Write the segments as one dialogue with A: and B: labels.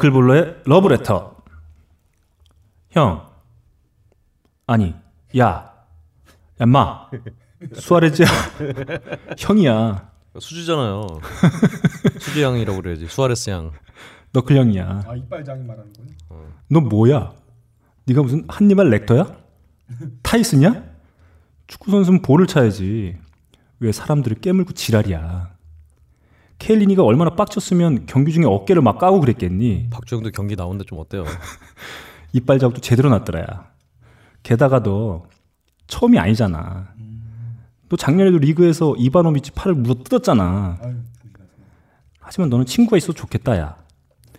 A: 너클볼러의 러브레터. 형. 아니, 야. 엠마. 수아레즈야. 형이야.
B: 수지잖아요. 수지 양이라고 그래야지. 수아레스 양.
A: 너클 형이야.
C: 아 이빨장이 말하는 거예요?
A: 너 뭐야? 네가 무슨 한니발 렉터야? 타이슨이야? 축구 선수는 볼을 차야지. 왜 사람들을 깨물고 지랄이야. 케일리니가 얼마나 빡쳤으면 경기 중에 어깨를 막 까고 그랬겠니?
B: 박주영도 경기 나오는데 좀 어때요?
D: 아,
A: 이빨 자국도 제대로 났더라야. 게다가 너 처음이 아니잖아. 너 작년에도 리그에서 이바노비치 팔을 물어 뜯었잖아.
C: 아유,
A: 하지만 너는 친구가 있어 좋겠다야.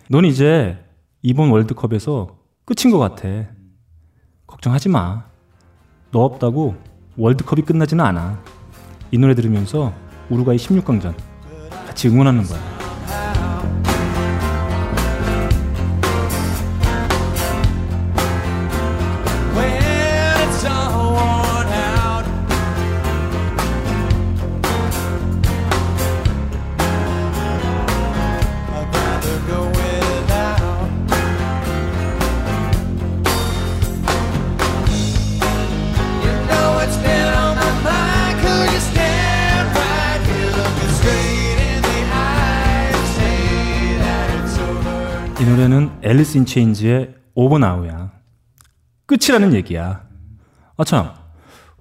A: 넌 이제 이번 월드컵에서 끝인 것 같아. 걱정하지 마. 너 없다고 월드컵이 끝나지는 않아. 이 노래 들으면서 우루과이 16강전 같이 응원하는 거야.
E: when it's all worn out. I'd rather go without. You know it's been on my mind. Could you stand right here, looking straight in the eye, and say that it's over?
A: 이 노래는 앨리스 인 체인지의 오버 나우야. 끝이라는 얘기야. 아참,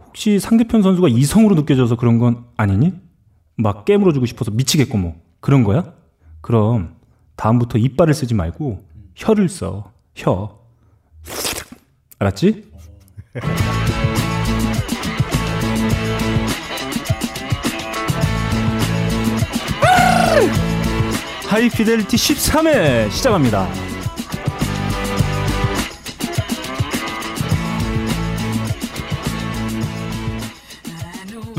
A: 혹시 상대편 선수가 이성으로 느껴져서 그런 건 아니니? 막 깨물어주고 싶어서 미치겠고 뭐 그런 거야? 그럼 다음부터 이빨을 쓰지 말고 혀를 써. 혀. 알았지? 하이피델리티 13회 시작합니다.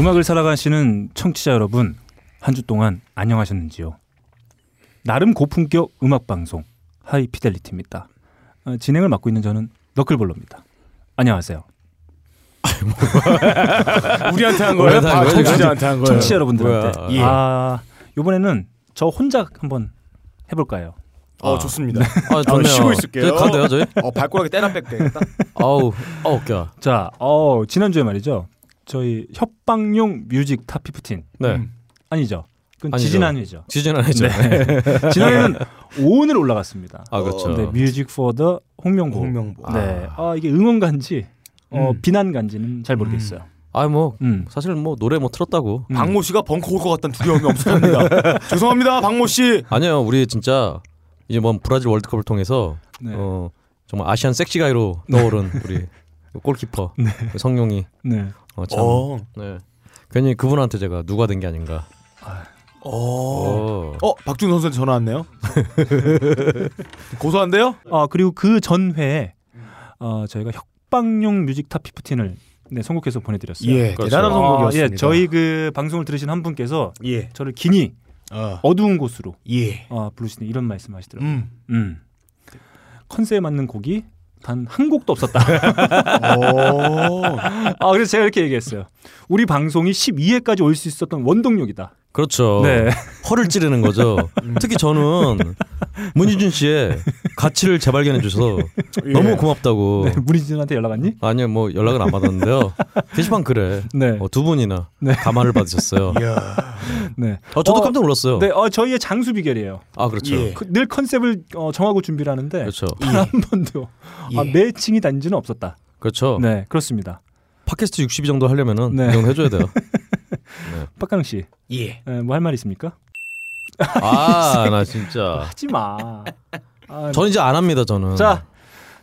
A: 음악을 살아가시는 청취자 여러분, 한 주 동안 안녕하셨는지요? 나름 고품격 음악 방송 하이피델리티입니다. 어, 진행을 맡고 있는 저는 너클볼로입니다. 안녕하세요.
D: 우리한테 한 거예요?
B: 우리한테 한
D: 아,
B: 거예요?
D: 청취자한테 한 거예요?
A: 청취자 여러분들한테
B: 뭐야, 예.
A: 아, 이번에는 저 혼자 한번 해볼까요?
D: 어 좋습니다.
B: 아, 좋네요.
D: 쉬고 있을게요.
B: 저희 가도 돼요, 저희?
D: 어 발꼬락에 때려 뺏겠다.
B: 아우, 아, 어깨야.
A: 자, 어, 지난주에 말이죠. 저희 협박용 뮤직 탑 피프틴
B: 네.
D: 음.
A: 아니죠? 그건
B: 아니죠.
A: 지지난회죠.
B: 지진 안 했죠.
D: 네.
B: 네.
A: 지난해는 5원을 올라갔습니다.
B: 아, 그렇죠.
D: 어,
A: 네, 뮤직 포더 홍명보.
C: 홍명보.
A: 네, 아 이게 응원가인지 어,
B: 음.
A: 비난가인지는 잘 모르겠어요.
B: 아, 뭐
A: 음.
B: 사실 뭐 노래 뭐 틀었다고.
D: 박모 씨가 벙커 올 것 같다는 두려움이 없었습니다. 죄송합니다, 박모 씨.
B: 아니요, 우리 진짜 이제 뭐 브라질 월드컵을 통해서
A: 네.
B: 어, 정말 아시안 섹시가이로 떠오른
D: 네.
B: 우리 골키퍼 성룡이
A: 네,
B: 어, 참.
D: 어,
B: 네. 괜히 그분한테 제가 누가 된 게 아닌가.
D: 어,
B: 어.
D: 어 박준 선수한테 전화 왔네요. 고소한데요?
A: 아 그리고 그 전회에 어, 저희가 협박용 뮤직 탑 피프틴을 네, 선곡해서 보내드렸어요.
D: 예, 대단한
A: 아,
D: 성공이었습니다.
A: 예, 저희 그 방송을 들으신 한 분께서
D: 예,
A: 저를 기니
D: 어,
A: 어두운 곳으로
D: 예,
A: 아, 부르시는 이런 말씀하시더라고요.
D: 음,
A: 음. 컨셉에 맞는 곡이 단 한 곡도 없었다.
D: 어,
A: 아, 그래서 제가 이렇게 얘기했어요. 우리 방송이 12회까지 올 수 있었던 원동력이다.
B: 그렇죠.
A: 네.
B: 허를 찌르는 거죠.
A: 음.
B: 특히 저는 문희준 씨의 가치를 재발견해 주셔서
D: 예.
B: 너무 고맙다고.
A: 네, 문희진한테 연락 왔니?
B: 아니요, 뭐 연락은 안 받았는데요. 게시판 글에
A: 네.
B: 어, 두 분이나 감화를 받으셨어요.
D: 예. 이야,
A: 네.
B: 어, 저도
A: 어,
B: 깜짝 놀랐어요.
A: 네, 어, 저희의 장수 비결이에요.
B: 아, 그렇죠.
D: 예.
A: 그, 늘 컨셉을 어, 정하고 준비를 하는데
B: 그렇죠.
A: 단 한 번도 아,
D: 예.
A: 매칭이 단지는 없었다.
B: 그렇죠.
A: 네, 그렇습니다.
B: 팟캐스트 60이 정도 하려면은
A: 네.
B: 이 정도 해줘야 돼요.
A: 박가능 씨,
D: 예,
A: 뭐 할 말 있습니까?
B: 아, 나 진짜.
A: 하지 마. 아,
B: 전 이제 안 합니다, 저는.
A: 자,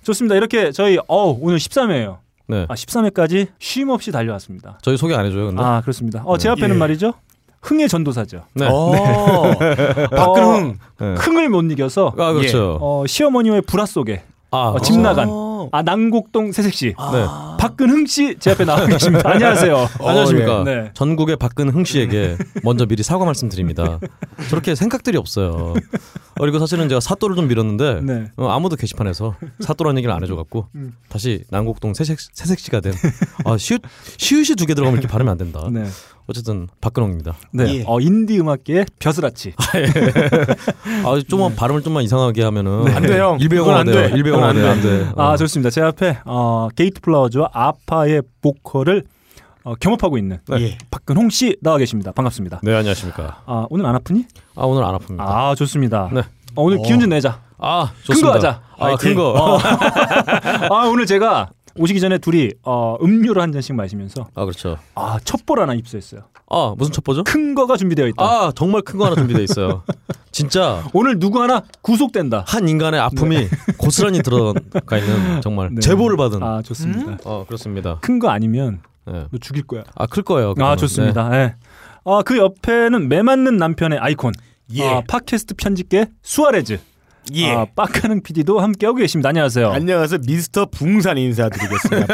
A: 좋습니다. 이렇게 저희 어, 오늘 13회예요.
B: 네.
A: 아, 13회까지 쉼 없이 달려왔습니다.
B: 저희 소개 안 해줘요, 근데.
A: 아, 그렇습니다. 어, 제 앞에는
D: 예.
A: 말이죠. 흥의 전도사죠.
B: 네.
D: 어, 박근흥,
B: 네.
A: 흥을 못 이겨서
B: 아, 그렇죠.
A: 어, 시어머니와의 불화 속에
B: 아,
A: 어,
B: 그렇죠.
A: 집 나간 아 난곡동 새색 씨
B: 네.
A: 박근흥 씨 제 앞에 나와 계십니다. 안녕하세요.
B: 안녕하십니까.
A: 어, 예. 네.
B: 전국의 박근흥 씨에게 먼저 미리 사과 말씀드립니다. 저렇게 생각들이 없어요. 어, 그리고 사실은 제가 사또를 좀 밀었는데
A: 네.
B: 어, 아무도 게시판에서 사또라는 얘기를 안 해줘갖고 다시 난곡동 새색, 새색시가 된 아, 시읒, 시읒이 두 개 들어가면 이렇게 발음이 안 된다.
A: 네.
B: 어쨌든 박근홍입니다.
A: 네.
D: 예.
A: 어, 인디 음악계의 벼슬아치.
B: 아, 좀만 발음을 좀만 이상하게 하면은 예,
D: 안 돼요. 그건
B: 일배영화
D: 안
B: 돼요.
D: 돼.
B: 일배영화
D: 그건
B: 돼요. 안
D: 안
B: 돼.
A: 아, 좋습니다. 제 앞에 어, 게이트 플라워즈와 아파의 보컬을 어, 겸업하고 있는
D: 예.
A: 박근홍 씨 나와 계십니다. 반갑습니다.
B: 네, 안녕하십니까.
A: 아, 오늘 안 아프니?
B: 아, 오늘 안 아픕니다. 아,
A: 아, 좋습니다.
B: 네.
A: 어, 오늘 기운좀 내자.
B: 좋습니다.
A: 근거하자. 어.
B: 아,
D: 화이팅.
B: 근거.
A: 아, 오늘 제가 오시기 전에 둘이 어, 음료를 한 잔씩 마시면서
B: 아, 그렇죠.
A: 아, 첩보를 하나 입수했어요.
B: 아, 무슨 첩보죠?
A: 큰 거가 준비되어 있다.
B: 아, 정말 큰 거 하나 준비돼 있어요. 진짜
A: 오늘 누구 하나 구속된다.
B: 한 인간의 아픔이
D: 네.
B: 고스란히 들어가 있는 정말
A: 네.
B: 제보를 받은.
A: 아, 좋습니다.
B: 어, 그렇습니다.
A: 큰 거 아니면
B: 예.
A: 너 죽일 거야.
B: 아, 클 거예요.
A: 아
B: 그거는. 네.
A: 좋습니다. 예. 아, 그 옆에는 매맞는 남편의 아이콘.
D: 예.
A: 아, 팟캐스트 편집계 수아레즈.
D: 예.
A: 아, 빡가는 PD도 함께하고 계십니다.
B: 어.
A: 안녕하세요.
D: 안녕하세요. 미스터 붕산 인사드리겠습니다.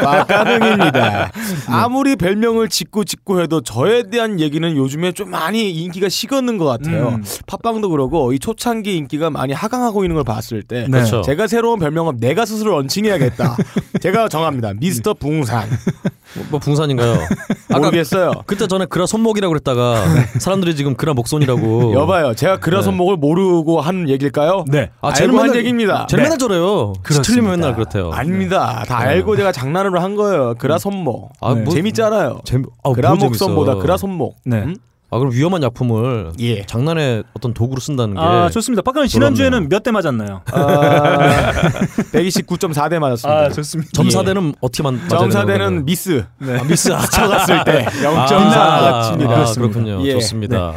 D: 빠까능입니다. 아무리 별명을 짓고 짓고 해도 저에 대한 얘기는 요즘에 좀 많이 인기가 식었는 것 같아요.
A: 음.
D: 팟빵도 그러고 이 초창기 인기가 많이 하강하고 있는 걸 봤을 때
A: 네.
B: 그렇죠.
D: 제가 새로운 별명은 내가 스스로 런칭해야겠다. 제가 정합니다. 미스터 붕산.
B: 뭐, 뭐 붕산인가요? 아까
D: 모르겠어요.
B: 그때 전에 그라 손목이라고 그랬다가 사람들이 지금 그라 목손이라고.
D: 여봐요. 제가 그라
B: 네.
D: 손목을 모르고 한 얘기일까요?
A: 네.
B: 아,
D: 알고 한 얘기입니다.
B: 쟤는
D: 네.
B: 맨날 저래요.
A: 그렇습니다.
B: 틀리면 맨날 그렇대요.
D: 아닙니다. 다 알고 제가 장난으로 한 거예요. 그라 손목.
B: 네. 아,
A: 네.
B: 뭐,
D: 재밌잖아요.
B: 재미, 아,
D: 그라
B: 뭐 재밌어.
D: 목선보다 그라 손목.
A: 네.
D: 음?
B: 아, 그럼 위험한 약품을
D: 예.
B: 장난의 어떤 도구로 쓴다는 게.
A: 아 좋습니다. 빡가는 지난주에는 몇 대 맞았나요?
D: 아, 129.4대 맞았습니다.
A: 아, 좋습니다.
B: 점사대는 어떻게 만 맞아야 되는
D: 예. 점사대는
B: 거예요?
D: 미스
A: 네.
B: 미스 아,
D: 쳐갔을 때
B: 아,
D: 0.4가 칩니다.
B: 아, 그렇군요.
D: 예.
B: 좋습니다.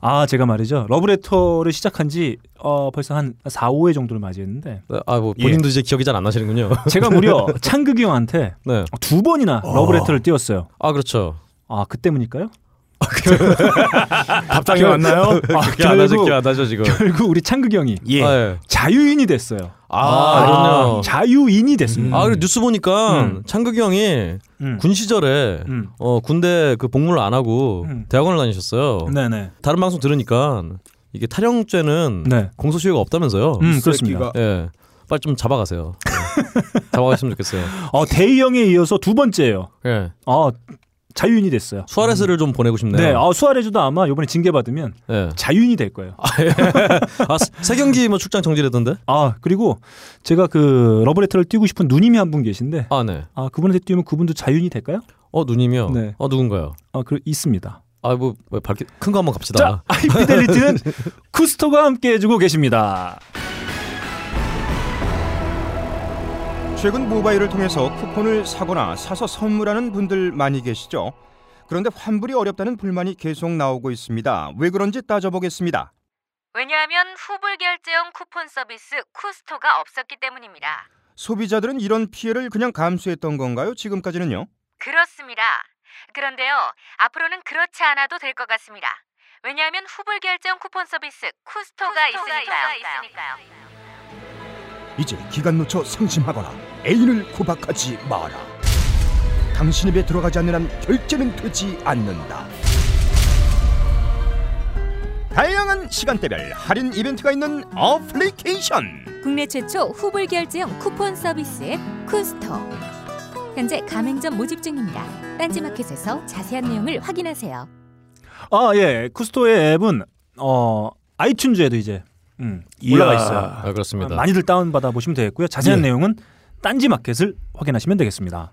A: 아 제가 말이죠. 러브레터를 시작한 지 어, 벌써 한 4, 5회 정도를 맞이했는데
B: 아, 뭐 본인도 이제 기억이 잘 안 나시는군요.
A: 제가 무려 창극이 형한테
B: 네.
A: 두 번이나 러브레터를 띄웠어요.
B: 아, 그렇죠.
A: 아 그 때문일까요?
D: 답장이 왔나요?
A: 아,
B: 기억 안 나죠,
A: 결국-
B: 기억 안 나죠 지금.
A: 결국 우리 창극이 형이
D: 예.
B: 아, 예.
A: 자유인이 됐어요.
B: 아, 그럼요.
A: 자유인이 됐습니다.
B: 아, 그리고 뉴스 보니까 창극이 형이
A: 음.
B: 군 시절에
A: 음.
B: 어, 군대 그 복무를 안 하고
A: 음.
B: 대학원을 다니셨어요.
A: 네네.
B: 다른 방송 들으니까 이게 탈영죄는
A: 네.
B: 공소시효가 없다면서요.
A: 음 그렇습니다.
B: 예. 빨리 좀 잡아가세요. 예. 잡아가시면 좋겠어요.
A: 어 대희 형에 이어서 두 번째예요.
B: 예.
A: 어 자유인이 됐어요.
B: 수아레스를 좀 보내고 음. 싶네요.
A: 네. 어 수아레즈도 아마 이번에 징계 받으면
B: 예.
A: 자유인이 될 거예요.
B: 아, 세- 세 경기 뭐 출장 정지라던데?
A: 아 그리고 제가 그 러브레터를 띄우고 싶은 누님이 한 분 계신데
B: 아, 네.
A: 아 그분한테 띄우면 그분도 자유인이 될까요?
B: 어, 누님이요.
A: 네.
B: 어, 누군가요?
A: 아 그 있습니다.
B: 아, 뭐, 뭐 밝히 큰 거 한번
D: 아.
B: 갑시다.
A: 자 하이피델리티는 쿠스토가 함께 해주고 계십니다.
C: 최근 모바일을 통해서 쿠폰을 사거나 사서 선물하는 분들 많이 계시죠? 그런데 환불이 어렵다는 불만이 계속 나오고 있습니다. 왜 그런지 따져보겠습니다.
F: 왜냐하면 후불 결제형 쿠폰 서비스 쿠스토가 없었기 때문입니다.
C: 소비자들은 이런 피해를 그냥 감수했던 건가요? 지금까지는요?
F: 그렇습니다. 그런데요, 앞으로는 그렇지 않아도 될 것 같습니다. 왜냐하면 후불 결제형 쿠폰 서비스 쿠스토가, 있으니까요.
C: 이제 기간 놓쳐 상심하거나 애인을 구박하지 마라. 당신 입에 들어가지 않는 한 결제는 되지 않는다. 다양한 시간대별 할인 이벤트가 있는 어플리케이션.
F: 국내 최초 후불 결제형 쿠폰 서비스 앱 쿠스토. 현재 가맹점 모집 중입니다. 딴지마켓에서 자세한 내용을 확인하세요.
A: 아 예, 쿠스토의 앱은 어 아이튠즈에도 이제 음, 올라가
D: 이야.
A: 있어요.
B: 아, 그렇습니다.
A: 많이들 다운 받아 보시면 되겠고요. 자세한
D: 예.
A: 내용은 딴지 마켓을 확인하시면 되겠습니다.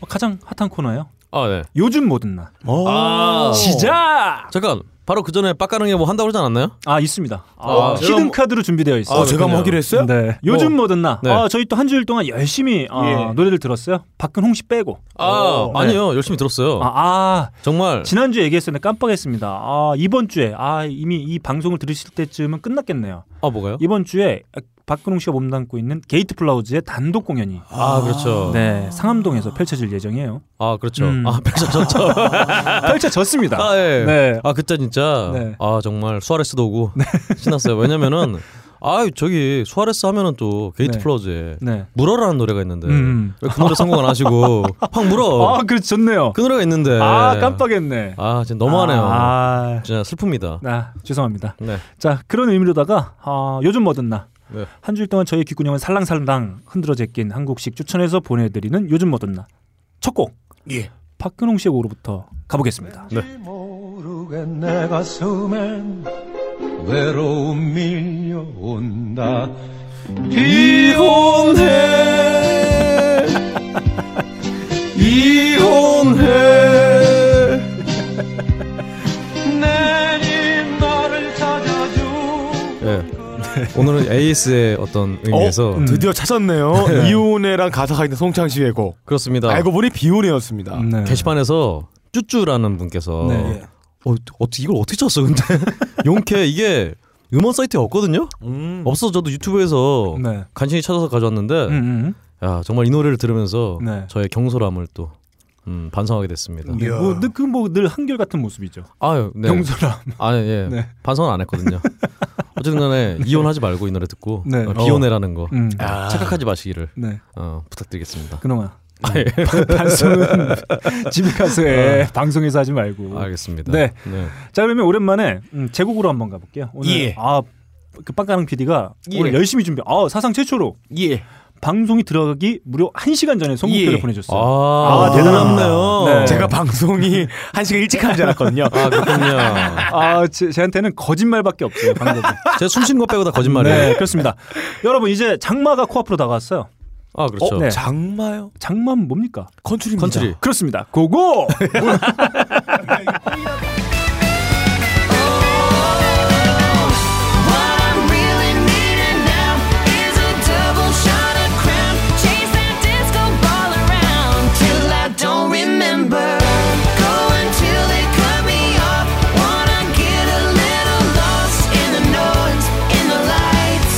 A: 어, 가장 핫한 코너예요.
B: 아, 네.
A: 요즘 뭐든 나
D: 어?
B: 아,
A: 시작.
B: 잠깐 바로 그 전에 빡가능에 뭐 한다고 그러지 않았나요?
A: 아 있습니다.
B: 아,
A: 히든
D: 제가 뭐-
A: 카드로 준비되어 있어요.
D: 아, 제가 뭐 하기로 했어요?
A: 네. 요즘 뭐든 나.
B: 네.
A: 아, 저희 또 한 주일 동안 열심히 아,
D: 예.
A: 노래를 들었어요. 박근홍 씨 빼고.
B: 아, 아니요. 열심히 들었어요.
A: 아, 아
B: 정말
A: 지난주에 얘기했었는데 깜빡했습니다. 아, 이번 주에 아, 이미 이 방송을 들으실 때쯤은 끝났겠네요.
B: 아, 뭐가요?
A: 이번 주에 박근홍 씨가 몸담고 있는 게이트 플라우즈의 단독 공연이
B: 아, 그렇죠.
A: 네, 상암동에서 펼쳐질 예정이에요.
B: 아, 그렇죠.
A: 음.
B: 아, 펼쳐졌죠.
A: 펼쳐졌습니다.
B: 아, 예.
A: 네.
B: 아, 그때 진짜
A: 네.
B: 아, 정말 수아레스도 오고 신났어요. 왜냐면은 아, 저기 수아레스 하면은 또 게이트
A: 네.
B: 플러즈에
A: 네.
B: 물어라는 노래가 있는데
A: 음.
B: 왜 그 노래 성공 안 하시고 확 물어.
A: 아, 그래 좋네요.
B: 그 노래가 있는데.
A: 아, 깜빡했네.
B: 아, 진짜 너무하네요.
A: 아,
B: 진짜 슬픕니다.
A: 아, 죄송합니다.
B: 네.
A: 자, 그런 의미로다가 아, 요즘 뭐든 나.
B: 네.
A: 한 주일 동안 저의 귓구녕을 살랑살랑 흔들어 제낀 한국식 추천해서 보내드리는 요즘 뭐든 나. 첫 곡.
D: 예.
A: 박근홍 씨의 곡으로부터 가보겠습니다.
E: 모르겠 내 가슴엔 외로움 밀려온다 이혼해 이혼해 내님 나를 찾아줘
B: 예.
A: 네.
B: 오늘은 AS의 어떤 의미에서 음.
A: 음.
D: 어, 드디어 찾았네요. 이혼해랑 가사가 있는 송창 씨의 곡.
B: 그렇습니다.
D: 알고 보니 비혼이었습니다.
B: 음.
A: 네.
B: 게시판에서 쭈쭈라는 분께서
A: 네.
B: 어, 어떻게 이걸 어떻게 찾았어 근데 용케 이게 음원 사이트에 없거든요.
D: 음.
B: 없어서 네. 저도 유튜브에서
A: 음. 네.
B: 간신히 찾아서 가져왔는데
A: 음, 음.
B: 야 정말 이 노래를 들으면서
A: 네.
B: 저의 경솔함을 또 음, 반성하게 됐습니다.
A: 네. 뭐늘그뭐늘 한결 같은 모습이죠.
B: 아유, 네.
A: 경솔함.
B: 아 예,
A: 네.
B: 반성은 안 했거든요. 어쨌든간에 이혼하지 말고 이 노래 듣고
A: 네.
B: 어, 비혼해라는 거
A: 음.
B: 착각하지 마시기를
A: 네.
B: 어, 부탁드리겠습니다.
A: 그놈아.
B: 아, 예.
A: 반성은 집에 가서 해. 방송에서 하지 말고.
B: 어. 알겠습니다.
A: 네. 자 그러면 오랜만에 음, 제곡으로 한번 가볼게요. 오늘
D: 예.
A: 아그 빵가랑 PD가
B: 예.
A: 오늘 열심히 준비. 아 사상 최초로
D: 예.
A: 방송이 들어가기 무려 1 시간 전에 선곡표를
D: 예.
A: 보내줬어요.
B: 아,
A: 아, 대단합니다.
B: 놀랍네요.
A: 네.
D: 제가 방송이 한 시간 일찍 하는 줄 알았거든요.
B: 아 그렇군요.
A: 아, 제, 제한테는 거짓말밖에 없어요. 방법이.
D: 아,
B: 제가 숨 쉬는 것 빼고 다 거짓말이에요.
A: 네, 그렇습니다. 여러분 이제 장마가 코앞으로 다가왔어요.
B: 아 그렇죠.
A: 어, 네.
D: 장마요?
A: 장마는 뭡니까?
D: 컨트리입니다.
B: 컨트리.
A: 그렇습니다. 고고.
G: What I'm really needing now is a double shot of crown. Chase that disco ball around till I don't remember. Go until they cut me off. Wanna get a little lost in the noise, in the lights.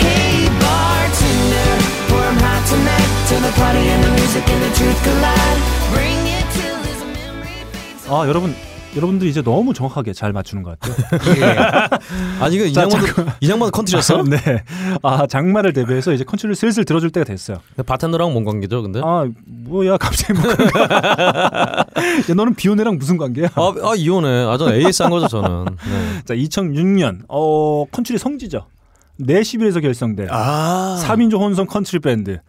G: Hey bartender, pour 'em hot tonight till the party and the music and the truth collide. Bring it till his memory fades.
A: 아, 여러분 여러분들이 이제 너무 정확하게 잘 맞추는 것 같아요.
B: 아니 이거 이장만 이장만 컨트리였어?
A: 네. 아, 장마를 대비해서 이제 컨트롤 슬슬 들어줄 때가 됐어요.
B: 바텐더랑 뭔 관계죠, 근데? 아,
A: 아, 뭐야 갑자기 뭐 그런 거. 야, 너는 비오네랑 무슨 관계야?
B: 아, 이혼해. 아, 저는 AS 한 거죠, 저는. 네.
A: 자, 2006년 어 컨트리 성지죠. 내시빌에서 결성된
D: 아.
A: 3인조 혼성 컨트리 밴드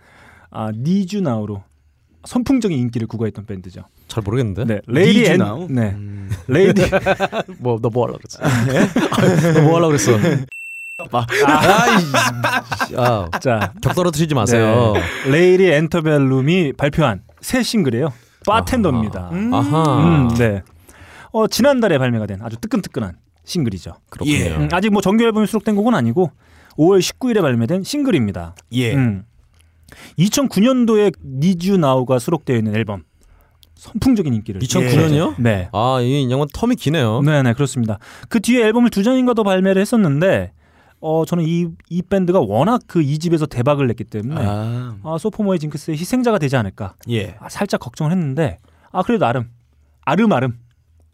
A: 아 니주 나우로 선풍적인 인기를 구가했던 밴드죠.
B: 잘 모르겠는데.
A: 네, 레이디
D: 니주
A: 앤
D: 나우?
A: 네, 레이디
B: 뭐 너 뭐 하려고
A: 아,
B: 그랬어?
A: 네?
B: 너 뭐 하려고 그랬어? 아, 이- 아,
A: 자
B: 격 떨어뜨리지 마세요.
A: 네, 레이디 엔터벨룸이 발표한 새 싱글이에요. 바텐더입니다. 음,
B: 아하.
A: 네. 어, 지난달에 발매가 된 아주 뜨끈뜨끈한 싱글이죠.
B: 그렇군요.
A: 음, 아직 뭐 정규 앨범에 수록된 곡은 아니고 5월 19일에 발매된 싱글입니다.
D: 예.
A: 음. 2009년도에 니주 나우가 수록되어 있는 앨범 선풍적인 인기를
B: 2009년이요?
A: 네.
B: 아, 이 양반 텀이 기네요.
A: 네, 네, 그렇습니다. 그 뒤에 앨범을 두 장인가 더 발매를 했었는데 어 저는 이 이 밴드가 워낙 그 이 집에서 대박을 냈기 때문에 아,
D: 아.
A: 소포모의 징크스의 희생자가 되지 않을까
D: 예.
A: 아, 살짝 걱정을 했는데 아 그래도 나름 아름아름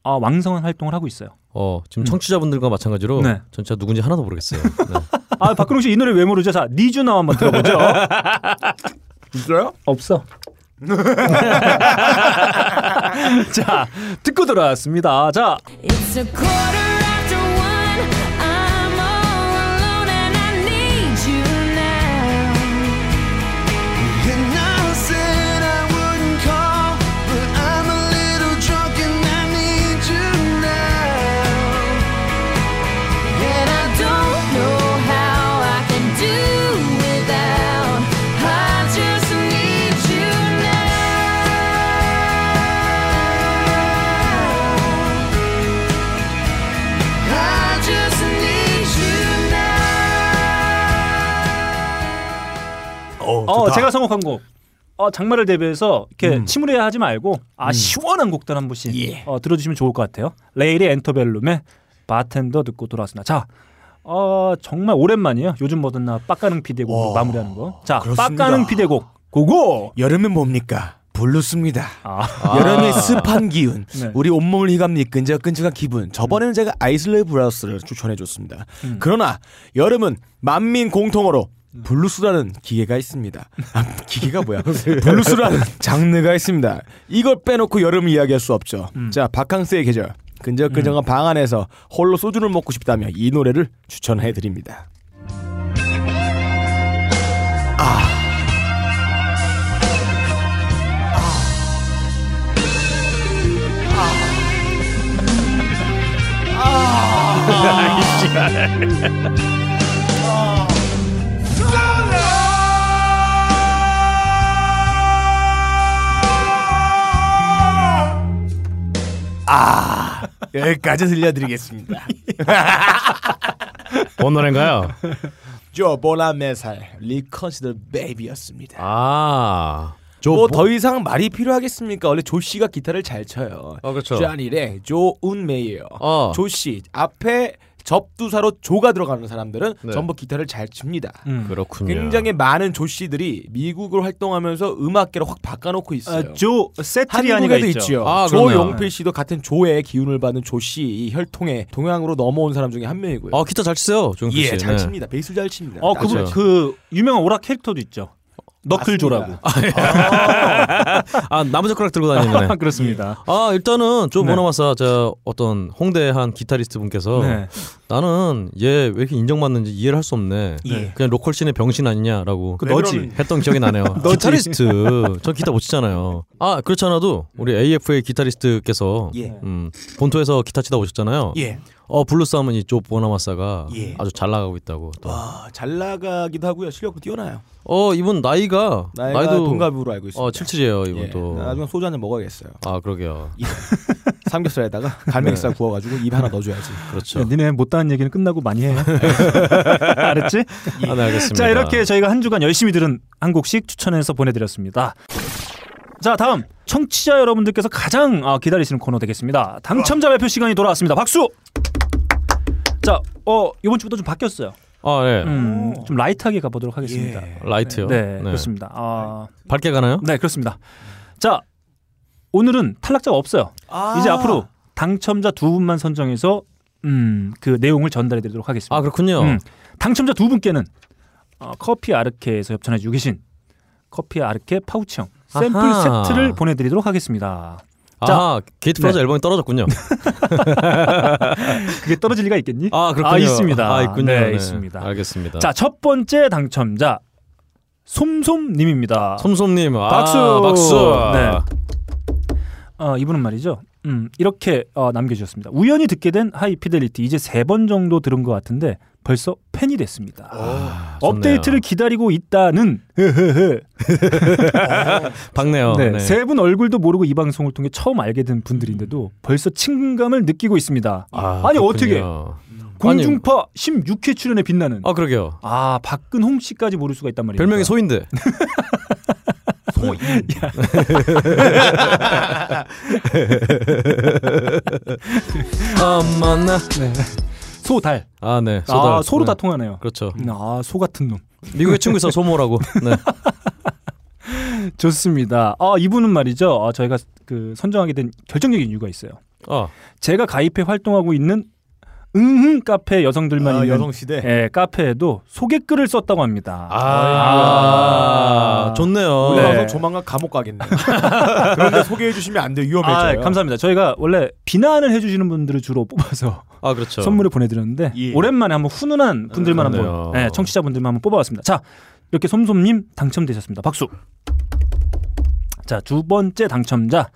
A: 아 왕성한 활동을 하고 있어요.
B: 어, 지금 청취자분들과 마찬가지로
A: 네.
B: 전 진짜 누군지 하나도 모르겠어요. 네.
A: 아 박근홍 씨 이 노래 왜 모르죠? 자 니주 나우 한번 들어보죠.
D: 있어요?
A: 없어. 자 듣고 돌아왔습니다. 자
G: It's a quarter after one. I'm all alone and I need you now.
E: And I said I wouldn't call, but I'm a little drunk and I need you now.
G: And I don't know how I can do without. I just need you now.
E: I just need you now.
D: 어,
A: 어,
D: 좋다. 음.
A: 제가 선곡한 곡. 어, 장마를 대비해서 이렇게 침울해 하지 말고 아 시원한 곡들 한 번씩
D: 예.
A: 어, 들어주시면 좋을 것 같아요. 레일의 엔터벨룸의 바텐더 듣고 돌아왔습니다. 자, 어, 정말 오랜만이에요. 요즘 뭐든 나 빡가능 피디의 곡으로
D: 와,
A: 마무리하는 거. 자,
D: 어, 그렇습니다.
A: 빡가능 피디의 곡 고고.
D: 여름은 뭡니까? 블루스입니다.
A: 아,
D: 여름의 습한 기운,
A: 네.
D: 우리 온몸을 희감니 끈적끈적한 기분. 저번에는 제가 아이슬레이 브라우스를 추천해줬습니다. 그러나 여름은 만민 공통어로 블루스라는 기계가 있습니다. 아, 기계가 뭐야? 블루스라는 장르가 있습니다. 이걸 빼놓고 여름 이야기할 수 없죠. 자, 바캉스의 계절. 끈적끈적한 방 안에서 홀로 소주를 먹고 싶다며 이 노래를 추천해드립니다. 여기까지 들려드리겠습니다.
B: 뭔 노래인가요?
D: 조 보라메살 리컨시더 베이비였습니다.
B: 아. 저
D: 뭐 더 이상 말이 필요하겠습니까? 원래 조 씨가 기타를 잘 쳐요.
B: 어, 그쵸.
D: 쟈니레, 조운 메이어,
B: 어.
D: 조 씨. 앞에 접두사로 조가 들어가는 사람들은
B: 네. 음.
D: 전부 기타를 잘 칩니다.
A: 음.
B: 그렇군요.
D: 굉장히 많은 조 씨들이 미국으로 활동하면서 음악계를 확 바꿔놓고 있어요.
A: 아, 조 세트리아니가
D: 한국에도
A: 있죠.
D: 있죠.
B: 아, 그러네요.
D: 조용필 씨도 같은 조의 기운을 받은 조씨 이 혈통의 동양으로 넘어온 사람 중에 한 명이고요.
B: 아 기타 잘 치세요, 조용필 씨.
D: 예, 잘
B: 네.
D: 칩니다. 베이스 잘 칩니다.
A: 어, 그분
B: 맞아요.
A: 그 유명한 오락 캐릭터도 있죠. 너클조라고.
D: 맞습니다.
B: 아 나무젓가락 들고 다니는. 애.
A: 그렇습니다.
B: 아 일단은 좀
A: 네.
B: 모나마사 저 어떤 홍대 한 기타리스트 분께서
A: 네.
B: 나는 얘 왜 이렇게 인정받는지 이해를 할 수 없네.
A: 예.
B: 그냥 로컬 씬의 병신 아니냐라고
A: 그 너지.
B: 했던 기억이 나네요.
A: 너지.
B: 기타리스트. 전 기타 못 치잖아요. 아 그렇잖아도 우리 AFA 기타리스트께서
D: 예.
B: 음, 본토에서 기타 치다 오셨잖아요.
D: 예.
B: 어 블루스 하면 이쪽 보나마사가
D: 예.
B: 아주 잘 나가고 있다고. 또.
D: 와, 아, 잘 나가기도 하고요. 실력도 뛰어나요.
B: 어 이분 나이가,
D: 나이가
B: 도
D: 동갑으로 알고 있습니다.
B: 어 77이에요 이분
D: 예,
B: 또.
A: 아,
D: 나중에 소주 한 잔 먹어야겠어요.
B: 아 그러게요.
D: 삼겹살에다가 갈매기살 구워가지고 입 하나 넣어줘야지.
B: 그렇죠.
A: 야, 니네 못다한 얘기는 끝나고 많이 해. 알았지?
B: 아, 네, 알겠습니다.
A: 자 이렇게 저희가 한 주간 열심히 들은 한 곡씩 추천해서 보내드렸습니다. 자 다음 청취자 여러분들께서 가장 아, 기다리시는 코너 되겠습니다. 당첨자 발표 시간이 돌아왔습니다. 박수. 자, 어 이번 주부터 좀 바뀌었어요.
B: 아 예.
A: 음, 좀 라이트하게 가보도록 하겠습니다.
D: 예.
B: 라이트요.
A: 네, 그렇습니다. 아,
B: 밝게 가나요?
A: 네, 그렇습니다. 자, 오늘은 탈락자가 없어요.
D: 아.
A: 이제 앞으로 당첨자 두 분만 선정해서 음, 그 내용을 전달해드리도록 하겠습니다.
B: 아 그렇군요.
A: 음, 당첨자 두 분께는 어, 커피 아르케에서 협찬해주고 계신 커피 아르케 파우치형 샘플
B: 아하.
A: 세트를 보내드리도록 하겠습니다.
B: 아 게이트
A: 네.
B: 플라자 앨범이 떨어졌군요.
A: 그게 떨어질 리가 있겠니?
B: 아 그렇군요.
A: 있습니다.
B: 아 있군요.
A: 네,
B: 네,
A: 있습니다.
B: 알겠습니다.
A: 자, 첫 번째 당첨자 솜솜님입니다.
B: 솜솜님
A: 박수!
B: 아, 박수.
A: 네. 어, 이분은 말이죠. 음, 이렇게 어, 남겨주셨습니다. 우연히 듣게 된 하이피델리티 이제 세 번 정도 들은 것 같은데 벌써 팬이 됐습니다.
B: 아, 좋네요.
A: 업데이트를 기다리고 있다는 흐흐흐.
B: 어, 박네요.
A: 네, 세 분 얼굴도 모르고 이 방송을 통해 처음 알게 된 분들인데도 벌써 친감을 느끼고 있습니다. 니 어떻게
B: 아, 그렇군요.
A: 공중파 16회 출연에 빛나는
B: 아 그러게요.
A: 아 박근홍 씨까지 모를 수가 있단 말이에요.
B: 별명이 소인데. 소인. 엄마나.
D: 네.
A: 소달.
B: 아 네.
A: 아
B: 소다.
A: 소로
B: 네.
A: 다 통하네요.
B: 그렇죠.
A: 아소 같은 놈.
B: 미국의 친구 있어 소모라고. 네.
A: 좋습니다. 아 이분은 말이죠. 아, 저희가 그 선정하게 된 결정적인 이유가 있어요.
B: 어.
A: 제가 가입해 활동하고 있는 응응 카페 여성들만
D: 아,
A: 있는
D: 여성 시대.
A: 예, 카페에도 소개 글을 썼다고 합니다.
B: 아,
A: 아.
B: 어. 좋네요.
D: 우리
A: 네.
D: 방송 조만간 감옥 가겠네. 그런데 소개해 주시면 안 돼.
A: 아,
D: 위험해져요.
A: 감사합니다. 저희가 원래 비난을 해주시는 분들을 주로 뽑아서
B: 아 그렇죠.
A: 선물을 보내드렸는데
D: 예.
A: 오랜만에 한번 훈훈한 분들만
B: 아,
A: 한번
B: 그러네요.
A: 예, 청취자분들만 한번 뽑아봤습니다. 자 이렇게 솜솜님 당첨되셨습니다. 박수. 자 두 번째 당첨자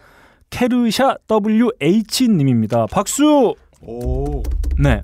A: 케르샤 WH 님입니다. 박수.
D: 오.
A: 네.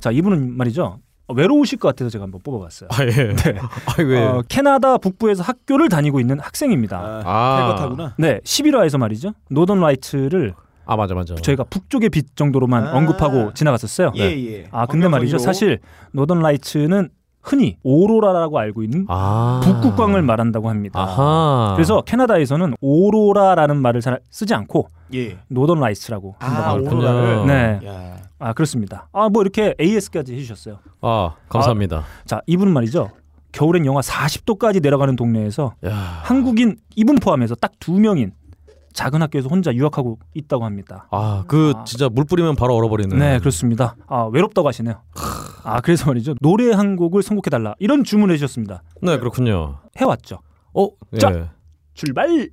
A: 자 이분은 말이죠 어, 외로우실 것 같아서 제가 한번 뽑아봤어요.
B: 아 예. 아 왜?
A: 어, 캐나다 북부에서 학교를 다니고 있는 학생입니다.
B: 아.
D: 탈것하구나.
A: 네, 11화에서 말이죠. 노던 라이트를
B: 아 맞아 맞아.
A: 저희가 북쪽의 빛 정도로만
D: 아.
A: 언급하고 지나갔었어요.
D: 예, 예.
A: 아 근데 말이죠
D: 엄명선이로.
A: 사실 노던 라이츠는 흔히 오로라라고 알고 있는
B: 아.
A: 북극광을 말한다고 합니다.
B: 아하.
A: 그래서 캐나다에서는 오로라라는 말을 잘 쓰지 않고
D: 예.
A: 노던 라이츠라고
D: 아,
A: 한다고 합니다.
B: 그렇군요.
D: 오로라를.
A: 네,
D: 야.
A: 아 그렇습니다. 아 뭐 이렇게 AS까지 해주셨어요.
B: 아 감사합니다.
A: 자 이분 은 말이죠. 겨울엔 영하 40도까지 내려가는 동네에서
B: 야.
A: 한국인 이분 포함해서 딱 두 명인 작은 학교에서 혼자 유학하고 있다고 합니다.
B: 아그
A: 아.
B: 진짜 물 뿌리면 바로 얼어버리는.
A: 네, 그렇습니다. 아 외롭다고 하시네요. 아 그래서 말이죠 노래 한 곡을 선곡해 달라 이런 주문을 해주셨습니다.
B: 네 그렇군요.
A: 해왔죠.
B: 어. 예.
A: 자. 출발.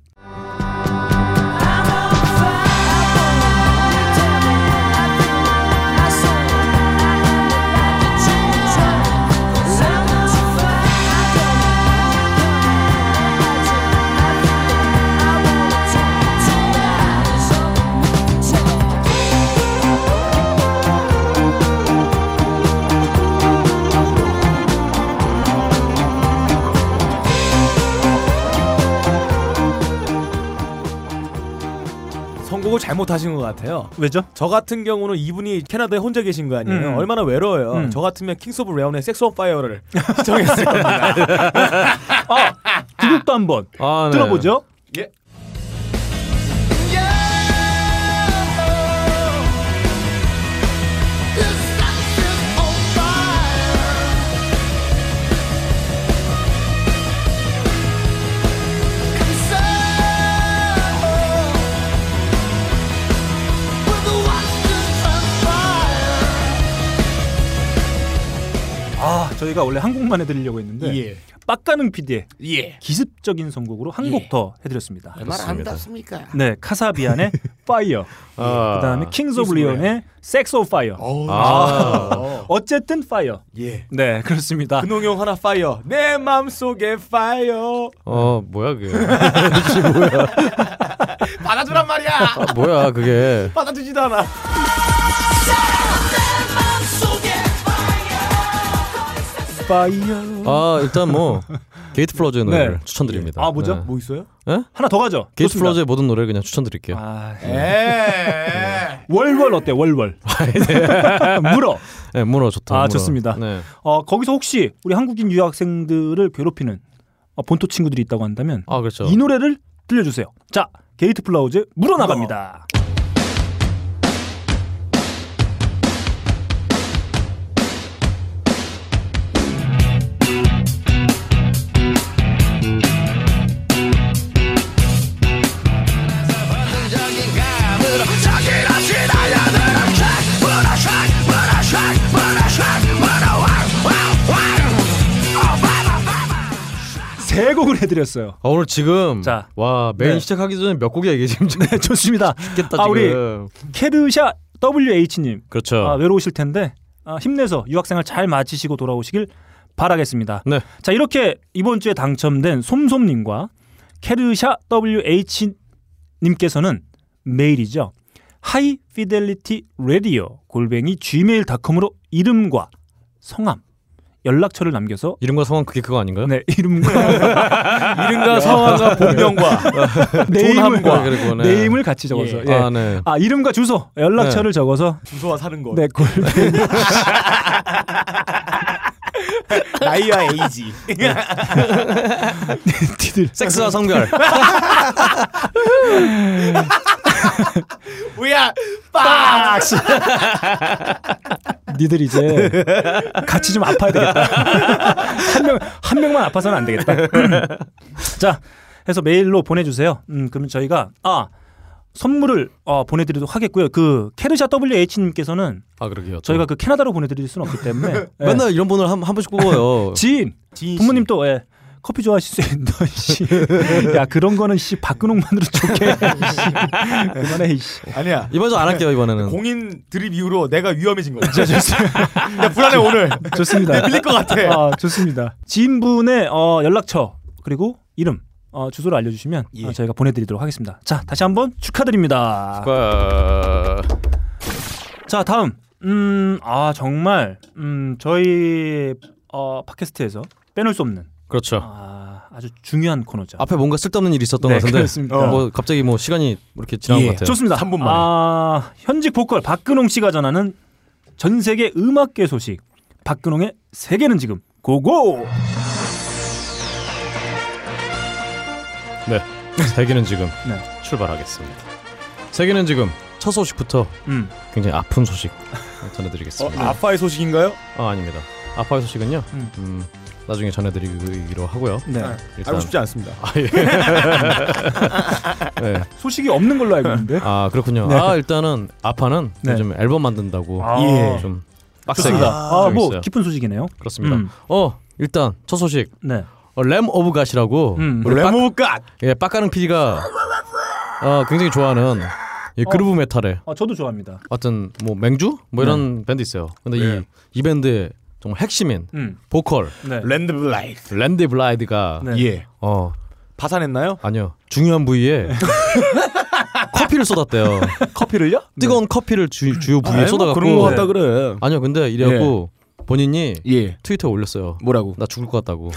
G: Thank you
D: 선곡을 잘못하신 것 같아요.
A: 왜죠?
D: 저 같은 경우는 이분이 캐나다에 혼자 계신 거 아니에요?
A: 음.
D: 얼마나 외로워요.
A: 음.
D: 저 같으면 킹스 오브 레온의 섹스 온 파이어를 시청했을 겁니다.
A: 두 곡도 한번
B: 아, 네.
A: 들어보죠. 아, 저희가 원래 한 곡만 해드리려고 했는데
D: 예.
A: 빡가능 PD의
D: 예.
A: 기습적인 선곡으로 한 곡 더 해드렸습니다.
B: 그렇습니다.
A: 네, 카사비안의 파이어.
B: 아.
A: 그다음에 킹스 오브 리온의 섹스 오브 파이어.
D: 아.
A: 어쨌든 파이어.
D: 예.
A: 네, 그렇습니다.
D: 근홍용 하나 파이어. 내 마음속에 파이어.
B: 어 뭐야 그게 이게 뭐야
D: 받아주란 말이야.
B: 아, 뭐야 그게
D: 받아주지도 않아.
A: 파이어.
B: 아 일단 뭐 게이트 플러즈의 노래를
A: 네.
B: 추천드립니다
A: 아, 뭐죠?
B: 네.
D: 뭐 있어요?
B: 예?
A: 하나 더 가죠.
B: 게이트
A: 좋습니다.
B: 플러즈의 모든 노래를 그냥 추천드릴게요
A: 아, 네.
D: 에.
A: 월월 어때? 월월. 물어.
B: 네, 물어 좋다
A: 아,
B: 물어.
A: 좋습니다.
B: 네.
A: 어, 거기서 혹시 우리 한국인 유학생들을 괴롭히는 어, 본토 친구들이 있다고 한다면
B: 아 그렇죠
A: 이 노래를 들려주세요. 자, 게이트 플라우즈 물어 나갑니다. 세 곡을 해드렸어요.
B: 아, 오늘 지금
A: 자.
B: 와 메인
A: 네.
B: 시작하기 전에 몇 곡이야 이게 지금
A: 네, 좋습니다.
B: 죽겠다
A: 아, 우리
B: 지금
A: 캐드샤 WH님
B: 그렇죠
A: 아, 외로우실 텐데 아, 힘내서 유학생활 잘 마치시고 돌아오시길 바라겠습니다.
B: 네.
A: 자 이렇게 이번 주에 당첨된 솜솜님과 캐르샤 WH 님께서는 메일이죠. 하이 피델리티 라디오 골뱅이 gmail.com으로 이름과 성함 연락처를 남겨서
B: 이름과 성함 그게 그거 아닌가요?
A: 네 이름과
D: 이름과 성함과 본명과
B: 아,
A: 네임과
B: 그리고, 네.
A: 네임을 같이 적어서 예.
B: 아, 네.
A: 아 이름과 주소 연락처를 적어서
D: 주소와 사는 곳.
A: 네 골뱅이
D: 나이와 에이지.
A: 티들
B: 섹스와 성별.
D: 뭐야? 빡.
A: 니들 이제 같이 좀 아파야 되겠다. 한 명, 한 명만 아파서는 안 되겠다. 자, 해서 메일로 보내주세요. 음, 그러면 저희가, 아, 선물을 어, 보내드리도록 하겠고요. 그 캐르샤 WH님께서는
B: 아, 그러게요. 또.
A: 저희가 그 캐나다로 보내드릴 수는 없기 때문에 예.
B: 맨날 이런 분을 한, 한 번씩 뽑아요.
A: 지인,
D: 지인 씨.
A: 부모님 또 예. 커피 좋아하실 수 있는 씨. 야 그런 거는 씨 박근홍만으로 좋게 씨. 그만해 이 씨.
D: 아니야.
B: 이번 주 안 할게요,
A: 네.
B: 이번에는.
D: 공인 드립 이후로 내가 위험해진 거야. 나 불안해 오늘.
A: 좋습니다.
D: 밀릴 것 같아.
A: 아, 좋습니다. 지인분의 어, 연락처 그리고 이름 어, 주소를 알려주시면
D: 예.
A: 어, 저희가 보내드리도록 하겠습니다. 자 다시 한번 축하드립니다.
B: 과-
A: 자 다음 음아 정말 음 저희 어, 팟캐스트에서 빼놓을 수 없는
B: 그렇죠.
A: 아, 아주 중요한 코너죠.
B: 앞에 뭔가 쓸데없는 일이 있었던
A: 네,
B: 것 같은데.
A: 그렇습니다.
B: 어, 뭐 갑자기 뭐 시간이 이렇게 지난
D: 예.
B: 것 같아요.
A: 좋습니다.
D: 3분 만에.
A: 아 현직 보컬 박근홍 씨가 전하는 전 세계 음악계 소식 박근홍의 세계는 지금 고고.
B: 네. 세계는 지금
A: 네.
B: 출발하겠습니다. 세계는 지금 첫 소식부터
A: 음
B: 굉장히 아픈 소식
A: 어,
B: 전해드리겠습니다.
D: 어, 아빠의 소식인가요?
B: 아, 아닙니다. 아빠의 소식은요.
A: 음.
B: 음, 나중에 전해드리기로 하고요.
A: 네.
B: 일단
D: 알고 싶지 않습니다.
B: 아, 예. 네.
A: 소식이 없는 걸로 알고 있는데.
B: 아 그렇군요.
A: 네.
B: 아 일단은 아파는
A: 네.
B: 요즘 앨범 만든다고
A: 아.
D: 예.
B: 좀 빡세게
A: 좋습니다.
B: 좀
A: 아, 뭐
B: 있어요.
A: 깊은 소식이네요.
B: 그렇습니다.
A: 음.
B: 어 일단 첫 소식
A: 네.
B: 어, 램 오브 갓이라고
A: 음.
B: 우리 빡,
D: 레모갓.
B: 예, 빡가는 PD가 어, 굉장히 좋아하는 이 그루브 메탈의
A: 아, 저도 좋아합니다.
B: 어떤 뭐 맹주 뭐 이런 밴드 있어요. 근데
D: 네.
B: 이, 이 밴드의 정말 핵심인
A: 음.
B: 보컬
A: 네.
D: 랜드 블라이트.
B: 랜디 블라이드가
A: 네.
D: 예.
B: 어
D: 파산했나요?
B: 아니요 중요한 부위에
D: 네.
B: 커피를 쏟았대요.
D: 커피를요?
B: 뜨거운 커피를 주, 주요 부위에
D: 네. 아니, 뭐
B: 쏟아갖고 네.
D: 그런 거 같다 그래.
B: 아니요 근데 이래갖고 본인이
D: 예.
B: 트위터에 올렸어요.
D: 뭐라고?
B: 나 죽을 것 같다고.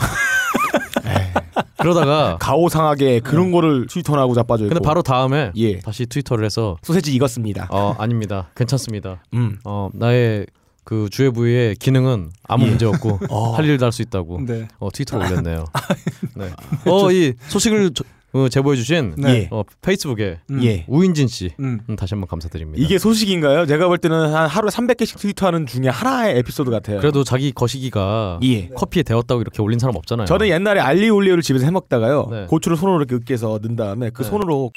B: 네. 그러다가
D: 가오상하게 그런 거를 트위터나 하고 자빠져
B: 음.
D: 있고.
B: 근데 바로 다음에
D: 예.
B: 다시 트위터를 해서
D: 소세지 익었습니다.
B: 어 아닙니다 괜찮습니다
D: 음.
B: 어 나의 그 주요 부위의 기능은 아무
D: 예.
B: 문제 없고
D: 어.
B: 할 일도 할 수 있다고
A: 네.
B: 어 트위터 올렸네요 네. 어이 소식을 저- 어, 제보해 주신
D: 예.
B: 어, 페이스북에
A: 음.
D: 예.
B: 우인진 씨
A: 음.
B: 음, 다시 한번 감사드립니다
D: 이게 소식인가요? 제가 볼 때는 한 하루에 300개씩 트위터하는 중에 하나의 에피소드 같아요.
B: 그래도 자기 거시기가
D: 예.
B: 커피에 데웠다고 이렇게 올린 사람 없잖아요
D: 저는 옛날에 알리올리오를 집에서 해 먹다가요.
B: 네.
D: 고추를 손으로 이렇게 으깨서 넣은 다음에 그
B: 네.
D: 손으로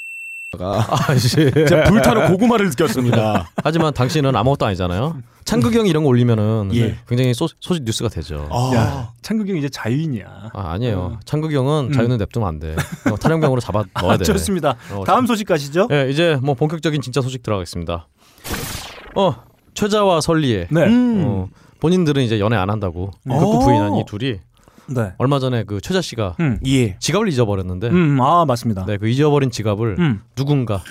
D: 가
B: 아, 씨.
D: 제가 불타는 고구마를 느꼈습니다.
B: 하지만 당신은 아무것도 아니잖아요 창극이 형 이런 거 올리면은
D: 예.
B: 굉장히 소, 소식 뉴스가 되죠
A: 아, 야, 창국이 형 이제 자유인이야.
B: 아
A: 음.
B: 아니에요. 창극이 형은 자유는 냅두면 안 돼. 이거 탈영병으로 잡아 넣어야
A: 네.
B: 돼.
A: 좋습니다.
B: 어,
A: 다음 소식 가시죠.
B: 예, 이제 뭐 본격적인 진짜 소식 들어가겠습니다. 어 최자와 설리의
A: 네.
B: 어, 본인들은 이제 연애 안 한다고 극구 부인한 이 둘이
A: 네.
B: 얼마 전에 그 최자 씨가
A: 음.
D: 예.
B: 지갑을 잊어버렸는데
A: 음, 아, 맞습니다.
B: 네 그 잊어버린 지갑을
A: 음.
B: 누군가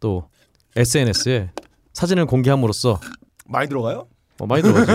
B: 또 SNS에 사진을 공개함으로써
D: 많이 들어가요?
B: 어, 많이 들어가지.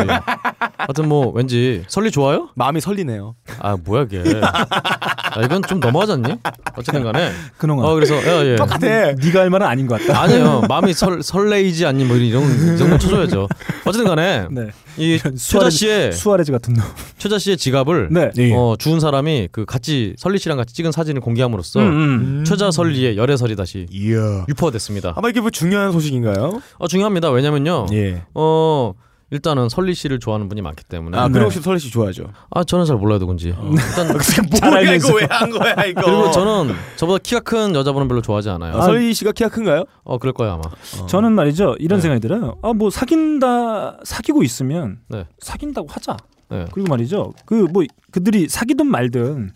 B: 하여튼 뭐 왠지 설리 좋아요?
D: 마음이 설리네요.
B: 아 뭐야 이게? 아, 이건 좀 넘어가지 않니? 어쨌든간에
A: 그놈아. 음.
B: 어 그래서 예, 예.
D: 똑같아.
A: 네가 할 말은 네. 아닌 것 같다.
B: 아니에요. 마음이 설, 설레이지 않니 뭐 이런 이 정도 쳐줘야죠. 어쨌든 간에
A: 네.
B: 이 최자
A: 수아레즈-
B: 씨의
A: 수아레즈 같은 놈.
B: 최자 씨의 지갑을
A: 네.
D: 예.
B: 어, 주운 사람이 그 같이 설리 씨랑 같이 찍은 사진을 공개함으로써
A: 음,
B: 최자 설리의 열애설이 다시
D: 이야.
B: 유포됐습니다.
D: 아마 이게 뭐 중요한 소식인가요?
B: 어, 중요합니다. 왜냐면요.
D: 예.
B: 어 일단은 설리 씨를 좋아하는 분이 많기 때문에
D: 아,
B: 아,
A: 네.
D: 그럼 혹시 설리 씨 좋아하죠?
B: 저는 잘 몰라요 누군지. 일단
A: 잘
D: 뭐야,
A: 알면서.
D: 이거 왜 한 거야 이거?
B: 그리고 저는 저보다 키가 큰 여자분은 별로 좋아하지 않아요.
D: 아, 설리 씨가 키가 큰가요?
B: 어 그럴 거예요 아마.
A: 음. 저는 말이죠. 이런 생각이 들어요. 아, 뭐 사귄다 사귀고 있으면
B: 네.
A: 사귄다고 하자.
B: 네.
A: 그리고 말이죠. 그 뭐 그들이 사귀든 말든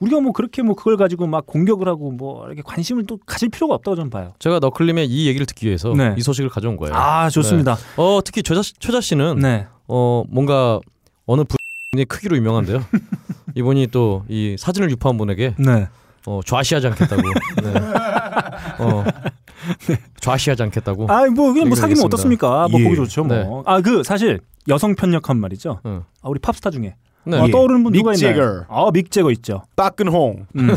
A: 우리가 뭐 그렇게 뭐 그걸 가지고 막 공격을 하고 뭐 이렇게 관심을 또 가질 필요가 없다고 저는 봐요.
B: 제가 너클림의 이 얘기를 듣기 위해서
A: 네.
B: 이 소식을 가져온 거예요.
A: 아, 좋습니다.
B: 어 특히 최자 씨- 최자 씨는
A: 네.
B: 어 뭔가 어느 분이 크기로 유명한데요. 이분이 또 이 사진을 유포한 분에게
A: 네.
B: 어, 좌시하지 않겠다고. 네. 어, 좌시하지 않겠다고.
A: 아, 뭐 그냥 뭐
B: 얘기를
A: 사귀면
B: 하겠습니다.
A: 어떻습니까? 뭐
D: 예.
A: 보기 좋죠, 뭐.
B: 네.
A: 아, 그 사실 여성 편력한 말이죠.
B: 응.
A: 아, 우리 팝스타 중에
B: 네.
A: 아,
D: 예.
A: 떠오르는 분
D: 믹
A: 누가
D: 재거.
A: 있나요? 아, 믹 재거 있죠.
D: 빠끈홍.
A: 음.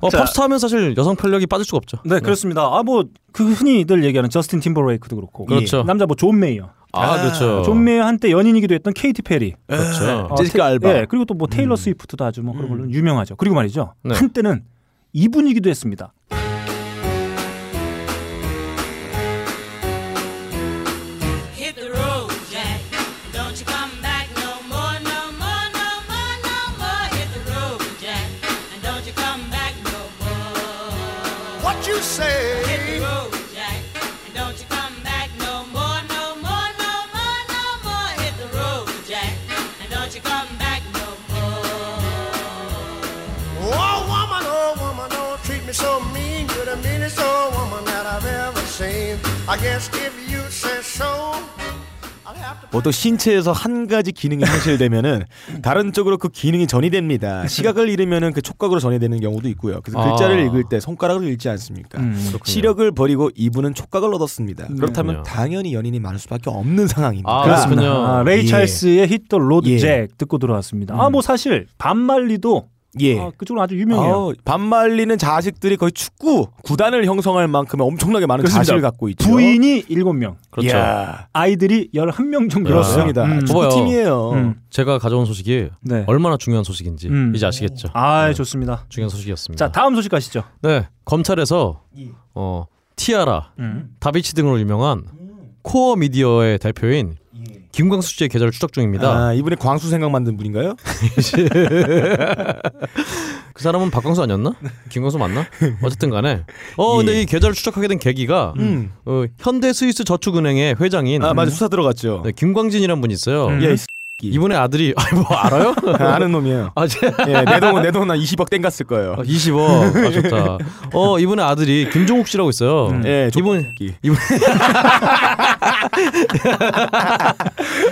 B: 어, 팝스타하면 사실 여성 편력이 빠질 수가 없죠.
A: 네, 그렇습니다. 아, 뭐 그 흔히들 얘기하는 저스틴 팀버레이크도 그렇고.
B: 그렇죠.
A: 남자 뭐 존 메이어.
B: 아, 그렇죠.
A: 존 메이어 한때 연인이기도 했던 케이티 페리.
B: 그렇죠.
A: 어,
D: 제시카
A: 테-
D: 알바.
A: 예, 그리고 또 뭐 테일러 스위프트도 아주 뭐 그런 걸로 유명하죠. 그리고 말이죠.
B: 네.
A: 한때는 이분이기도 했습니다.
G: Hit the road, Jack. Don't you come back no more, no more, no more, no more. Hit the road, Jack. And don't you come back no more.
E: What you say?
G: Hit the road, Jack. And don't you come back no more, no more, no more, no more. Hit the road, Jack. And don't you come back no more.
E: Oh, woman, oh, woman, oh, treat me so mean. You're the meanest old woman that I've ever seen. I guess if you say so, I'll have to.
D: 보통 뭐 신체에서 한 가지 기능이 상실되면은 다른 쪽으로 그 기능이 전이됩니다. 시각을 잃으면은 그 촉각으로 전이되는 경우도 있고요. 그래서
B: 아.
D: 글자를 읽을 때 손가락을 읽지 않습니까?
A: 음.
B: 그렇군요.
D: 시력을 버리고 이분은 촉각을 얻었습니다. 그렇다면
B: 그렇군요.
D: 당연히 연인이 많을 수밖에 없는 상황입니다.
B: 아,
D: 그렇습니다.
B: 그렇군요.
A: 아, 레이
D: 예.
A: 찰스의 히터 로드
D: 예.
A: 잭 듣고 들어왔습니다. 아, 뭐 사실 반말리도
D: 예.
A: 아, 그쪽은 아주 유명해요.
D: 아우, 반말리는 자식들이 거의 축구 구단을 형성할 만큼의 엄청나게 많은
A: 그렇습니다.
D: 자식을 갖고 있죠.
A: 부인이 7명, 예,
B: 그렇죠.
D: 이야,
A: 아이들이 11명 정도
D: 그렇습니다.
A: 음.
D: 축구팀이에요.
A: 음.
B: 제가 가져온 소식이
A: 네.
B: 얼마나 중요한 소식인지
A: 음.
B: 이제 아시겠죠.
A: 아, 좋습니다.
B: 중요한 소식이었습니다.
A: 자, 다음 소식 가시죠.
B: 네, 검찰에서
D: 예.
B: 어, 티아라,
D: 음.
A: 음.
B: 다비치 등으로 유명한 코어 미디어의 대표인 김광수 씨의 계좌를 추적
A: 음.
B: 중입니다.
D: 예. 아, 이분이 광수 생각 만든 분인가요?
B: 그 사람은 박광수 아니었나? 김광수 맞나? 어쨌든 간에 어 근데 이 계좌를 추적하게 된 계기가
D: 예. 음.
B: 어, 현대 스위스 저축은행의 회장인
D: 아, 맞아. 수사 들어갔죠.
B: 네, 김광진이라는 분이 있어요.
A: 음.
D: 예, 이
B: 이분의 아들이 아뭐 알아요?
D: 아, 아는 놈이에요.
B: 아, 제,
D: 예, 내 돈은 내 돈은 한 20억 땡갔을 거예요.
B: 아 20억. 아 좋다. 어 이분의 아들이 김종욱 씨라고 있어요.
D: 예,
B: 음. 이분
D: 조끼.
B: 이분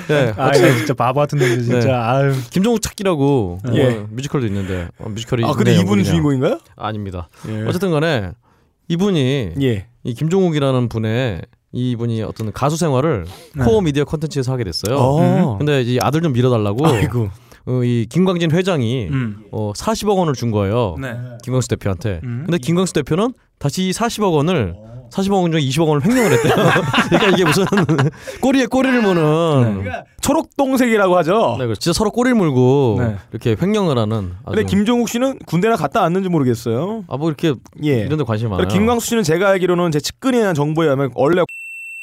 B: 네,
A: 아, 이거 진짜 바보 같은 놈들
B: 네.
A: 아유.
B: 예. 김종욱 찾기라고
D: 예.
B: 어, 뮤지컬도 있는데 어, 뮤지컬이
D: 아,
B: 네,
D: 근데 이분
B: 연극이냐.
D: 주인공인가요?
B: 아닙니다.
D: 예.
B: 어쨌든 간에 이분이
D: 예.
B: 이 김종욱이라는 분의 이분이 어떤 음. 가수 생활을 코어 미디어 컨텐츠에서 하게 됐어요.
D: 네. 어.
B: 근데 이 아들 좀 밀어달라고
D: 아이고.
B: 어, 이 김광진 회장이
A: 음.
B: 어, 40억 원을 준 거예요.
A: 네.
B: 김광수 대표한테.
A: 음.
B: 근데 김광수 대표는 다시 40억 원을
D: 어.
B: 40억 원 중에 20억 원을 횡령을 했대요. 그러니까 이게 무슨 꼬리에
D: 아.
B: 꼬리를 무는.
D: 그러니까
B: 네.
D: 초록동색이라고 하죠.
B: 그래서 진짜 서로 꼬리를 물고
A: 네.
B: 이렇게 횡령을 하는. 아주
D: 근데 김종국 씨는 군대나 갔다 왔는지 모르겠어요.
B: 아뭐 이렇게
D: 예.
B: 이런 데 관심이 많아요.
D: 그리고 김광수 씨는 제가 알기로는 제 측근에 대한 정보에 의하면 원래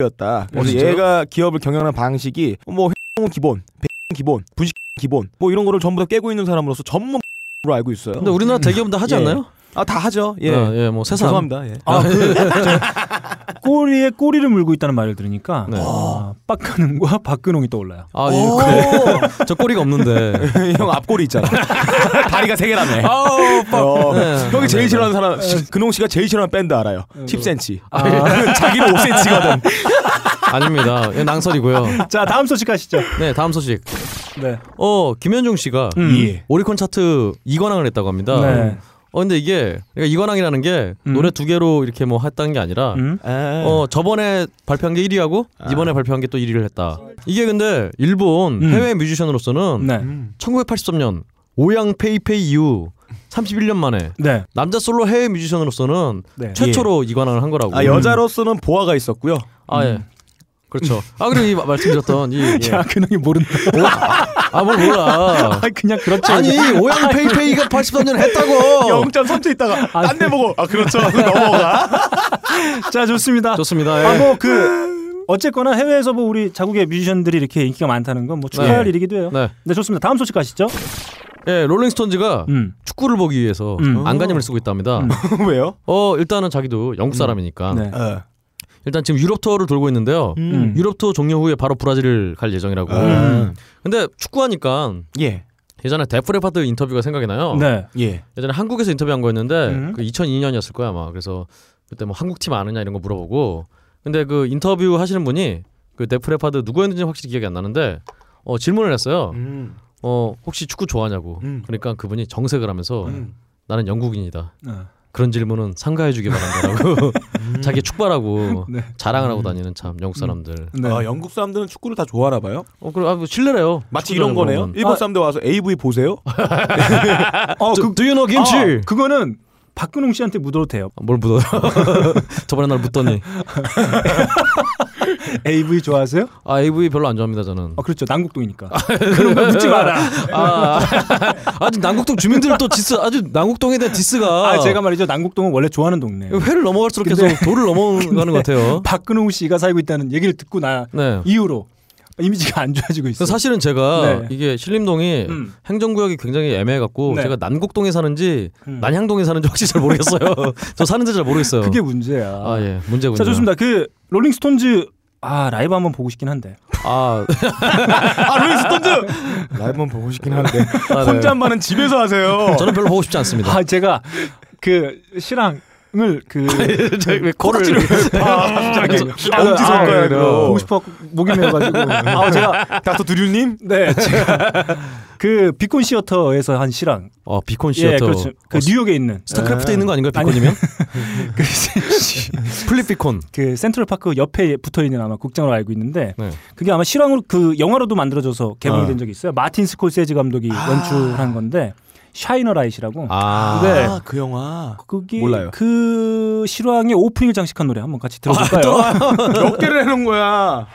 D: 였다. 그래서
B: 어, 진짜요?
D: 얘가 기업을 경영하는 방식이 뭐 회원 기본, 배 기본, 분식 기본 뭐 이런 거를 전부 다 깨고 있는 사람으로서 전문 으로 알고 있어요.
B: 근데 우리나라 대기업은 다 하지
D: 예.
B: 않나요?
D: 아 다 하죠. 예.
B: 아, 예, 뭐 세상. 네.
D: 죄송합니다. 예.
A: 아, 그, 저 꼬리에 꼬리를 물고 있다는 말을 들으니까
B: 네.
A: 아, 빡가능과 박근홍이 떠올라요.
B: 아,
D: 어.
B: 예, 그래. 저 꼬리가 없는데.
D: 형 앞골이 있잖아. 다리가 세 개라네.
B: 아우, 빡.
D: 어,
B: 네.
D: 형이 제일 싫어하는 사람 근홍 씨가 제일 싫어하는 밴드 알아요. 10cm.
A: 아,
D: 자기는 5cm거든.
B: 아닙니다. 예, 낭설이고요.
A: 자 다음 소식 가시죠.
B: 네, 다음 소식.
A: 네.
B: 어, 김현중 씨가
A: 음.
D: 예.
B: 오리콘 차트 2관왕을 했다고 합니다.
A: 네.
B: 어, 근데 이게 그러니까 2관왕이라는 게
A: 음.
B: 노래 두 개로 이렇게 뭐 했다는 게 아니라
A: 음.
B: 어, 저번에 발표한 게 1위하고
D: 아.
B: 이번에 발표한 게 또 1위를 했다. 이게 근데 일본
A: 음.
B: 해외 뮤지션으로서는
A: 네.
B: 1983년 오양 페이페이 이후 31년 만에
A: 네.
B: 남자 솔로 해외 뮤지션으로서는
A: 네.
B: 최초로 이관왕을 한 거라고.
D: 아 여자로서는 보아가 있었고요.
B: 아, 예. 그렇죠. 아 그리고 이 마- 말씀드렸던 이 예.
A: 자 근홍이 모른다.
B: 아뭘 몰라.
A: 아, 그냥 그렇죠.
B: 어. 아니 오양 페이페이가 83년 했다고.
D: 0.3초 있다가 안 돼 보고 아 그렇죠 하고 넘어가.
A: 자 좋습니다.
B: 좋습니다. 예.
A: 아 뭐 그 어쨌거나 해외에서 뭐 우리 자국의 뮤지션들이 이렇게 인기가 많다는 건 뭐 축하할
B: 네.
A: 일이기도 해요. 네.
B: 네.
A: 좋습니다. 다음 소식 가시죠.
B: 예, 롤링스톤즈가
A: 음.
B: 축구를 보기 위해서
A: 음.
B: 안간힘을 쓰고 있답니다.
A: 음.
D: 왜요?
B: 어 일단은 자기도 영국 사람이니까
A: 네.
D: 어.
B: 일단 지금 유럽 투어를 돌고 있는데요.
A: 음.
B: 유럽 투어 종료 후에 바로 브라질을 갈 예정이라고.
A: 음.
B: 근데 축구하니까
D: 아. 예.
B: 예전에 데프레파드 인터뷰가 생각이 나요.
A: 네.
D: 예.
B: 예전에 한국에서 인터뷰한 거였는데
A: 음.
B: 그 2002년이었을 거야 아마. 그래서 그때 뭐 한국 팀 아느냐 이런 거 물어보고 근데 그 인터뷰 하시는 분이 그 데프레파드 누구였는지 확실히 기억이 안 나는데 어 질문을 했어요.
A: 음.
B: 어 혹시 축구 좋아하냐고.
D: 음.
B: 그러니까 그분이 정색을 하면서
D: 음.
B: 나는 영국인이다.
A: 네.
B: 그런 질문은 삼가해 주길 바란다라고 자기 축바라고
A: 네.
B: 자랑을 하고 다니는 참 영국 사람들.
A: 네.
D: 아, 영국 사람들은 축구를 다 좋아하나 봐요.
B: 어 그럼 아, 뭐 실례래요.
D: 마치 이런 거네요. 일본 사람들 와서 AV 보세요.
A: 어,
B: 그,
A: 그,
B: Do you know 김치?
A: 아, 그거는 박근홍 씨한테 묻어도 돼요.
B: 아, 뭘 묻어요? 저번에 날 묻더니
A: AV 좋아하세요?
B: 아 AV 별로 안 좋아합니다 저는.
A: 아 그렇죠. 남국동이니까.
B: 네.
A: 그런 거 묻지 마라.
B: 아, 아, 주 남국동 주민들 또 디스 아주 남국동에 대한 디스가
A: 아 제가 말이죠. 남국동은 원래 좋아하는 동네.
B: 회를 넘어갈수록 계속 돌을 넘어가는 것 같아요.
A: 박근홍 씨가 살고 있다는 얘기를 듣고 나
B: 네.
A: 이후로 이미지가 안 좋아지고
B: 그래서
A: 있어요.
B: 사실은 제가
A: 네.
B: 이게 신림동이
A: 음.
B: 행정구역이 굉장히 애매해갖고
A: 네.
B: 제가 난곡동에 사는지
A: 음.
B: 난향동에 사는지 확실히 잘 모르겠어요. 저 사는지 잘 모르겠어요.
A: 그게 문제야.
B: 아 예, 문제군요.
A: 자 좋습니다. 그 롤링스톤즈 아 라이브 한번 보고 싶긴 한데
B: 아,
D: 아, 루이스 톤즈. 라이브만 보고 싶긴 한데
B: 아, 네.
D: 혼잣말은 집에서 하세요.
B: 저는 별로 보고 싶지 않습니다.
A: 어. 아 제가 그 실황을 그 아,
B: 왜 코를
A: 갑자기
D: 엄지 손가락으로.
A: 아, 보고 싶어 목이 메어가지고 아 제가
D: 닥터 두류님.
A: 네 제가 그 비콘 시어터에서 한 실황
B: 어 비콘
A: 예
B: 시어터.
A: 그렇죠 그 뉴욕에 있는
B: 스타크래프트에 있는 거 아닌가요?
A: 아니.
B: 비콘이면?
A: 그, 시-
B: 플립 비콘.
A: 그 센트럴 파크 옆에 붙어 있는 아마 극장으로 알고 있는데
B: 네.
A: 그게 아마 실황으로 그 영화로도 만들어져서 개봉된 적이 있어요 마틴 스콜세지 감독이 연출한 건데 샤이너라이시라고
B: 아.
A: 네.
D: 아, 그 영화.
A: 그게
D: 몰라요.
A: 그 실황의 오프닝을 장식한 노래 한번 같이 들어볼까요?
D: 아, 몇 개를 해놓은 거야.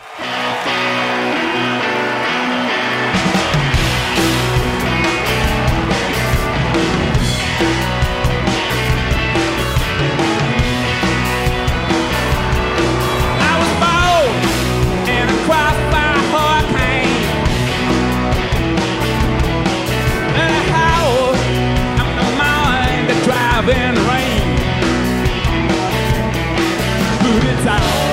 E: I was bold and across my heart pain. And I howled I'm the mind that driving rain. But it's alright.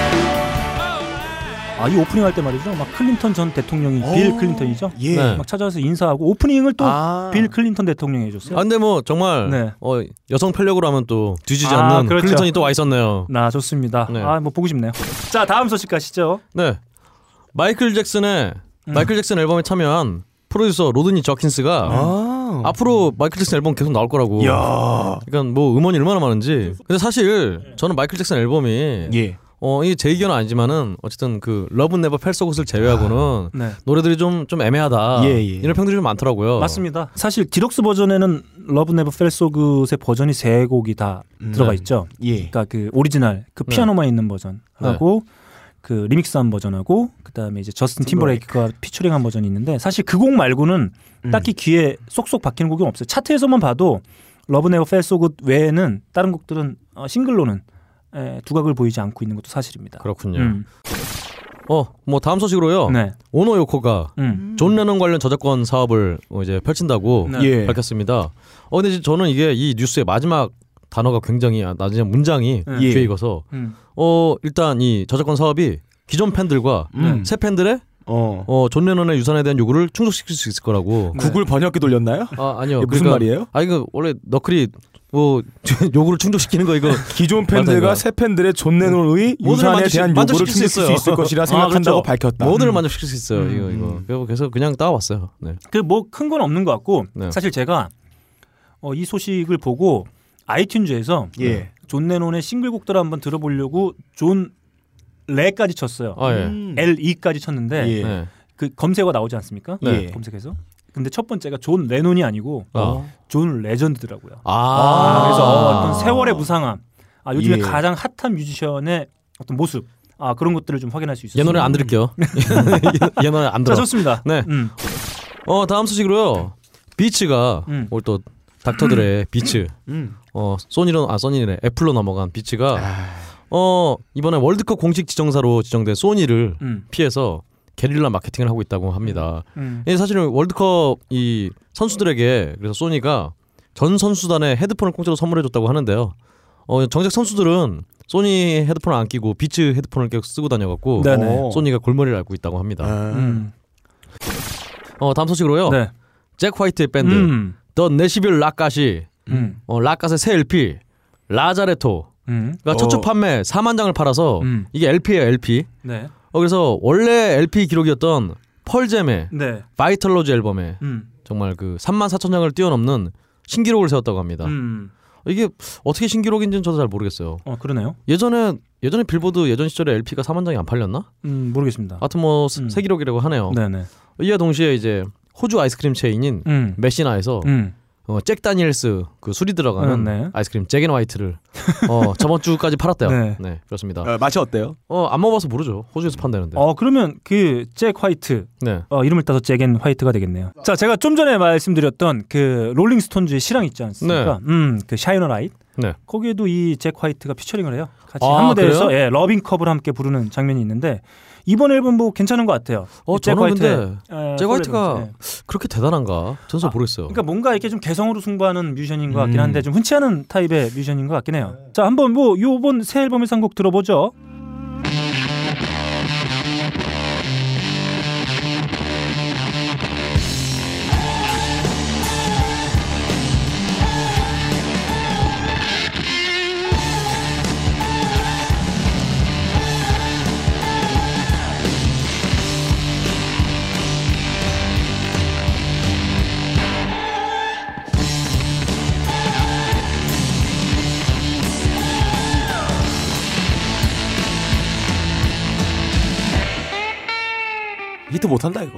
A: 아 이 오프닝 할 때 말이죠. 막 클린턴 전 대통령이 빌 클린턴이죠.
D: 어, 예.
B: 네.
A: 막 찾아와서 인사하고 오프닝을 또 빌
D: 아.
A: 클린턴 대통령이
B: 아
A: 해줬어요.
B: 근데 뭐 정말
A: 네.
B: 어, 여성 편력으로 하면 또 뒤지지
A: 아,
B: 않는
A: 그렇죠.
B: 클린턴이 또 와 있었네요.
A: 나 좋습니다.
B: 네.
A: 아 뭐 보고 싶네요. 자 다음 소식 가시죠.
B: 네. 마이클 잭슨의
A: 음.
B: 마이클 잭슨 앨범에 참여한 프로듀서 로드니 저킨스가
D: 아.
B: 앞으로 마이클 잭슨 앨범 계속 나올 거라고.
D: 야.
B: 그러니까 뭐 음원이 얼마나 많은지. 근데 사실 저는 마이클 잭슨 앨범이
D: 예.
B: 어 이게 제 의견은 아니지만은 어쨌든 그 러브 네버 펠소곳을 제외하고는
A: 네.
B: 노래들이 좀 좀 애매하다
D: 예, 예.
B: 이런 평들이 좀
D: 어.
B: 많더라고요.
A: 맞습니다. 사실 디럭스 버전에는 러브 네버 펠소그의 버전이 세 곡이 다 들어가
B: 네.
A: 있죠.
D: 예.
A: 그러니까 그 오리지널 그 피아노만 있는 버전하고
B: 네.
A: 그 리믹스한 버전하고 그다음에 이제 저스틴 팀버레이크가 피처링한 버전이 있는데 사실 그 곡 말고는
B: 음.
A: 딱히 귀에 쏙쏙 박히는 곡이 없어요. 차트에서만 봐도 러브 네버 펠소그 외에는 다른 곡들은 어, 싱글로는 에, 두각을 보이지 않고 있는 것도 사실입니다.
B: 그렇군요.
A: 음,
B: 어 뭐 다음 소식으로요.
A: 네.
B: 오노 요코가
A: 음.
B: 존 레논 관련 저작권 사업을 어, 이제 펼친다고
A: 네.
D: 예.
B: 밝혔습니다. 어 근데 이제 저는 이게 이 뉴스의 마지막 단어가 굉장히 아, 나중에 문장이
A: 네.
D: 예.
B: 뒤에 익어서
A: 음.
B: 어 일단 이 저작권 사업이 기존 팬들과
D: 음.
B: 새 팬들의
D: 어.
B: 어, 존 레논의 유산에 대한 요구를 충족시킬 수 있을 거라고.
D: 구글 번역기 돌렸나요?
B: 아 아니요.
D: 이게 무슨
B: 그러니까-
D: 말이에요?
B: 아 이거 원래 너클이 뭐 요구를 충족시키는 거 이거
D: 기존
B: 맞아요. 음.
D: 팬들과 새 팬들의 존 레논의
B: 모두를
D: 유산에
B: 만족시-
D: 대한 요구를
B: 만족시킬 수
D: 충족시킬 수
B: 있어요.
D: 있을 것이라
B: 아,
D: 생각한다고
B: 그렇죠.
D: 밝혔다.
B: 모두를 만족시킬 수 있어요. 이거
D: 음.
B: 이거. 그래서 그래서 그냥 따왔어요. 네.
A: 그 뭐 큰 건 없는 것 같고
B: 네.
A: 사실 제가 어, 이 소식을 보고 아이튠즈에서
D: 예.
A: 존 레논의 싱글곡들을 한번 들어보려고 존 레까지 쳤어요.
B: 아 예.
D: 음.
A: LE까지 쳤는데
D: 예.
B: 네.
A: 그 검색어 나오지 않습니까?
D: 네.
A: 검색해서. 근데 첫 번째가 존 레논이 아니고
B: 예. 아.
A: 존 레전드더라고요.
B: 아.
A: 그래서 어, 어떤 세월의 무상함, 아, 요즘에
D: 예.
A: 가장 핫한 뮤지션의 어떤 모습, 아 그런 것들을 좀 확인할 수 있어요.
B: 얘 예, 노래 안 들을게요. 얘, 얘 노래 안
A: 자
B: 들어.
A: 좋습니다.
B: 네.
A: 음.
B: 어 다음 소식으로요. 비츠가
A: 음.
B: 오늘 또 닥터들의 비츠.
D: 음.
B: 어 소니로 아 소니래 애플로 넘어간 비츠가
A: 아.
B: 어 이번에 월드컵 공식 지정사로 지정된 소니를
A: 음.
B: 피해서 게릴라 마케팅을 하고 있다고 합니다.
A: 음.
B: 이 사실은 월드컵 이 선수들에게 그래서 소니가 전 선수단에 헤드폰을 공짜로 선물해줬다고 하는데요. 어 정작 선수들은 소니 헤드폰을 안 끼고 비츠 헤드폰을 계속 쓰고 다녀갖고
A: 네네.
D: 어.
B: 소니가 골머리를 앓고 있다고 합니다.
D: 아.
A: 음.
B: 어 다음 소식으로요.
A: 네.
B: 잭 화이트의 밴드
A: 음.
B: 더 네시빌 라카시
A: 음.
B: 어, 라카스의 새 LP 라자레토가
A: 음.
B: 최초
D: 어.
B: 판매 4만 장을 팔아서
A: 음.
B: 이게 LP예요 LP.
A: 네.
B: 어, 그래서 원래 LP 기록이었던 펄잼의
A: 네.
B: 바이탈로지 앨범에
A: 음.
B: 정말 그 3만 4천 장을 뛰어넘는 신기록을 세웠다고 합니다.
A: 음.
B: 이게 어떻게 신기록인지는 저도 잘 모르겠어요.
A: 어 그러네요.
B: 예전에 예전에 빌보드 예전 시절에 LP가 4만 장이 안 팔렸나?
A: 음 모르겠습니다.
B: 하여튼 뭐 세-
A: 음.
B: 새 기록이라고 하네요.
A: 네네.
B: 이와 동시에 이제 호주 아이스크림 체인인
A: 음.
B: 메시나에서
A: 음.
B: 어, 잭 다니엘스 그 술이 들어가는
A: 네, 네.
B: 아이스크림 잭앤 화이트를 어, 저번 주까지 팔았대요.
A: 네.
B: 네. 그렇습니다.
D: 어, 맛이 어때요?
B: 어 안 먹어봐서 모르죠. 호주에서 판다는데.
A: 어 그러면 그 잭 화이트
B: 네.
A: 어, 이름을 따서 잭앤 화이트가 되겠네요. 자 제가 좀 전에 말씀드렸던 그 롤링스톤즈의 실황 있지 않습니까? 음그 샤이너 라이트.
B: 네.
A: 거기에도 이 잭 화이트가 피처링을 해요. 같이
B: 아,
A: 한 무대에서
B: 그래요?
A: 예, 러빙 컵을 함께 부르는 장면이 있는데 이번 앨범 뭐 괜찮은 것 같아요.
B: 어,
A: 이잭
B: 저는
A: 화이트의, 네,
B: 근데
A: 에,
B: 잭
A: 솔로
B: 화이트가
A: 앨범, 예.
B: 그렇게 대단한가? 전잘 모르겠어요.
A: 그러니까 뭔가 이렇게 좀 개성으로 승부하는 뮤지션인 것 같긴
D: 음.
A: 한데 좀 흔치 않은 타입의 뮤지션인 것 같긴 해요. 자 한번 뭐 요번 새 앨범의 선곡 들어보죠.
D: 히트 못한다 이거.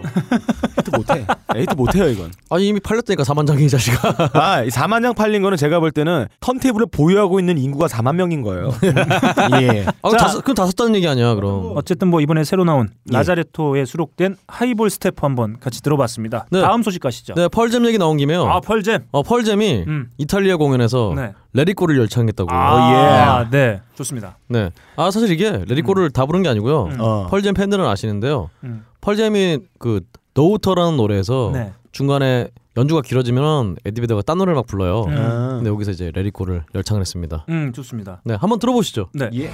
D: 히트 못해. 네, 히트 못해요 이건.
B: 아니 이미 팔렸다니까 4만 장이 이 자식아.
D: 아, 이 4만 장 팔린 거는 제가 볼 때는 턴테이블을 보유하고 있는 인구가 4만 명인 거예요. 예.
B: 아, 그럼 다섯, 그럼 다섯 단는 얘기 아니야, 그럼.
A: 어쨌든 뭐 이번에 새로 나온
D: 예.
A: 라자레토에 수록된 하이볼 스태프 한번 같이 들어봤습니다.
B: 네.
A: 다음 소식 가시죠.
B: 네, 펄잼 얘기 나온 김에요.
A: 아 펄잼.
B: 어, 펄잼이
A: 음.
B: 이탈리아 공연에서
A: 네.
B: 레리꼬를 열창했다고. 예.
A: 아, 네. 좋습니다.
B: 네. 아, 사실 이게 레리꼬를 다 부른 게 아니고요.
D: 어.
B: 펄잼 팬들은 아시는데요.
A: 음.
B: 펄잼이 그 노우터라는 노래에서
A: 네.
B: 중간에 연주가 길어지면 에디베더가 딴 노래를 막 불러요.
A: 음.
D: 아.
B: 근데 여기서 이제 레리꼬를 열창을 했습니다.
A: 음, 좋습니다.
B: 네, 한번 들어보시죠.
A: 네.
D: 예.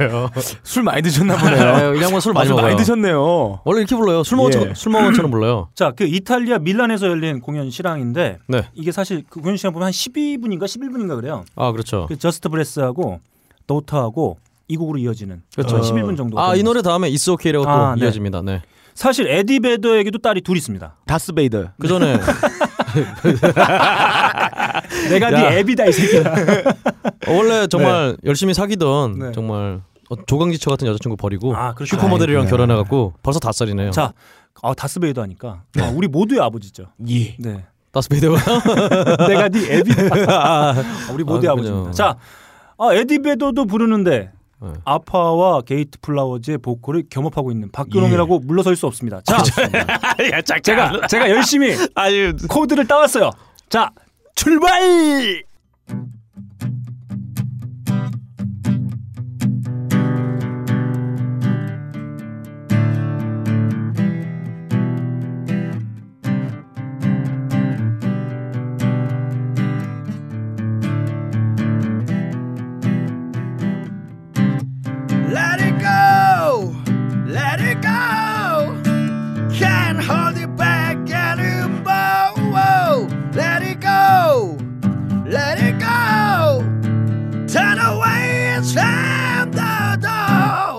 B: 왜요?
D: 술 많이 드셨나
B: 아,
D: 보네요.
B: 이 양반 술 많이
D: 아,
B: 먹어요.
D: 많이 드셨네요.
B: 원래 이렇게 불러요. 술 먹은
D: 예.
B: 척- 술 먹은 처럼 불러요.
A: 자, 그 이탈리아 밀란에서 열린 공연 실황인데
B: 네.
A: 이게 사실 그 공연 실황 보면 한 12분인가 11분인가 그래요.
B: 아 그렇죠.
A: 그 저스트 브레스하고 도타하고 이 곡으로 이어지는
B: 그렇죠.
A: 11분 정도.
B: 아 이 노래 다음에 It's Okay라고 또
A: 아, 네.
B: 이어집니다. 네.
A: 사실 에디 베더에게도 딸이 둘 있습니다.
D: 다스베이더.
B: 그 전에
A: 내가 네 애비다 이 새끼야.
B: 어, 원래 정말 열심히 사귀던
A: 네.
B: 정말 어, 조강지처 같은 여자친구 버리고
A: 아, 그렇죠.
B: 슈퍼모델이랑 결혼해갖고 벌써 다섯 살이네요.
A: 자, 아, 다스베이더 하니까
B: 네.
A: 아, 우리 모두의 아버지죠.
D: 예.
A: 네.
B: 다스베이더가
A: 내가 네 애비다. 아, 우리 모두의
B: 아,
A: 아, 버지
B: 그렇군요.
A: 입니다 자, 아, 에디 베더도 부르는데
B: 네.
A: 아파와 게이트 플라워즈의 보컬을 겸업하고 있는
B: 예.
A: 박근홍이라고 물러설 수 없습니다. 자, 제가 제가 열심히
B: 그렇죠. 아유
A: 코드를 따왔어요. 자, 출발!
E: Let it go, let it go. Can't hold it back anymore. Whoa. Let it go, let it go. Turn away and slam the door.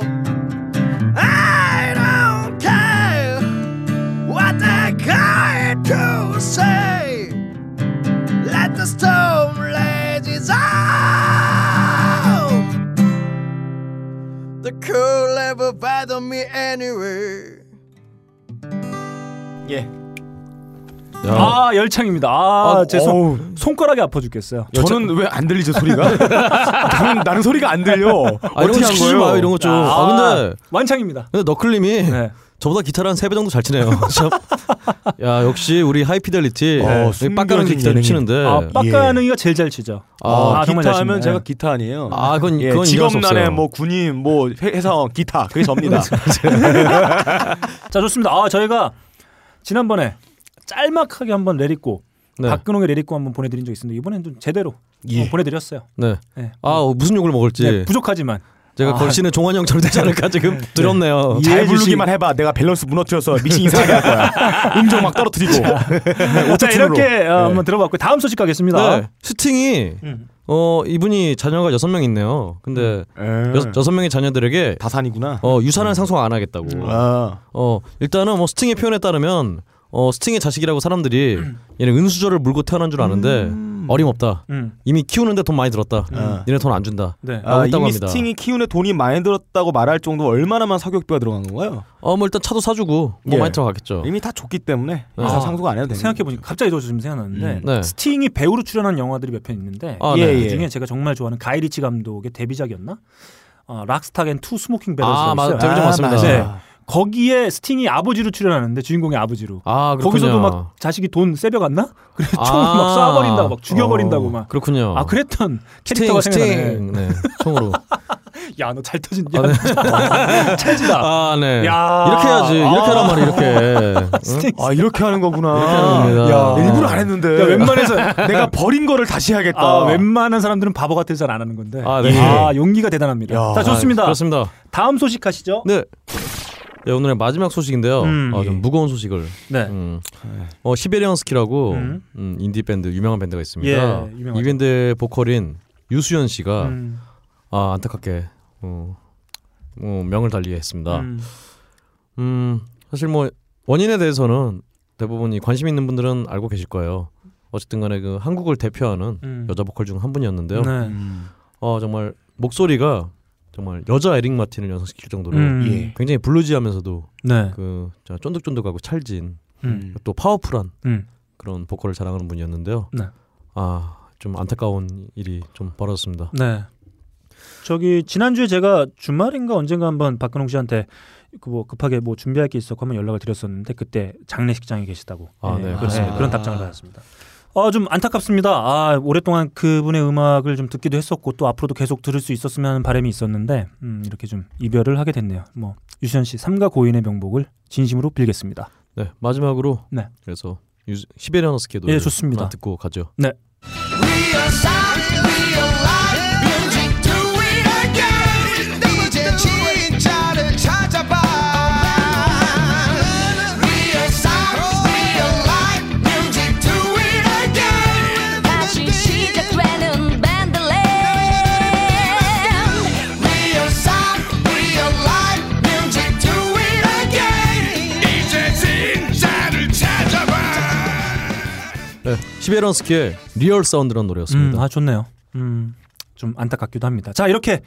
E: I don't care what they're going to say. Let the storm rages on. The cool never bother me anyway.
D: 예.
B: 야,
A: 아, 열창입니다. 아,
D: 어,
B: 아,
A: 제 손, 손가락이 아파 죽겠어요.
D: 저는 왜 안 들리죠 소리가? 나는, 나는 소리가 안 들려.
B: 아, 이런
D: 어떻게
B: 거
D: 한
B: 시키지
D: 거예요?
B: 마요 이런 거 좀. 아, 근데
A: 완창입니다.
B: 근데 너클님이
A: 네.
B: 저보다 기타를 한 세 배 정도 잘 치네요. 참. 야 역시 우리 하이피델리티
D: 어,
B: 빡가는
D: 숨겨진
B: 기타를
D: 예능인.
B: 치는데
A: 아, 빡가능이가 제일 잘 치죠.
B: 네. 아,
A: 아, 정말
D: 기타
A: 잘 치네.
D: 하면 제가 기타 아니에요.
B: 아, 그건-
D: 예,
B: 그건 이해할
D: 직업
B: 수
D: 난에
B: 없어요.
D: 뭐 군인 뭐 회- 회사원 기타 그게 접니다.
B: 그렇죠.
A: 자, 좋습니다. 아, 저희가 지난번에 짤막하게 한번 내리고
B: 네.
A: 박근홍의 내리고 한번 보내드린 적 있었는데 이번엔 좀 제대로
D: 예.
A: 어, 보내드렸어요.
B: 네.
A: 네.
B: 아 어, 무슨 욕을 먹을지
A: 네, 부족하지만
D: 아.
B: 제가 걸씨는 종환 형처럼 되지 않을까 지금 두렵네요.
A: 예.
D: 잘
A: 이해해 주시-
D: 부르기만 해봐. 내가 밸런스 무너뜨려서 믹싱 이상하게 할 거야. 음정 막 떨어뜨리고. 네,
A: 자
D: 오토튠으로.
A: 이렇게 어,
D: 네.
A: 한번 들어봤고 다음 소식 가겠습니다.
B: 네. 스팅이
D: 음.
B: 어 이분이 자녀가 여섯 명 있네요. 근데
D: 에,
B: 여- 여섯 명의 자녀들에게
D: 예. 다산이구나.
B: 어 유산을 상속 안 하겠다고.
D: 아,
B: 어 일단은 뭐 스팅의 표현에 따르면 어 스팅의 자식이라고 사람들이
D: 음.
B: 얘는 은수저를 물고 태어난 줄 아는데 어림없다.
A: 음,
B: 이미 키우는데 돈 많이 들었다.
D: 음.
B: 니네 돈 안 준다.
A: 네.
D: 아,
B: 있다고
D: 이미
B: 합니다.
D: 스팅이 키우는 돈이 많이 들었다고 말할 정도 로 얼마나만 사교육비가 들어간 건가요?
B: 어 뭐 일단 차도 사주고 뭐
D: 예.
B: 많이 들어가겠죠.
D: 이미 다 줬기 때문에
B: 아,
D: 이상 상속 안 해도 되는
A: 생각해 보니 갑자기 저 지금 생각났는데
D: 음,
B: 네.
A: 스팅이 배우로 출연한 영화들이 몇 편 있는데
B: 아,
D: 예,
B: 네.
D: 예.
A: 그 중에 제가 정말 좋아하는 가이리치 감독의 데뷔작이었나? 어, 락스타겐 투 스모킹
B: 아,
A: 베럴스가
B: 맞-
A: 있어요.
B: 데뷔작
A: 아,
B: 맞습니다.
A: 네. 거기에 스팅이 아버지로 출연하는데 주인공의 아버지로.
B: 아 그렇군요.
A: 거기서도 막 자식이 돈 세벼갔나? 그래
B: 아.
A: 총을 막 쏴버린다고 막 죽여버린다고
B: 어,
A: 막.
B: 그렇군요.
A: 아 그랬던 캐릭터가
B: 스팅
A: 생각나네.
B: 스팅 네. 총으로.
A: 야너 잘 터진다. 찰지다.
B: 아, 네.
A: 야.
B: 이렇게 해야지. 이렇게 하란
A: 아.
B: 말이야, 이렇게. 응?
A: 스팅.
D: 아 이렇게 하는 거구나.
B: 이렇게 하는 겁니다.
D: 야, 일부러 안 했는데.
B: 네.
A: 야, 웬만해서
B: 아.
D: 내가 버린 거를 다시 해야겠다.
A: 아, 웬만한 사람들은 바보 같아서 잘 안 하는 건데.
B: 아, 네.
A: 아, 용기가 대단합니다.
D: 야.
A: 자 좋습니다.
B: 아, 그렇습니다.
A: 다음 소식 하시죠.
B: 네. 네, 오늘의 마지막 소식인데요.
A: 음.
B: 아, 좀 무거운 소식을.
A: 네.
B: 음. 어, 시베리언스키라고
A: 음.
B: 음, 인디 밴드 유명한 밴드가 있습니다.
A: 예, 유명하죠.
B: 이 밴드의 보컬인 유수연 씨가
A: 음,
B: 아, 안타깝게 어, 어, 명을 달리했습니다. 음.
A: 음.
B: 사실 뭐 원인에 대해서는 대부분이 관심 있는 분들은 알고 계실 거예요. 어쨌든 간에 그 한국을 대표하는
A: 음.
B: 여자 보컬 중 한 분이었는데요.
A: 네.
B: 어 정말 목소리가 정말 여자 에릭 마틴을 연상시킬 정도로
A: 음.
D: 예.
B: 굉장히 블루지하면서도
A: 네.
B: 그 진짜 쫀득쫀득하고 찰진
A: 음.
B: 또 파워풀한
A: 음.
B: 그런 보컬을 자랑하는 분이었는데요.
A: 네.
B: 아 좀 안타까운 일이 좀 벌어졌습니다.
A: 네. 저기 지난주에 제가 주말인가 언젠가 한번 박근홍 씨한테 그 뭐 급하게 뭐 준비할 게 있었고 한번 연락을 드렸었는데 그때 장례식장에 계시다고
B: 아, 네,
A: 그런-
B: 그렇습니다.
A: 그런 답장을 받았습니다. 아 좀 안타깝습니다. 아 오랫동안 그분의 음악을 좀 듣기도 했었고 또 앞으로도 계속 들을 수 있었으면 하는 바람이 있었는데 음, 이렇게 좀 이별을 하게 됐네요. 뭐 유시현 씨 삼가 고인의 명복을 진심으로 빌겠습니다.
B: 네 마지막으로
A: 네.
B: 그래서 유즈- 시베리안 허스키의 노래
A: 예, 좋습니다.
B: 하나 듣고 가죠.
A: 네.
E: We are solid, we are live, music do it again.
B: 네, 시베런스키의 리얼 사운드라는
A: 음,
B: 노래였습니다.
A: 아 좋네요. 음, 좀 안타깝기도 합니다. 자 이렇게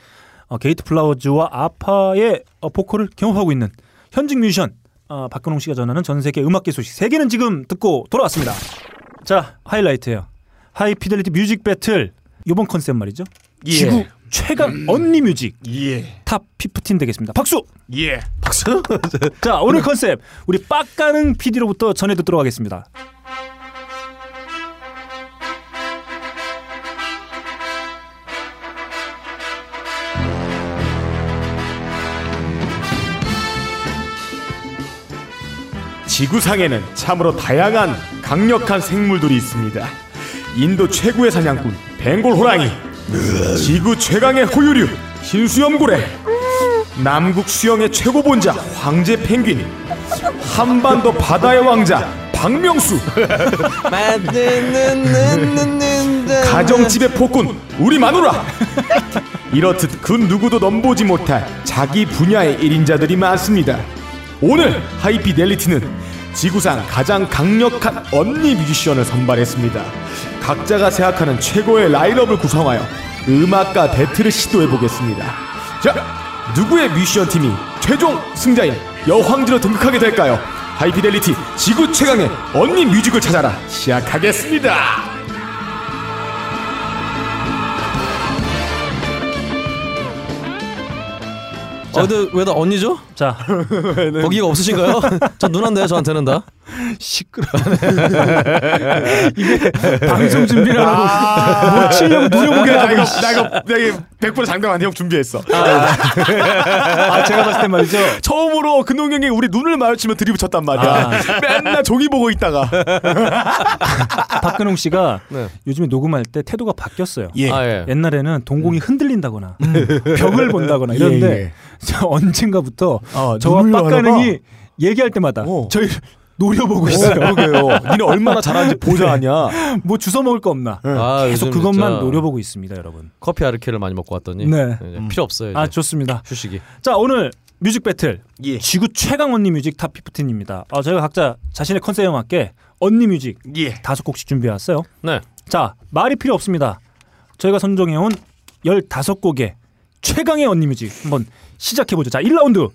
A: 어, 게이트 플라워즈와 아파의 어, 보컬을 경험하고 있는 현직 뮤지션 어, 박근홍 씨가 전하는 전 세계 음악계 소식 세 개는 지금 듣고 돌아왔습니다. 자 하이라이트예요. 하이피델리티 뮤직 배틀 이번 컨셉 말이죠. 지구 최강 언니 뮤직 탑 15 되겠습니다. 박수.
H: 예.
A: 자 오늘 컨셉 우리 빡가는 PD로부터 전해 듣도록 하겠습니다.
D: 지구상에는 참으로 다양한 강력한 생물들이 있습니다. 인도 최고의 사냥꾼 벵골 호랑이, 지구 최강의 호유류 흰수염고래, 남극 수영의 최고 본자 황제 펭귄, 한반도 바다의 왕자 박명수, 가정집의 폭군 우리 마누라. 이렇듯 그 누구도 넘보지 못할 자기 분야의 일인자들이 많습니다. 오늘 하이피델리티는 지구상 가장 강력한 언니 뮤지션을 선발했습니다. 각자가 생각하는 최고의 라인업을 구성하여 음악과 배틀을 시도해 보겠습니다. 자, 누구의 뮤지션 팀이 최종 승자인 여황제로 등극하게 될까요? 하이피델리티 지구 최강의 언니 뮤직을 찾아라 시작하겠습니다.
B: 어, 근데 왜 나 언니죠?
A: 자
B: 거기가 없으신가요? 저 누난데 저한테는 다.
A: 방송 준비를 하고
D: 뭐 치려고 노려보게 나 이거 나 이거 나 이거 100% 장담 안해형 준비했어.
A: 아, 제가 봤을 때 말이죠.
D: 처음으로 근홍 형이 우리 눈을 마주치면 들이붙였단
A: 아.
D: 말이야. 맨날 종이 보고 있다가.
A: 박근홍 씨가
B: 네.
A: 요즘에 녹음할 때 태도가 바뀌었어요.
D: 예. 음.
B: 아 예.
A: 옛날에는 동공이 흔들린다거나 벽을 본다거나 이런데
D: 예, 예.
A: 저 언젠가부터
D: 아,
A: 저와
D: 눈을
A: 빡가능이 얘기할 때마다
D: 어.
A: 저희 노려보고 있어요.
D: 그러게요. 니네 얼마나 잘하는지 보자 아니야.
A: 뭐 주워 먹을 거 없나?
D: 예.
B: 아,
A: 계속
B: 요즘
A: 그것만
B: 진짜
A: 노려보고 있습니다, 여러분.
B: 커피 아르케를 많이 먹고 왔더니
A: 네.
B: 이제 필요 없어요. 이제.
A: 아 좋습니다.
B: 휴식이.
A: 자 오늘 뮤직 배틀
D: 예.
A: 지구 최강 언니 뮤직 탑 피프틴입니다. 아, 저희가 각자 자신의 컨셉에 맞게 언니 뮤직
H: 예.
A: 다섯 곡씩 준비해왔어요.
B: 네.
A: 자 말이 필요 없습니다. 저희가 선정해온 15곡의 최강의 언니 뮤직 한번 시작해보죠. 자 1라운드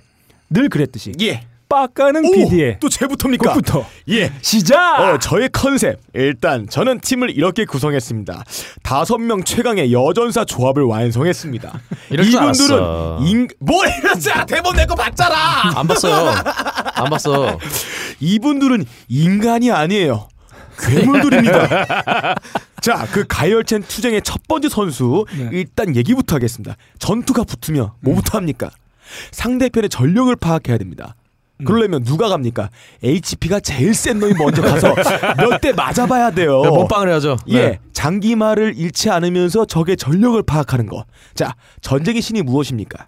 A: 늘 그랬듯이
D: 예.
A: 빡가는 PD의
D: 또 제부터입니까?
A: 곡부터
D: 예.
A: 시작!
B: 아.
D: 어, 저의 컨셉. 일단 저는 팀을 이렇게 구성했습니다. 다섯 명 최강의 여전사 조합을 완성했습니다.
B: 이럴 줄
D: 이분들은
B: 알았어.
D: 인... 뭘 이랬어? 대본 내 거 봤잖아.
B: 안 봤어요. 안 봤어.
D: 이분들은 인간이 아니에요. 괴물들입니다. 자, 그 가열첸 투쟁의 첫 번째 선수
B: 네.
D: 일단 얘기부터 하겠습니다. 전투가 붙으면
B: 음.
D: 뭐부터 합니까? 상대편의 전력을 파악해야 됩니다.
B: 음.
D: 그러려면 누가 갑니까? HP가 제일 센 놈이 먼저 가서 몇 대 맞아봐야 돼요.
B: 네, 몸빵을 해야죠. 네.
D: 예, 장기말을 잃지 않으면서 적의 전력을 파악하는 것. 자, 전쟁의 신이 무엇입니까?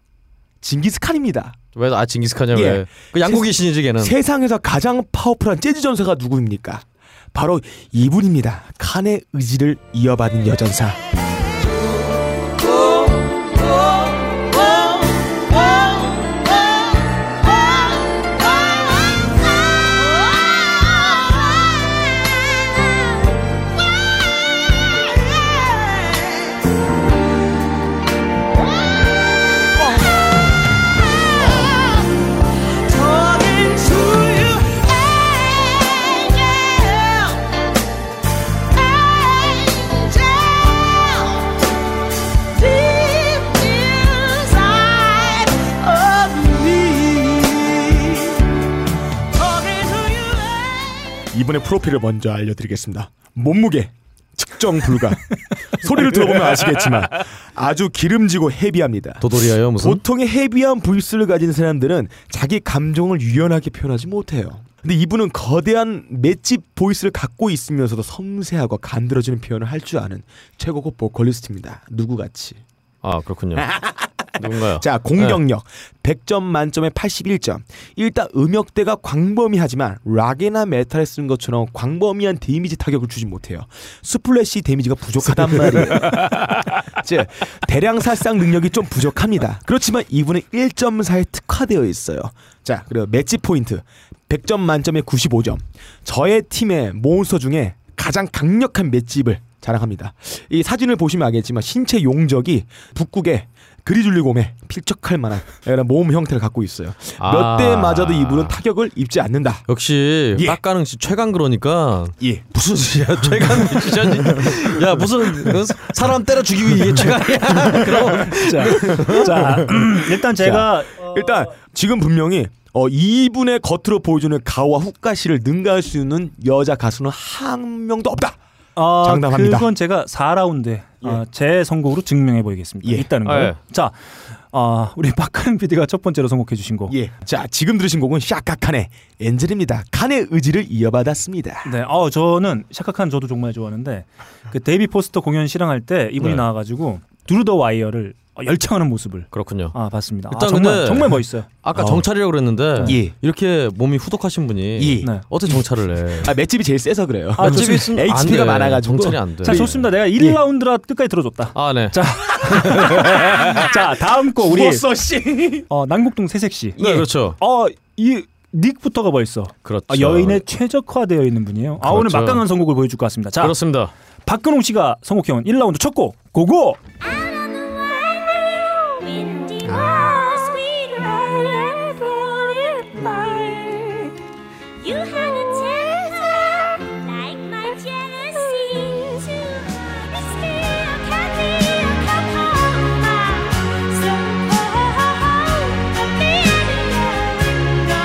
D: 징기스칸입니다.
B: 왜 아 징기스칸이야
D: 예.
B: 왜? 그 양고기 신이지 걔는.
D: 세상에서 가장 파워풀한 재즈 전사가 누구입니까? 바로 이분입니다. 칸의 의지를 이어받은 여전사. 이분의 프로필을 먼저 알려드리겠습니다. 몸무게 측정 불가. 소리를 들어보면 아시겠지만 아주 기름지고 헤비합니다.
B: 도돌이에요 무슨?
D: 보통의 헤비한 보이스를 가진 사람들은 자기 감정을 유연하게 표현하지 못해요. 근데 이분은 거대한 맷집 보이스를 갖고 있으면서도 섬세하고 간드러지는 표현을 할 줄 아는 최고급 보컬리스트입니다. 누구같이.
B: 아 그렇군요. 누군가요?
D: 자, 공격력 100점 만점에 81점. 일단 음역대가 광범위하지만 락이나 메탈에 쓰는 것처럼 광범위한 데미지 타격을 주지 못해요. 스플래시 데미지가 부족하단 말이에요. 즉 대량 살상 능력이 좀 부족합니다. 그렇지만 이분은 1.4에 특화되어 있어요. 자, 그리고 매치 포인트 100점 만점에 95점. 저의 팀의 몬스터 중에 가장 강력한 맷집을 자랑합니다. 이 사진을 보시면 알겠지만 신체 용적이 북극의 그리줄리곰에 필적할 만한 이런 몸 형태를 갖고 있어요. 몇
B: 아.
D: 대 맞아도 이분은 타격을 입지 않는다.
B: 네. 역시
D: 예.
B: 빡가는 씨 최강 그러니까
D: 예.
B: 무슨 소리야 최강 뮤지션이 야 무슨 사람 때려 죽이기 이게 최강이야 그럼
A: 자, 자 일단 제가
D: 일단 지금 분명히 어, 이분의 겉으로 보여주는 가와 후가시를 능가할 수 있는 여자 가수는 한 명도 없다.
A: 어,
D: 장담합니다.
A: 그건 제가 4라운드에 어, 제 선곡으로 증명해 보이겠습니다.
D: 예.
A: 있다는 거.
B: 아,
A: 요
B: 예.
A: 자, 어, 우리 박하는 PD가 첫 번째로 선곡해 주신 곡.
D: 예. 자, 지금 들으신 곡은 샤카칸의 엔젤입니다. 칸의 의지를 이어받았습니다.
A: 네, 어 저는 샤카칸 저도 정말 좋아하는데 그 데이비 포스터 공연 실황할 때 이분이
B: 네.
A: 나와가지고 두루 더 와이어를 어, 열창하는 모습을
B: 그렇군요
A: 아 봤습니다. 아,
B: 일단
A: 정말
B: 근데-
A: 정말 멋있어요.
B: 아까
D: 어.
B: 정찰이라고 그랬는데
D: 예.
B: 이렇게 몸이 후덕하신 분이
D: 예.
A: 네.
B: 어떻게 정찰을 해
D: 아, 맷집이 제일 세서 그래요.
A: 아, 좋습니다.
D: HP가
B: 안 돼.
D: 많아가지고.
B: 정찰이 안 돼.
A: 자 좋습니다. 내가
D: 예.
A: 1라운드라 끝까지 들어줬다.
B: 아네
A: 자,
B: 아.
A: 자 다음 곡 우리
D: 죽었어, 씨.
A: 어, 남국동 새색시.
B: 네 그렇죠
A: 아, 어이 닉부터가 벌써
B: 그렇죠
A: 아, 여인의 최적화되어 있는 분이에요. 아 오늘
B: 그렇죠.
A: 막강한 선곡을 보여줄 것 같습니다. 자
B: 그렇습니다
A: 박근홍 씨가 선곡해온 1라운드 첫 곡 고고.
G: You hang a temper like my jealousy too. It's still candy a cup of mine. So hold me in your window.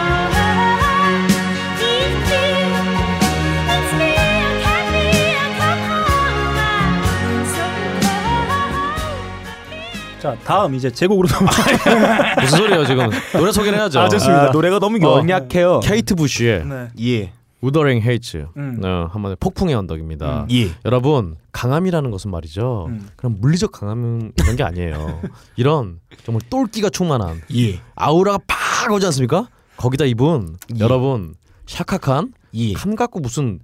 G: If you, it's still candy a cup of mine. So hold.
A: 자 다음 이제 제곡으로 넘어가요.
B: 무슨 소리예요 지금 노래 소개를 해야죠
D: 아, 좋습니다. 노래가 너무
B: 어.
D: 연약해요.
B: 케이트 부쉬의
A: 네.
D: 예.
B: 우더링 헤이츠
A: 음.
B: 네, 한마디 폭풍의 언덕입니다
D: 예.
B: 여러분 강함이라는 것은 말이죠
A: 음.
B: 그럼 물리적 강함은 이런 게 아니에요 이런 정말 똘끼가 충만한
D: 예.
B: 아우라가 팍 오지 않습니까 거기다 이분
D: 예.
B: 여러분 샤카칸
D: 예.
B: 칸 갖고 무슨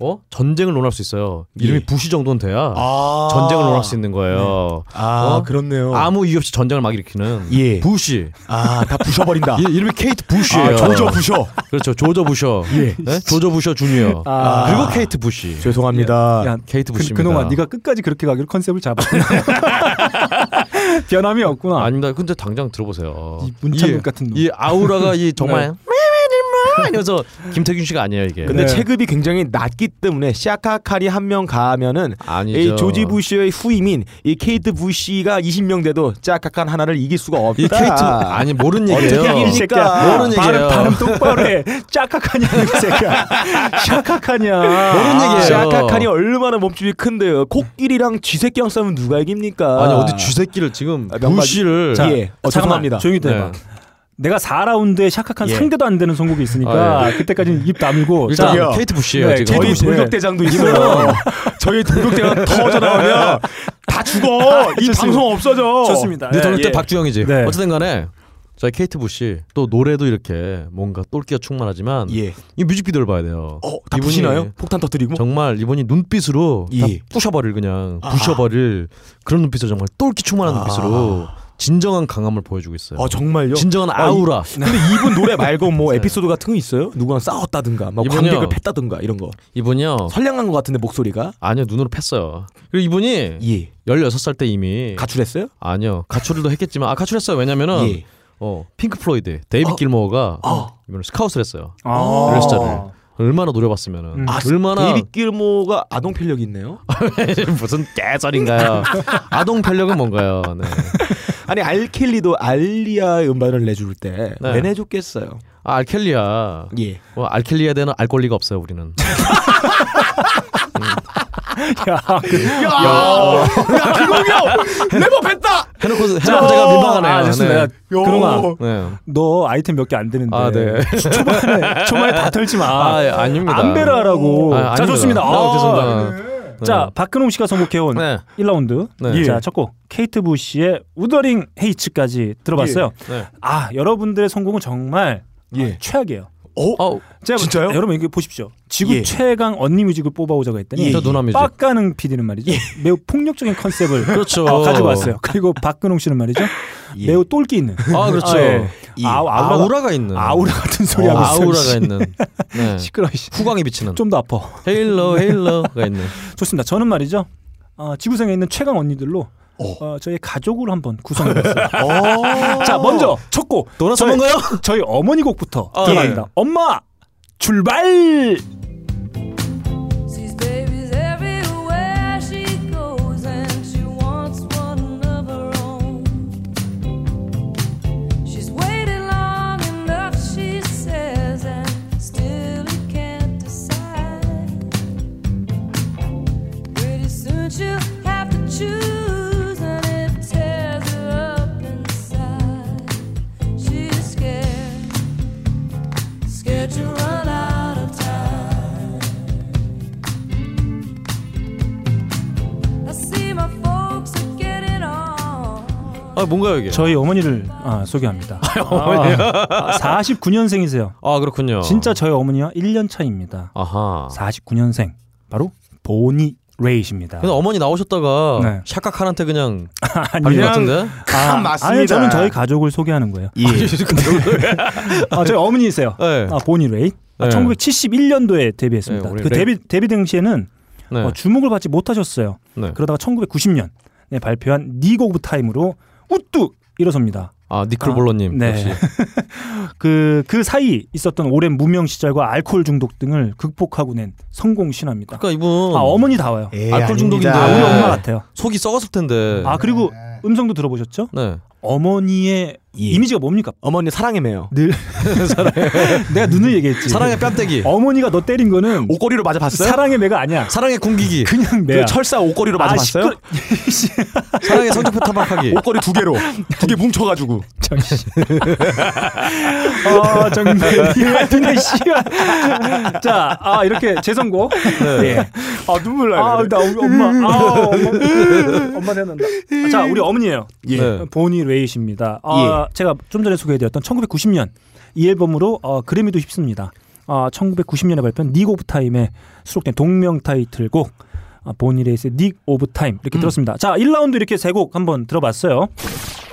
B: 어 전쟁을 논할 수 있어요 이름이
D: 예.
B: 부시 정도는 돼야
D: 아.
B: 전쟁을 논할 수 있는 거예요
D: 아,
B: 어?
D: 그렇네요.
B: 아무 이유 없이 전쟁을 막 일으키는
D: 예.
B: 부시
D: 아, 다 부셔버린다.
B: 이- 이름이 케이트 부시예요
D: 아, 조져 부셔.
B: 그렇죠 조조 부셔
D: 예.
B: 네? 조조 부셔 주니어
A: 아.
B: 그리고 케이트 부시 예.
D: 죄송합니다.
A: 야,
B: 케이트
A: 그,
B: 부시입니다
A: 그놈아, 네가 끝까지 그렇게 가기로 컨셉을 잡았구나. 변함이 없구나.
B: 아닙니다. 근데 당장 들어보세요.
A: 그 이
D: 예.
A: 문창국 같은 놈.
B: 이 아우라가 이 정말 이러면서 김태균 씨가 아니에요 이게.
D: 근데
A: 네.
D: 체급이 굉장히 낮기 때문에 샤카칸이 한 명 가면은
B: 아니죠.
D: 이 조지 부시의 후임인 이 케이트 부시가 20명 돼도 샤카칸 하나를 이길 수가 없다.
B: 이 케이트 아니 모르는 얘기예요.
D: 어떻게
A: 이
D: 이길 수-
A: 새끼야.
B: 모르는
A: 발음,
B: 얘기예요.
A: 발음 똑바로 해. 짜카카냐, 이 새끼야. 샤카카냐.
B: 모르는 얘기예요.
D: 샤카칸이 얼마나 몸집이 큰데요. 코끼리랑 쥐새끼랑 싸우면 누가 이깁니까?
B: 아니 어디 쥐새끼를 지금
D: 아, 명박-
B: 부시를 네.
D: 자,
B: 자,
D: 예. 어,
A: 잠깐만,
D: 죄송합니다.
A: 조용히 좀 해봐.
B: 네.
A: 내가 4라운드에 샤카칸
D: 예.
A: 상대도 안 되는 선곡이 있으니까
B: 아,
A: 그때까지는 입 다물고
B: 일단
A: 자,
D: 저기요.
B: 케이트 부시예요
A: 네,
B: 지금.
A: 케이트
D: 저희
A: 부시.
D: 돌격대장도 있어요. 저희 돌격대장 터져 나오면 다 죽어. 이
A: 좋습니다.
D: 방송 없어져.
A: 좋습니다.
B: 네,
A: 예.
B: 저는 때 박주영이지.
A: 네.
B: 어쨌든간에 저희 케이트 부시 또 노래도 이렇게 뭔가 똘끼가 충만하지만
D: 예.
B: 이 뮤직비디오를 봐야 돼요.
D: 어, 다
B: 이분이
D: 부시나요? 폭탄 터뜨리고?
B: 정말 이분이 눈빛으로 다
D: 뭐 예.
B: 부셔버릴 그냥 부셔버릴 그런 눈빛으로 정말 똘끼 충만한
D: 아.
B: 눈빛으로 진정한 강함을 보여주고 있어요.
D: 아 정말요?
B: 진정한
D: 아,
B: 아우라.
D: 근데 이분 노래 말고 뭐 에피소드 같은 거 있어요? 누구랑 싸웠다든가, 막
B: 이분이요. 어.
D: 관객을 팼다든가 이런 거.
B: 이분이요.
D: 선량한 것 같은데 목소리가
B: 아니요 눈으로 팼어요. 그리고 이분이
D: 예
B: 16살 때 이미
D: 가출했어요?
B: 아니요 가출도 했겠지만 아 가출했어요. 왜냐면은
D: 예.
B: 어 핑크 플로이드 데이비
D: 어.
B: 길모어가
D: 어.
B: 이번에 스카웃을 했어요.
A: 아.
B: 레스자를 얼마나 노려봤으면은
A: 음.
D: 아,
B: 얼마나
D: 데이비 길모가 아동 필력이 있네요.
B: 무슨 깨설인가요? 아동 편력은 뭔가요? 네.
D: 아니 알켈리도 알리아 음반을 내줄 때 왜
B: 네.
D: 내줬겠어요?
B: 아 알켈리야.
D: 예.
B: 뭐 알켈리에 대한 알 권리가 없어요 우리는.
A: 야, 그-
D: 야, 야 김홍영 레버 뱉다.
B: 해놓고 해놓고 제가 민망하네요.
A: 아, 됐습니다.
D: 요.
A: 그놈아,
B: 네.
A: 너 아이템 몇 개 안 되는데.
B: 아, 네.
A: 초반에 초반에 다 털지 마.
B: 아, 예, 아닙니다.
A: 안 배라라고.
B: 아,
A: 자
B: 아닙니다.
A: 좋습니다.
B: 아, 죄송합니다. 네.
A: 자 박근홍 씨가 선곡해온
B: 네.
A: 1라운드.
B: 네. 예.
A: 자첫곡 케이트 부시의 우더링 헤이츠까지 들어봤어요.
B: 네.
A: 아 여러분들의 선곡은 정말
D: 예.
A: 아, 최악이에요.
D: 어?
B: 어,
A: 제가
D: 진짜요?
A: 여러분 이게 보십시오. 지구
D: 예.
A: 최강 언니 뮤직을 뽑아오자고 했더니
B: 예. 저 누나 뮤직. 예.
A: 빡가능 PD는 말이죠. 매우 폭력적인 컨셉을
B: 그렇죠.
A: 어, 가지고 왔어요. 그리고 박근홍 씨는 말이죠.
D: 예.
A: 매우 똘끼 있는.
B: 아, 그렇죠.
A: 예.
D: 예.
A: 아,
B: 아우라가,
A: 아우라,
B: 있는.
A: 아우라 같은 소리 하고 있어요.
B: 아우라가
A: 씨.
B: 있는. 네.
A: 시끄러워. 씨.
B: 후광이 비치는.
A: 좀더 네. 아파.
B: 헤일러, 헤일러가 있는.
A: 좋습니다. 저는 말이죠. 어, 지구상에 있는 최강 언니들로 어, 저희 가족으로 한번 구성해봤어요. 자, 먼저 첫 곡.
B: 도넛
A: 저희-
B: 전문가요?
A: 저희 어머니 곡부터
B: 아,
A: 들어갑니다. 엄마 출발.
E: Sees babies everywhere she goes, and she wants one of her own. She's waited long enough, she says, and still he can't decide. Pretty soon she'll have to choose, and it tears her up inside. She's scared, scared to run out of time. I see my folks are getting on.
B: 아, 뭔가요, 이게?
A: 저희 어머니를 아, 소개합니다. 아, 49년생이세요.
B: 아, 그렇군요.
A: 진짜 저희 어머니와 1년 차입니다.
B: 아하.
A: 49년생 바로 보니 레이십니다.
B: 근데 어머니 나오셨다가
A: 네.
B: 샤카칸한테 그냥
A: 아니,
B: 발린 것 같은데?
A: 아, 아니 저는 저희 가족을 소개하는 거예요. 아, 저희 어머니세요.
B: 네.
A: 아, 보니 레이. 아,
B: 네.
A: 1971년도에 데뷔했습니다.
B: 네, 우리
A: 그
B: 레이-
A: 데뷔 데뷔 당시에는
B: 네.
A: 어, 주목을 받지 못하셨어요.
B: 네.
A: 그러다가 1990년에 발표한 니고 오브 타임으로 우뚝 일어섭니다.
B: 아, 니클볼러님.
A: 네.
B: 역시.
A: 그, 그 사이 있었던 오랜 무명 시절과 알코올 중독 등을 극복하고 낸 성공 신화입니다.
B: 그러니까 이분
A: 아, 어머니다워요.
B: 알코올 중독인데 네.
A: 아, 우리 엄마 같아요.
B: 속이 썩었을 텐데.
A: 아, 그리고 음성도 들어보셨죠?
B: 네.
A: 어머니의 이미지가 뭡니까?
D: 어머니 사랑의 매요.
A: 늘. 내가 눈을 얘기했지.
B: 그 사랑의 뺨때기.
A: 어머니가 너 때린 거는
D: 옷걸이로 맞아 봤어요?
A: 사랑의 매가 아니야.
B: 사랑의 궁기기.
A: 그냥 매야.
D: 철사 옷걸이로 맞아 봤어요?
B: 사랑의 성적표 타박하기.
D: 옷걸이 두 개로 두 개 뭉쳐 가지고.
A: 아, 정말. 야, 눈에 씨발. 자, 아, 이렇게 재선고. 예.
D: 아, 눈물
A: 아, 나 우리 엄마. 아, 엄마. 엄마 생각난다. 음. 자, 우리 어머니예요.
D: 예.
B: 네.
A: 보니 레이십니다. 아, 제가 좀 전에 소개해드렸던 1990년 이 앨범으로 어, 그래미도 휩습니다. 아, 1990년에 발표한 닉 오브 타임에 수록된 동명 타이틀곡 아, 보니 레이스의 닉 오브 타임 이렇게 들었습니다. 자, 1라운드 이렇게 세 곡 한번 들어봤어요.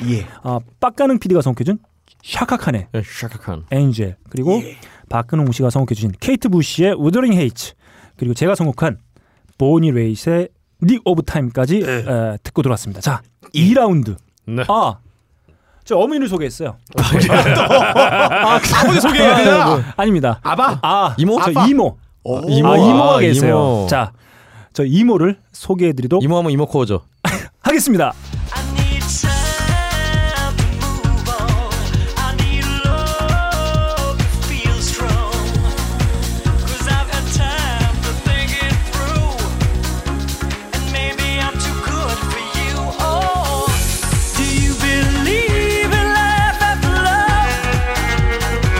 D: 예.
A: 아, 빡가능 PD가 선곡해준 샤카칸의
B: 예, 샤카칸.
A: 엔젤 그리고
B: 예.
A: 박근홍 씨가 선곡해주신 케이트 부시의 우더링 헤이츠 그리고 제가 선곡한 보니 레이스의 닉 오브 타임까지 에, 듣고 들어왔습니다. 자, 2라운드.
B: 예. 네.
A: 아, 저 어머니를 소개했어요.
D: 어머니
B: 아,
D: 소개해야
B: 뭐.
D: 되나?
A: 아닙니다.
D: 아바?
A: 아,
B: 이모?
A: 저
B: 아빠?
A: 이모.
D: 오.
A: 아, 이모가
B: 아,
A: 계세요.
B: 이모.
A: 자, 저 이모를 소개해드리도록
B: 이모 하면 이모 코어죠.
A: 하겠습니다.
E: I need time to move on. I need love that feels strong. Cause I've had time to think it through. And maybe I'm too good for you. Oh, do you believe in life after love?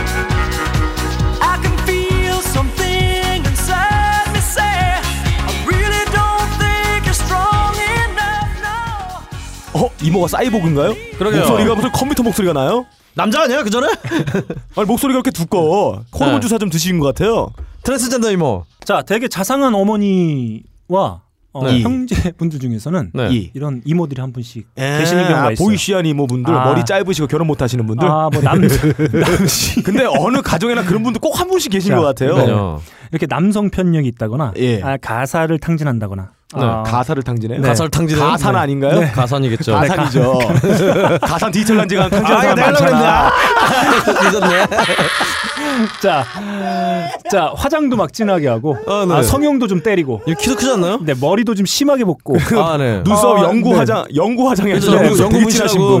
E: I can feel something inside me say, I really don't think you're strong enough. No.
D: 어, 이모가 사이보그인가요?
B: 그러게요.
D: 목소리가 무슨 컴퓨터 목소리가 나요?
B: 남자 아니야 그 전에?
D: 아니 목소리가 이렇게 두꺼워.
B: 네.
D: 호르몬 주사 좀 드신 것 같아요.
B: 트랜스젠더 이모.
A: 자, 되게 자상한 어머니와 어,
D: 네.
A: 형제분들 중에서는
B: 네.
D: 이.
A: 이런 이모들이 한 분씩
B: 예.
A: 계시는 경우가
D: 아,
A: 있어요.
D: 보이시한 이모분들
A: 아.
D: 머리 짧으시고 결혼 못 하시는 분들.
A: 아, 뭐 남,
D: 네.
A: 남씨
D: 근데 어느 가정에나 그런 분들 꼭 한 분씩 계신
A: 자,
D: 것 같아요.
B: 그러니까요.
A: 이렇게 남성 편력이 있다거나
D: 예.
A: 아, 가사를 탕진한다거나
B: 네,
A: 아,
D: 가사를 탕진해요.
A: 네.
B: 가사를 탕진해요?
D: 가산
B: 네.
D: 아닌가요?
B: 가산이겠죠.
D: 가산이죠. 가산 디지털 단지가 탕진한
B: 아,
D: 사람
B: 내가 그랬네.
D: 많잖아.
B: 늦었네.
A: 자, 자 화장도 막 진하게 하고
D: 어,
B: 아, 네.
A: 아, 성형도 좀 때리고
B: 이거 키도 크지 않나요?
A: 근데 머리도 좀 심하게 볶고
D: 그
B: 아 네.
D: 눈썹
A: 아,
D: 연구
A: 네.
D: 화장 연구 화장에
B: 그렇죠. 연구- 연구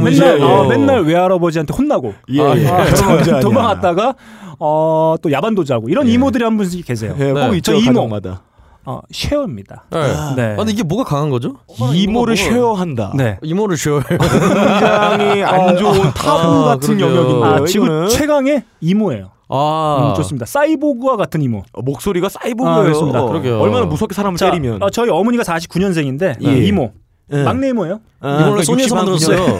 B: 붙이라고
A: 맨날
B: 예,
D: 아,
A: 어,
B: 예.
A: 맨날 외할아버지한테 혼나고
D: 예,
A: 아,
D: 예.
A: 아,
D: 그런
A: 도망-
D: 문제 아니야.
A: 도망갔다가 어, 또 야반도주하고 이런 이모들이 한 분씩 계세요.
D: 예, 꼭
B: 네.
D: 있죠
A: 저 이모.
D: 가정마다.
A: 어, 쉐어입니다.
B: 네. 아,
A: 네.
B: 근데 이게 뭐가 강한 거죠?
D: 이모를
B: 이모가
D: 쉐어한다.
A: 네.
B: 이모를 쉬어요.
D: 굉장히 안 좋은 타부
B: 아,
D: 같은
B: 그러게요.
D: 영역인데요.
A: 아, 지구
D: 어, 이거는
A: 최강의 이모예요.
B: 아
A: 음, 좋습니다. 사이보그와 같은 이모.
D: 어, 목소리가
A: 아,
D: 사이보그예요. 어,
A: 그렇습니다.
B: 그러게요.
D: 얼마나 무섭게 사람을
A: 자,
D: 때리면.
A: 어, 저희 어머니가 49년생인데
D: 예.
A: 이모
D: 예.
A: 막내 이모예요.
D: 아,
B: 이모를
D: 그러니까
B: 소니에서
D: 60만
B: 만들었어요.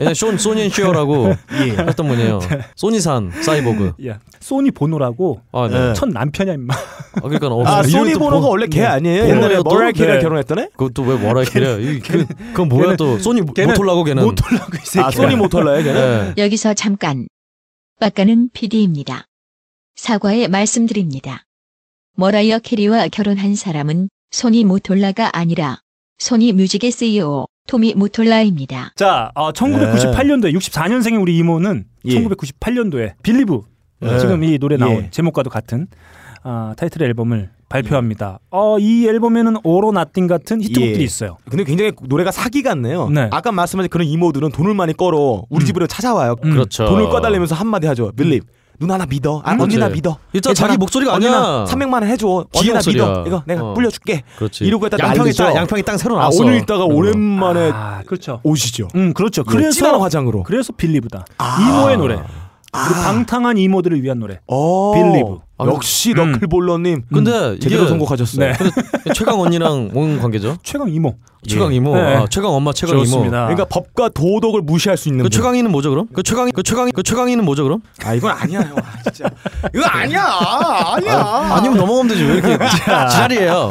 B: 얘는 쇼, 소니 앤 쉬어라고
A: 예.
B: 했던 분이에요. 소니산 사이보그.
A: 야, 소니 보노라고
B: 아, 네.
D: 예. 네.
A: 첫 남편이야 임마.
B: 아, 그러니까 어,
D: 아,
B: 이름이
D: 소니
B: 또
D: 보노가
B: 뭐-
D: 원래 걔 아니에요?
B: 보노예요,
D: 옛날에
B: 또?
D: 머라이 캐리랑
A: 네.
D: 결혼했더래?
B: 그것도 왜 뭐라 그래요? 이- 그, 그건 뭐야
A: 걔는-
B: 또 소니 모-
A: 걔는
B: 모톨라고 걔는.
A: 모톨라고 이 새끼야.
D: 아, 소니 모털러예요, 걔는?
B: 네.
H: 여기서 잠깐. 빡가는 PD입니다. 사과의 말씀드립니다. 머라이어 캐리와 결혼한 사람은 소니 모톨라가 아니라 소니 뮤직의
G: E
H: CEO 토미 모톨라입니다.
A: 자, 어, 1998년도에 64년생의 우리 이모는
D: 네. 예.
A: 1998년도에 빌리브 어,
D: 예.
A: 지금 이 노래 나온
D: 예.
A: 제목과도 같은 아, 타이틀 앨범을 발표합니다. 어, 이 앨범에는 오로 나띵 같은 히트곡들이
D: 예.
A: 있어요.
D: 근데 굉장히 노래가 사기 같네요.
A: 네.
D: 아까 말씀하신 그런 이모들은 돈을 많이 걸어 우리
A: 음.
D: 집으로 찾아와요.
A: 음.
B: 그렇죠.
D: 돈을 꺼달리면서 한마디 하죠. 빌립. 누나 나 믿어. 아, 언니 나
B: 그렇지.
D: 믿어.
B: 일단 음. 자기
D: 괜찮아.
B: 목소리가
D: 언니
B: 아니야.
D: 나 300만 원 해줘. 언니
B: 귀여운
D: 나
B: 소리야.
D: 믿어. 이거 내가
B: 어.
D: 불려줄게.
B: 그렇지.
D: 이러고 했다
B: 양평이
D: 난리죠.
B: 딱 양평이 딱 새로
D: 아,
B: 나왔어.
D: 오늘 있다가
B: 그런 거.
D: 오랜만에
A: 아, 그렇죠.
D: 오시죠.
A: 음, 그렇죠.
D: 예, 진한
A: 그래서
D: 화장으로. 아.
A: 그래서 빌리브다. 이모의 노래. 우리 방탕한 이모들을 위한 노래.
D: 어.
A: 빌리브.
D: 아, 역시
A: 음.
D: 너클볼러님. 음.
B: 근데
D: 제대로
B: 이게-
D: 선곡하셨어요.
A: 네.
B: 근데 최강 언니랑 뭔 관계죠?
A: 최강 이모.
B: 최강 이모.
A: 네.
B: 아, 최강 엄마 최강
A: 좋습니다.
D: 그러니까 법과 도덕을 무시할 수 있는.
B: 이모. 아. 그
D: 분.
B: 최강이는 뭐죠 그럼? 그 최강 그 최강 그 최강이는 뭐죠 그럼?
D: 아 이건 아니야 형. 아, 진짜. 이거 아니야. 아니야.
B: 아니면 넘어가면 되지 왜 이렇게 지랄이에요.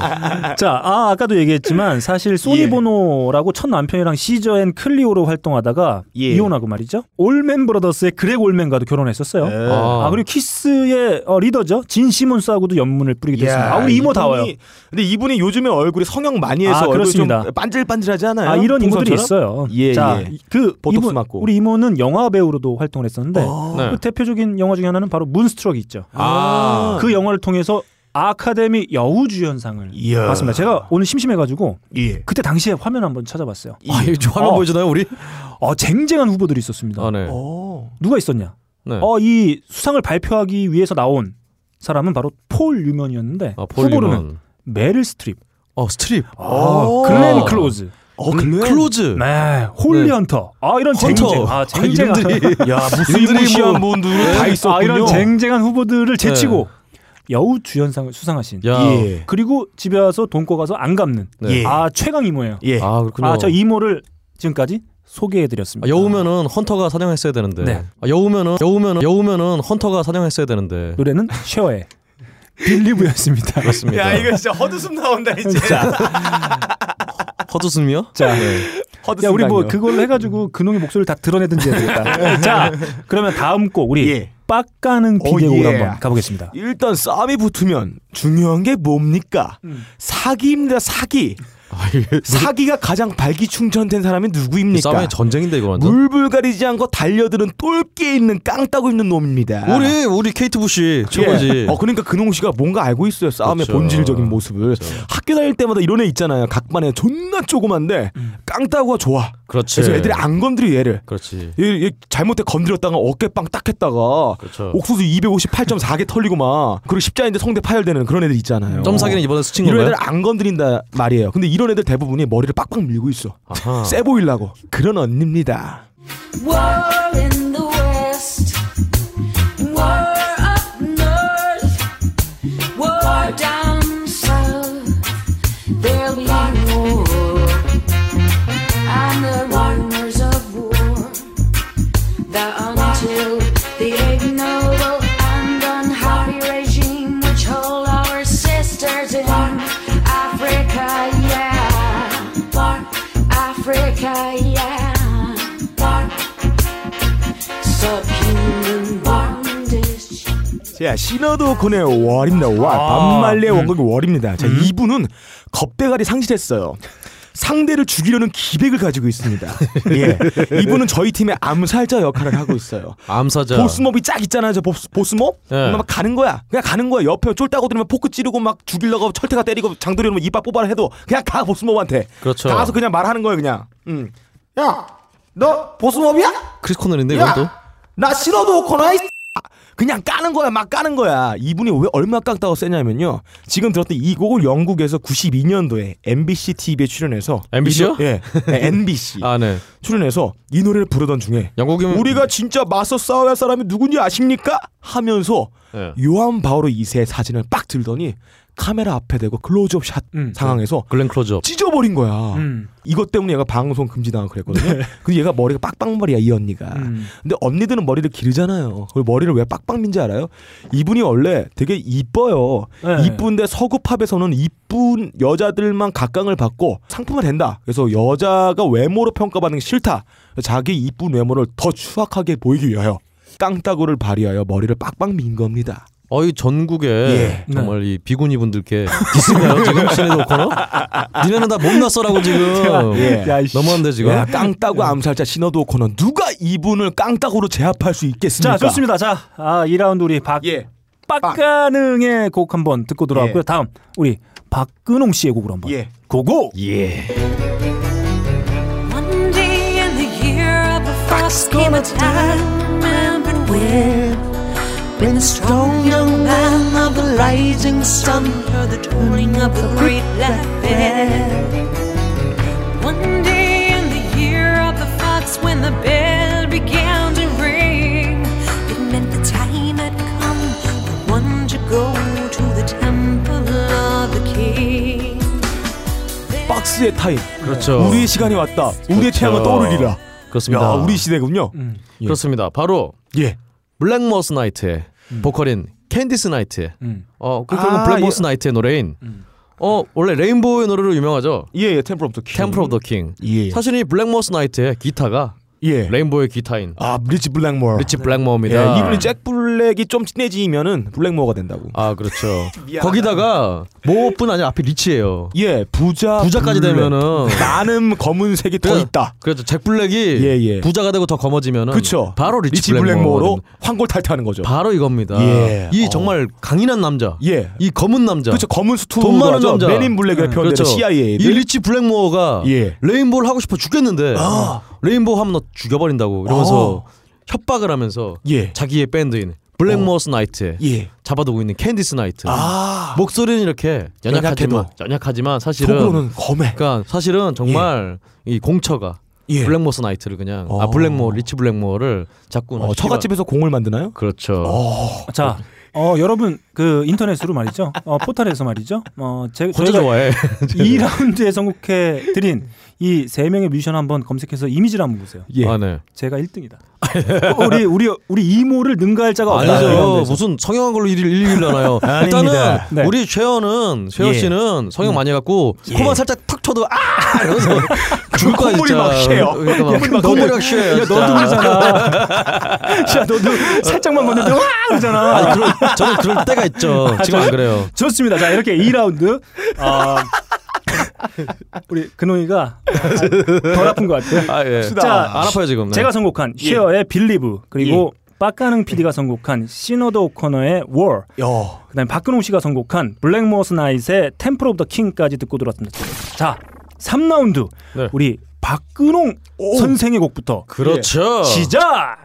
A: 자, 아, 아까도 얘기했지만
D: 예.
A: 사실 소니 보노라고 첫 남편이랑 시저 앤 클리오로 활동하다가
D: 예.
A: 이혼하고 말이죠. 올맨 브라더스의 그렉 올맨과도 결혼했었어요.
D: 예.
B: 아.
A: 아, 그리고 키스의 어, 리더죠. 진 시몬스하고도 연문을 뿌리기도 했습니다.
D: 야,
A: 아, 우리 이모
D: 이분이-
A: 다워요.
D: 근데 이분이 요즘에 얼굴이 성형 많이 해서
A: 아,
D: 얼굴 좀
A: 그렇습니다.
D: 반질반질하지 않아요?
A: 아, 이런 인물들이
D: 풍선처럼?
A: 있어요.
D: 예,
A: 자,
D: 예.
A: 그
D: 보톡스
A: 이분,
D: 맞고.
A: 우리 이모는 영화 배우로도 활동을 했었는데
D: 어.
B: 네.
A: 그 대표적인 영화 중에 하나는 바로 문스트럭이 있죠.
D: 아.
A: 그 영화를 통해서 아카데미 여우주연상을
D: 이야.
A: 받습니다. 제가 오늘 심심해가지고
D: 예.
A: 그때 당시에 화면 한번 찾아봤어요.
B: 아, 이거 저 화면
A: 어.
B: 보여주나요 우리?
A: 어, 쟁쟁한 후보들이 있었습니다.
B: 아 네.
D: 어.
A: 누가 있었냐?
B: 네.
A: 어, 이 수상을 발표하기 위해서 나온 사람은 바로 폴 유먼이었는데
B: 아, 폴
A: 후보로는
B: 리먼.
A: 메릴 스트립,
B: 어 스트립.
A: 아,
D: 오.
A: 글렌 클로즈,
D: 어, 글렌.
B: 클로즈.
A: 네, 홀리
B: 네.
A: 헌터, 아 이런
B: 헌터.
A: 쟁쟁, 아
B: 아,
A: 쟁쟁한,
B: 이름들이.
D: 야, 무슨
B: 이분들이
D: 무시한
B: 뭐-
D: 분들이 다 있었군요.
A: 아 이런 쟁쟁한 후보들을 제치고 네. 여우 주연상을 수상하신.
B: 야.
D: 예.
A: 그리고 집에 와서 돈 꺼가서 안 갚는.
B: 네.
D: 예.
A: 아 최강 이모예요.
D: 예.
B: 아 그렇군요.
A: 아 저 이모를 지금까지 소개해드렸습니다.
B: 아, 여우면은 헌터가 사냥했어야 되는데.
A: 네.
B: 아, 여우면은 여우면은 여우면은 헌터가 사냥했어야 되는데.
A: 노래는 쉐어의 빌리브였습니다.
B: 그렇습니다.
D: 야, 이거 진짜 헛웃음 나온다 이제.
A: 자,
B: 허드슨이요?
A: 자.
D: 헛웃음.
A: 야 우리 뭐
D: 나요.
A: 그걸로 해가지고 근홍이 목소리를 다 드러내든지 해야 되겠다. 어, 자, 그러면 다음 곡 우리
D: 예.
A: 빡가는
D: 오,
A: 비대곡으로
D: 예.
A: 한번 가보겠습니다.
D: 일단 싸움이 붙으면 중요한 게 뭡니까? 사기입니다. 사기. 사기가 가장 발기 충전된 아, 뭐 사람이 누구입니까?
B: 싸움의 전쟁인데 이거 완전.
D: 물불가리지 않고 달려드는 똘끼 있는 깡따고 있는 놈입니다.
B: 우리 우리 케이트 부시 최고지.
D: 예. 어 그러니까 근홍 씨가 뭔가 알고 있어요. 싸움의
B: 그렇죠.
D: 본질적인 모습을. 학교 다닐 때마다 이런 애 있잖아요. 각반에 존나 조그만데
B: 음.
D: 깡따구가 좋아.
B: 그렇지.
D: 그래서 애들이 안 건드려 얘를.
B: 그렇지.
D: 얘, 얘 잘못해 건드렸다가 어깨빵 딱 했다가
B: 그렇죠.
D: 옥수수 258.4개 털리고 막 그리고 십자인데 성대 파열되는 그런 애들 있잖아요.
B: 점사기는 이번에 스친
D: 어. 이런
B: 건가요?
D: 애들 안 건드린다 말이에요. 근데 이런 애들 대부분이 머리를 빡빡 밀고 있어.
B: 아하.
D: 세 보일라고 그런 언니입니다.
G: War in the west, war up north, war down south. There'll be war, and the warners of war. That until the ignoble and unhappy regime which hold our sisters in Africa, yeah, war, Africa, yeah, war. Subhuman bondage.
D: 자, 시너도 군의 월입니다. 월.
B: 아, 음.
D: 반말리의 원곡이 월입니다. 자, 이분은 겁대가리 상실했어요. 상대를 죽이려는 기백을 가지고 있습니다. 예. 이분은 저희 팀의 암살자 역할을 하고 있어요.
B: 암사자.
D: 보스몹이 쫙 있잖아요. 저 보스, 보스몹?
B: 예.
D: 막 가는 거야. 그냥 가는 거야. 옆에 쫄따고 들으면 포크 찌르고 막 죽이려고 철퇴가 때리고 장도리로 이빨 뽑아라 해도 그냥 가 보스몹한테.
B: 그렇죠.
D: 가서 그냥 말하는 거예요, 그냥. 음. 야, 너 보스몹이야?
B: 크리스 코넬인데
D: 야!
B: 이건 또.
D: 나 싫어도 오코나 이 X야. 그냥 까는 거야 막 까는 거야 이분이 왜 얼마 깡다고 세냐면요 지금 들었던 이 곡을 영국에서 92년도에 MBC TV에 출연해서
B: MBC 요?
D: 이 노- 예 네, MBC
B: 아 네.
D: 출연해서 이 노래를 부르던 중에
B: 영국이면
D: 우리가 진짜 맞서 싸워야 할 사람이 누군지 아십니까? 하면서
B: 예.
D: 요한 바오로 2세의 사진을 빡 들더니 카메라 앞에 대고 클로즈업 샷
A: 음.
D: 상황에서
B: 글렌 클로즈업.
D: 찢어버린 거야.
A: 음. 네.
D: 이것 때문에 얘가 방송 금지당하고 그랬거든요. 근데 얘가 머리가 빡빡머리야 이 언니가.
A: 음.
D: 근데 언니들은 머리를 기르잖아요. 그리고 머리를 왜 빡빡 민지 알아요? 이분이 원래 되게 이뻐요.
A: 네.
D: 이쁜데 서구 팝에서는 이쁜 여자들만 각광을 받고 상품화 된다. 그래서 여자가 외모로 평가받는 게 싫다. 자기 이쁜 외모를 더 추악하게 보이기 위하여 땅따구를 발휘하여 머리를 빡빡 민 겁니다.
B: 어, 이 전국에
D: 네.
A: 예.
B: 정말 이 비구니 분들께 디스가요 지금 시네드 오커너? 니네는 다 못났어라고 지금.
D: 예.
A: 야, 이씨.
B: 너무한데 지금.
D: 야, 깡따구 암살자 신어도 코는 누가 이분을 깡따구로 제압할 수 있겠습니까?
A: 자, 좋습니다. 자, 아, 2라운드 우리 박
D: 예.
A: 빡가능의 곡 한번 듣고 돌아왔고요.
D: 예.
A: 다음 우리 박근홍 씨의 곡으로 한번.
D: 예.
A: 고고.
G: One day in the year of a frost came a time remembered when When the strong young man of the rising sun heard the tolling of the great black bell One day in the year of the fox when the bell began to ring It meant the time had come for one to go to the temple of the king
D: 박스의 타임.
B: 그렇죠.
D: 우리의 시간이 왔다. 우리의
B: 그렇죠.
D: 태양은 떠오르리라.
B: 그렇습니다. 음.
D: 야, 우리 시대군요. 예.
B: 그렇습니다. 바로
D: 예.
B: 블랙머스 나이트의 보컬인 캔디스 나이트의
A: 음.
B: 어, 그 결국
D: 음. 아, 음.
B: 블랙머스 나이트의 노래인 어, 원래 레인보우의 노래로 유명하죠.
D: 예, 예. 템플 오브 더 킹.
B: 템플 오브 더 킹.
D: 예.
B: 사실 이 블랙머스 나이트의 기타가
D: 예.
B: 레인보우의 기타인
D: 아, 리치 블랙모어.
B: 리치
D: 예,
B: 블랙머입니다.
D: 이분이 잭 블랙이 좀 친해지면은 블랙모어가 된다고.
B: 아, 그렇죠. 거기다가 모뿐 아니라 앞에 리치예요.
D: 예, 부자
B: 부자까지
D: 블랙.
B: 되면은
D: 나는 검은색이 더
B: 그-
D: 있다.
B: 그래서 잭 블랙이
D: 예, 예.
B: 부자가 되고 더 검어지면은
D: 그쵸
B: 바로 리치, 블랙머로
D: 블랙모어로 황골 탈퇴하는 거죠.
B: 바로 이겁니다.
D: 예.
B: 이
D: 어.
B: 정말 강인한 남자.
D: 예.
B: 이 검은 남자.
D: 그렇죠. 검은 수트
B: 돈 많은 남자. 네, 그렇죠.
D: 맨인 블랙에 표현되는 CIA.
B: 이 리치 블랙모어가
D: 예. 아.
B: 레인보우를 하고 싶어 죽겠는데 레인보우 하면 너 죽여버린다고 이러면서 협박을 하면서
D: 예.
B: 자기의 밴드인 블랙모어스 나이트에
D: 예.
B: 잡아두고 있는 캔디스 나이트
D: 아.
B: 목소리는 이렇게 연약하지만
D: 연약해도.
B: 연약하지만 사실은
D: 속으로는 검해.
B: 그러니까 사실은 정말 이 공처가
D: 예.
B: 블랙모어스 나이트를 그냥 아
D: 어.
B: 블랙모어 리치 블랙모어를 자꾸
D: 어, 처갓집에서 공을 만드나요?
B: 그렇죠
D: 어,
A: 자, 어, 여러분 그 인터넷으로 말이죠. 어, 포털에서 말이죠. 어, 제,
B: 혼자
A: 저희가
B: 좋아해
A: 2라운드에 선곡해 드린 이 세 명의 뮤지션 한번 검색해서 이미지를 한번 보세요.
D: 예.
B: 아네
A: 제가 1등이다. 어, 우리 우리 우리 이모를 능가할 자가 없다.
B: 아니죠. 그렇죠.
A: 이라운드에서.
B: 무슨 성형한 걸로 일일 일일 나요. 일단은
D: 아닙니다. 예. 음.
A: 네.
B: 우리 최현은 최현 씨는 성형 많이 해갖고 코만 살짝 탁 쳐도 아 이러면서 죽을 거야
D: 콧물이
B: 진짜.
D: 막 쉬어요.
B: 그러니까 막
D: 콧물이 막
B: 콧물이
D: 너무-
B: 막 쉬어요.
A: 야,
B: 진짜.
A: 너도 그러잖아. 야, 너도 살짝만 봤는데 와 그러잖아.
B: 아니 그럴, 저는 그럴 때가 있죠. 지금 안 그래요.
A: 좋습니다. 자, 이렇게 2라운드. 어, 우리 근홍이가 덜 아픈 것 같아요.
B: 아 예.
A: 자,
B: 안 아파요 지금. 네. 예.
A: 제가 선곡한 쉐어의 빌리브 그리고 빡가능 PD가 선곡한 시너드 오커너의 워
D: 야.
A: 그다음에 박근홍 씨가 선곡한 블랙모어스 나잇의 템플 오브 더 킹까지 듣고 들었습니다. 자, 3라운드
B: 네.
A: 우리 박근홍 선생의 곡부터
B: 그렇죠.
A: 시작.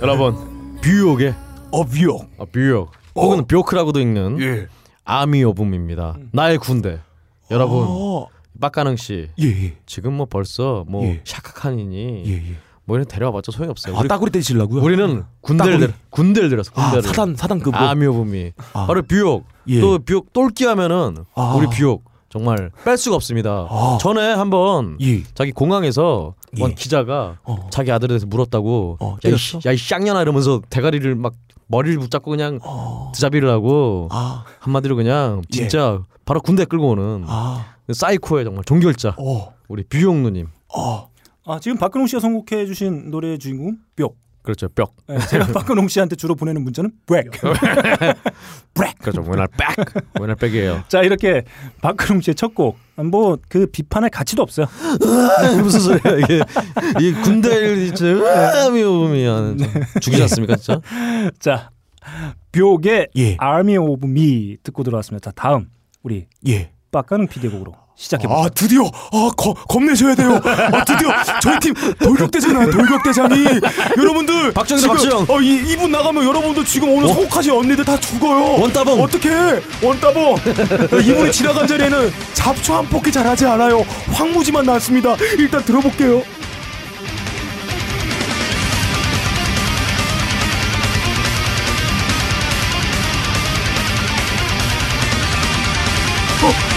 B: 여러분 뷰욕의
D: 어뷰.
B: 아, 뷰욕 혹은 뷰크라고도 읽는
D: 예. 음.
B: 아미 오붐입니다. 나의 군대. 여러분
D: 어.
B: 빡가능 씨
D: 예. 예.
B: 지금 뭐 벌써 뭐
D: 예.
B: 샤카칸이니
D: 예. 예.
B: 뭐 이런 데려와봤자 소용없어요.
D: 아,
B: 우리,
D: 따구리 때리시려고요?
B: 네. 우리는 군대를
D: 음. 따구리.
B: 데려, 군대를 데려서
D: 아,
B: 군대를
D: 사단 사단급으로.
B: 아미오붐이
D: 아.
B: 바로 뷰옥
D: 예.
B: 또 뷰옥 똘끼하면은
D: 아.
B: 우리 뷰옥 정말 뺄 수가 없습니다.
D: 아.
B: 전에 한번
D: 예.
B: 자기 공항에서
D: 예.
B: 원 기자가
D: 어.
B: 자기 아들에 대해서 물었다고
D: 어,
B: 야이
D: 때렸어?
B: 야이 쌍년아 이러면서 대가리를 막 머리를 붙잡고 그냥 드자비를 하고
D: 어. 아.
B: 한마디로 그냥
D: 예.
B: 진짜 바로 군대 끌고 오는 그
D: 아.
B: 사이코의 정말 종결자
D: 어.
B: 우리 뷰옥 누님
D: 어.
A: 아, 지금 박근홍 씨가 선곡해 주신 노래의 주인공 뿅.
B: 그렇죠 벽
A: 예, 제가 박근홍 씨한테 주로 보내는 문자는 브렉.
B: 그렇죠 웬알 백 웬알 백이에요
A: 자 이렇게 박근홍 씨의 첫곡뭐 그 비판할 가치도 없어요.
B: 무슨 소리야 이게 이 군대를 진짜 으아미오미한 죽이지 않습니까 진짜
A: 자 묘게
D: 예.
A: Army of Me 듣고 들어왔습니다. 자, 다음 우리
D: 예.
A: 빡가는 피디곡으로 시작해 보죠.
D: 아 드디어 아 거- 겁내셔야 돼요. 아 드디어 저희 팀 돌격대잖아요. 돌격대장이 여러분들
B: 박정희다, 박지영.
D: 어, 이 이분 나가면 여러분들 지금 오늘 소극하신 언니들 다 죽어요.
B: 어? 원따봉.
D: 어떻게 원따봉 이분이 지나간 자리에는 잡초 한 포기 자라지 않아요. 황무지만 났습니다. 일단 들어볼게요.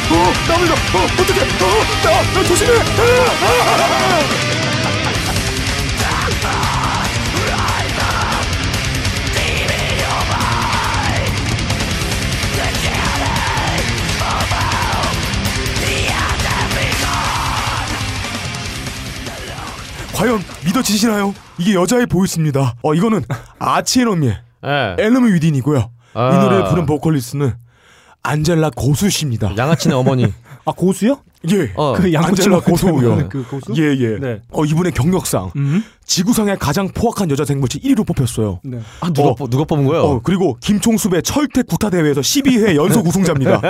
D: 어, 나물이다. 어, 어떻게? 어, 나, 나 조심해. 아! 과연 믿어지시나요? 이게 여자의 보이스입니다. 어, 이거는 아치에노미의
B: 예.
D: 엘름 위딘이고요.
B: 아.
D: 이 노래를 부른 보컬리스트는 안젤라 고수 씨입니다.
B: 양아치네 어머니.
A: 아 고수요?
D: 예.
B: 어.
A: 그 양꼬치로
D: 안젤라 고소고요.
A: 그 고수?
D: 예, 예.
A: 네.
D: 어, 이분의 경력상
A: 음.
D: 지구상의 가장 포악한 여자 생물체 1위로 뽑혔어요.
A: 네.
B: 아, 누가
D: 어.
B: 뽑- 누가 뽑은 거예요?
D: 어, 그리고 김총수배 철택 국타 대회에서 12회 연속 우승자입니다.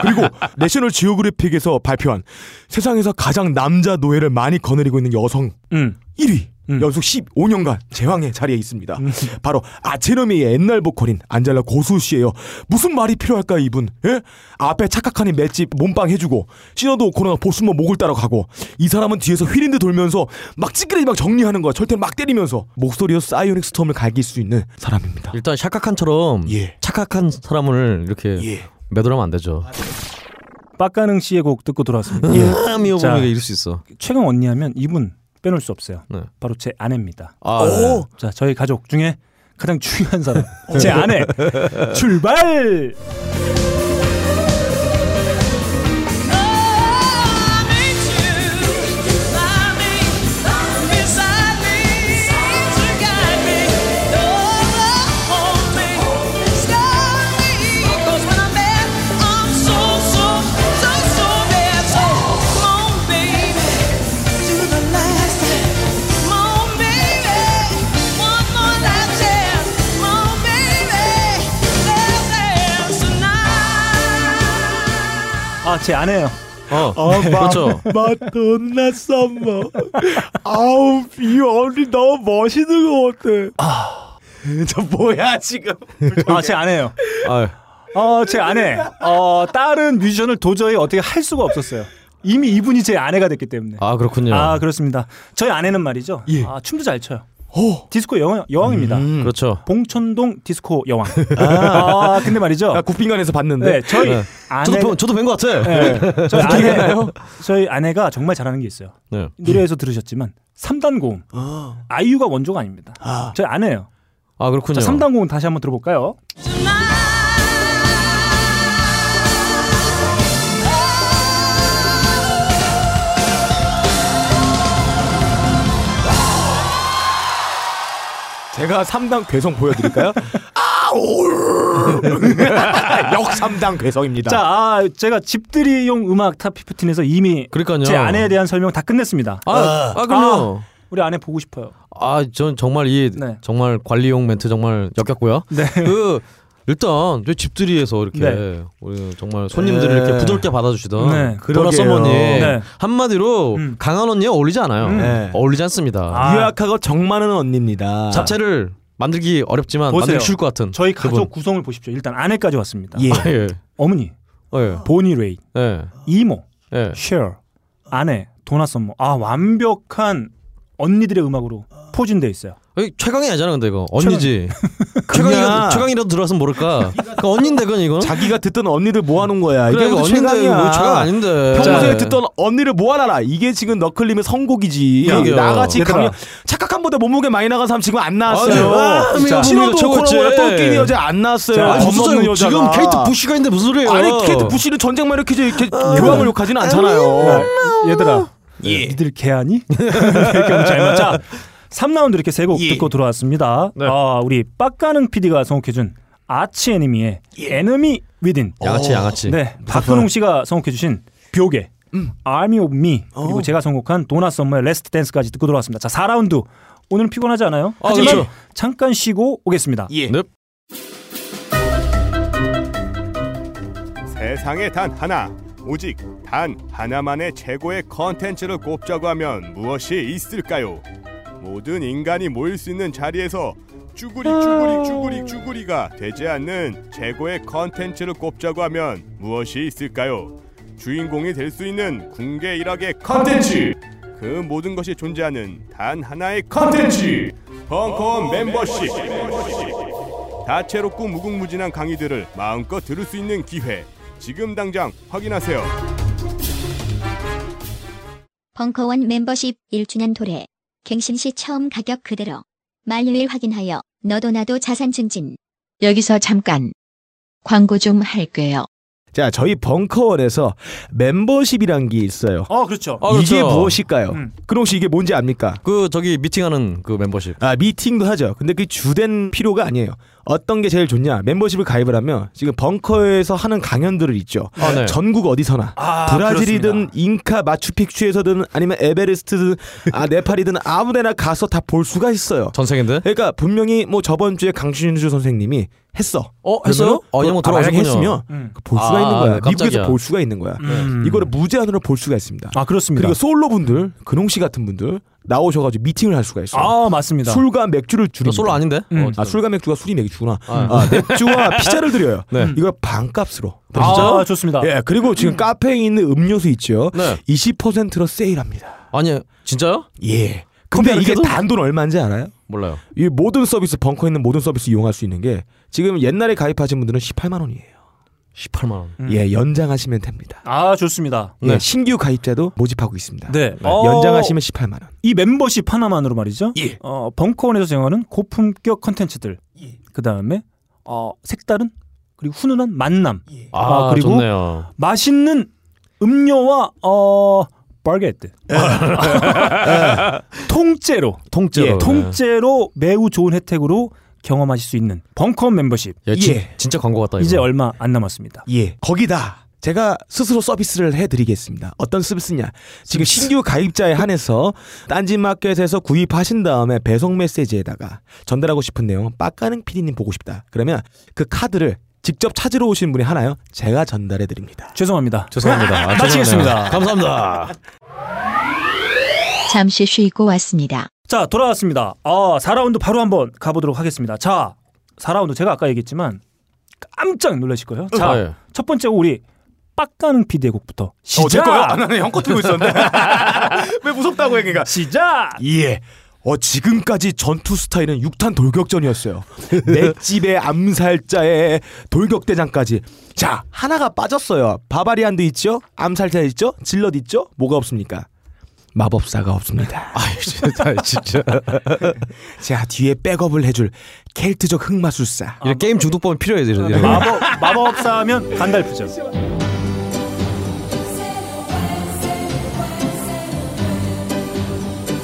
D: 그리고 내셔널 지오그래픽에서 발표한 세상에서 가장 남자 노예를 많이 거느리고 있는 여성
A: 음.
D: 1위
A: 음.
D: 연속 15년간 제왕의 자리에 있습니다. 바로 아체너미의 옛날 보컬인 안젤라 고수 씨예요. 무슨 말이 필요할까 이분? 예? 앞에 착각하니 맷집 몸빵 해주고 시너도 오코너가 보스모 목을 따라 가고 이 사람은 뒤에서 휘린드 돌면서 막 찌끄레기 막 정리하는 거야. 절대 막 때리면서 목소리로 사이오닉 스톰을 갈길 수 있는 사람입니다.
B: 일단 샤카칸처럼
D: 예.
B: 착각한 사람을 이렇게
D: 예.
B: 매도하면 안 되죠.
A: 빡가능 씨의 곡 듣고 들어왔습니다.
B: 아, 미워
A: 예. 자.
B: 보면 이럴 수 있어.
A: 최강 언니 하면 이분 빼놓을 수 없어요.
B: 네.
A: 바로 제 아내입니다.
B: 아,
D: 오!
A: 자, 저희 가족 중에 가장 중요한 사람. 제 아내. 출발! 아, 제 아내예요.
B: 어, 그렇죠.
D: 마돈나 썸머. 아우 이 언니 너무 멋있는 것 같아. 아, 저 뭐야 지금?
A: 아, 제 아내예요.
B: 아,
A: 어, 제 아내. 어, 다른 뮤지션을 도저히 어떻게 할 수가 없었어요. 이미 이분이 제 아내가 됐기 때문에.
B: 아 그렇군요.
A: 아, 그렇습니다. 저희 아내는 말이죠.
D: 예.
A: 아, 춤도 잘 춰요.
D: 어.
A: 디스코 여왕, 여왕입니다.
B: 그렇죠.
A: 봉천동 디스코 여왕. 아, 근데 말이죠.
D: 나 국빈관에서 봤는데.
A: 네, 저희
B: 네.
A: 아내.
B: 저도 뵌- 저도 뵌 것 같아.
A: 네, 저희 아내. 저희 아내가 정말 잘하는 게 있어요.
B: 네.
A: 노래에서 들으셨지만 3단 고음. 아이유가 원조가 아닙니다. 저희 아내예요.
B: 아 그렇군요.
A: 자, 3단 고음 다시 한번 들어볼까요?
D: 제가 3당 괴성 보여드릴까요? 아, 역 3당 괴성입니다.
A: 자, 아, 제가 집들이용 음악 탑 피프틴에서 이미
B: 그러니까요.
A: 제 아내에 대한 설명 다 끝냈습니다.
B: 아, 아 그럼요.
A: 우리 아내 보고 싶어요.
B: 아, 전 정말 이
A: 네.
B: 정말 관리용 멘트 정말 역겹고요.
A: 네.
B: 그 일단 저희 집들이에서 이렇게
A: 네.
B: 우리 정말 손님들을 이렇게 부드럽게 받아주시던
A: 네,
B: 보라
D: 그러게요.
B: 서머니
A: 네.
B: 한마디로
A: 음.
B: 강한 언니에 어울리지 않아요.
D: 네.
B: 어울리지 않습니다.
A: 아.
D: 유약하고 정 많은 언니입니다.
B: 잡채를 만들기 어렵지만
A: 보세요.
B: 만들기 쉬울 것 같은
A: 저희 가족
B: 그분.
A: 구성을 보십시오. 일단 아내까지 왔습니다.
D: 예.
B: 아, 예.
A: 어머니,
B: 어, 예.
A: 보니 레이,
B: 예.
A: 이모,
B: 예.
A: 쉐어, 아내, 도나 썸머. 아, 완벽한 언니들의 음악으로 포진돼 있어요.
B: 어이, 최강이 아니잖아 근데 이거 언니지
D: 그냥-
B: 최강이 최강이라도 들어왔으면 모를까 그러니까 언니인데 그건 이건
D: 자기가 듣던 언니들 모아놓은 거야.
B: 그래
D: 이게
B: 이거
D: 무슨
B: 언니인데
D: 최강이야.
B: 뭐 최강 아닌데 네.
D: 평소에
B: 자,
D: 듣던 언니를 모아놔라. 이게 지금 너클림의 선곡이지.
B: 그러게요.
D: 나같이
A: 얘들아.
D: 강력 착각함보다 몸무게 많이 나간 사람 지금 안 나왔어요.
B: 아, 네. 아, 미가
D: 친호도
B: 최고였지.
D: 코너보다 또 끼는 여자 안
A: 자,
D: 나왔어요.
B: 아니,
D: 겁
B: 무슨
D: 없는
B: 소리야.
D: 여자가.
B: 지금 케이트 부시가 있는데 무슨 소리예요
D: 아니 케이트 부시는 전쟁만 이렇게 이렇게 교황을 욕하지는
A: 야,
D: 아, 네.
I: 어,
D: 않잖아요.
A: 얘들아, 니들 개하니? 배경 잘 맞자. 3라운드 이렇게 세 곡 듣고 들어왔습니다.
I: 네.
A: 아, 우리 빡가능 PD가 선곡해준 아치 애니미의 에너미 위딘.
B: 양아치 어, 양아치
A: 네, 박근홍 씨가 선곡해주신 묘계, Army of Me 그리고 제가 선곡한 도나 썸머의 레스트 댄스까지 듣고 들어왔습니다. 자, 4라운드 오늘은 피곤하지 않아요?
B: 아,
A: 하지만
B: 그렇죠.
A: 잠깐 쉬고 오겠습니다.
D: 예.
B: 넵.
J: 세상에 단 하나, 오직 단 하나만의 최고의 컨텐츠를 꼽자고 하면 무엇이 있을까요? 모든 인간이 모일 수 있는 자리에서 쭈구리 쭈구리 쭈구리 쭈구리가 되지 않는 최고의 컨텐츠를 꼽자고 하면 무엇이 있을까요? 주인공이 될 수 있는 궁계 일학의 컨텐츠! 그 모든 것이 존재하는 단 하나의 컨텐츠! 벙커원 멤버십. 다채롭고 무궁무진한 강의들을 마음껏 들을 수 있는 기회. 지금 당장 확인하세요.
G: 벙커원 멤버십 1주년 도래. 갱신시 처음 가격 그대로. 만료일 확인하여 너도 나도 자산 증진.
K: 여기서 잠깐 광고 좀 할게요.
D: 자, 저희 벙커원에서 멤버십이란 게 있어요.
I: 어, 그렇죠.
B: 아, 그렇죠.
D: 이게 무엇일까요?
A: 음.
D: 그럼 혹시 이게 뭔지 압니까?
B: 그 저기 미팅하는 그 멤버십.
D: 아, 미팅도 하죠. 근데 그 주된 필요가 아니에요. 어떤 게 제일 좋냐? 멤버십을 가입을 하면 지금 벙커에서 하는 강연들을 있죠.
B: 아, 네.
D: 전국 어디서나
I: 아,
D: 브라질이든
I: 그렇습니다.
D: 잉카 마추픽추에서든 아니면 에베레스트든 아 네팔이든 아무데나 가서 다 볼 수가 있어요.
B: 전생인데?
D: 그러니까 분명히 뭐 저번 주에 강신주 선생님이 했어.
B: 어 했어요? 아 이런 거
D: 아, 만약에
B: 돌아오셨군요.
D: 했으면
A: 음.
D: 볼 수가
B: 아,
D: 있는 거야.
B: 깜짝이야.
D: 미국에서 볼 수가 있는 거야.
A: 음.
D: 이거를 무제한으로 볼 수가 있습니다.
I: 아, 그렇습니다.
D: 그리고 솔로 분들, 근홍 씨 같은 분들 나오셔가지고 미팅을 할 수가 있어요.
I: 아, 맞습니다.
D: 술과 맥주를
B: 너
D: 줄입니다.
B: 솔로 아닌데?
A: 음.
B: 어,
D: 아, 술과 맥주가 술이 맥주구나.
B: 아.
D: 아, 맥주와 피자를 드려요. 음.
B: 네. 음.
D: 이걸 반값으로.
I: 아, 좋습니다.
D: 예, 그리고 지금 카페에 있있는 음료수 있죠.
B: 네.
D: 20%로 세일합니다.
B: 아니 진짜요?
D: 예. 근데 이게
B: 컴퓨터로
D: 단돈 얼마인지 알아요?
B: 몰라요.
D: 이 모든 서비스 벙커에 있는 모든 서비스 이용할 수 있는 게 지금 옛날에 가입하신 분들은 18만 원이에요.
B: 18만 원.
A: 음.
D: 예, 연장하시면 됩니다.
I: 아, 좋습니다.
D: 예, 신규 가입자도 모집하고 있습니다. 예,
A: 네. 어,
D: 연장하시면 18만 원.
A: 이 멤버십 하나만으로 말이죠. 어, 벙커원에서 제공하는 고품격 컨텐츠들. 그 다음에 어, 색다른 그리고 훈훈한 만남.
B: 아,
A: 아, 그리고
B: 좋네요.
A: 맛있는 음료와 어 바게트 예. 통째로
B: 통째로.
A: 예,
B: 네.
A: 통째로 매우 좋은 혜택으로 경험하실 수 있는 벙커 멤버십
B: 야, 진-
D: 예.
B: 진짜 광고 같다. 이거.
A: 이제 얼마 안 남았습니다.
D: 예. 거기다 제가 스스로 서비스를 해드리겠습니다. 어떤 서비스냐? 지금 신규 가입자에 한해서 딴지마켓에서 구입하신 다음에 배송 메시지에다가 전달하고 싶은 내용은 빡가는 PD님 보고 싶다. 그러면 그 카드를 직접 찾으러 오신 분이 하나요? 제가 전달해 드립니다.
A: 죄송합니다.
B: 죄송합니다. 아, 죄송하네요.
A: 마치겠습니다.
B: 감사합니다.
K: 잠시 쉬고 왔습니다.
A: 자 돌아왔습니다. 아 4라운드 바로 한번 가보도록 하겠습니다. 자 4라운드 제가 아까 얘기했지만 깜짝 놀라실 거예요.
B: 아,
A: 자첫
B: 예.
A: 번째 우리 빡가는 PD의 곡부터
D: 어,
A: 시작.
D: 아, 나는 형껏 들고 있었는데. 왜 무섭다고 해, 그러니까.
A: 시작.
D: 예. 어 지금까지 전투 스타일은 육탄 돌격전이었어요. 맷집의 암살자의 돌격대장까지. 자 하나가 빠졌어요. 바바리안도 있죠. 암살자 있죠. 질럿 있죠. 뭐가 없습니까? 마법사가 없습니다.
B: 아, 진짜 진짜.
D: 자 뒤에 백업을 해줄 켈트적 흑마술사.
B: 이런 게임 중독법은 필요해요, 이런. 이런. 거.
A: 마법 마법사하면 간달프죠.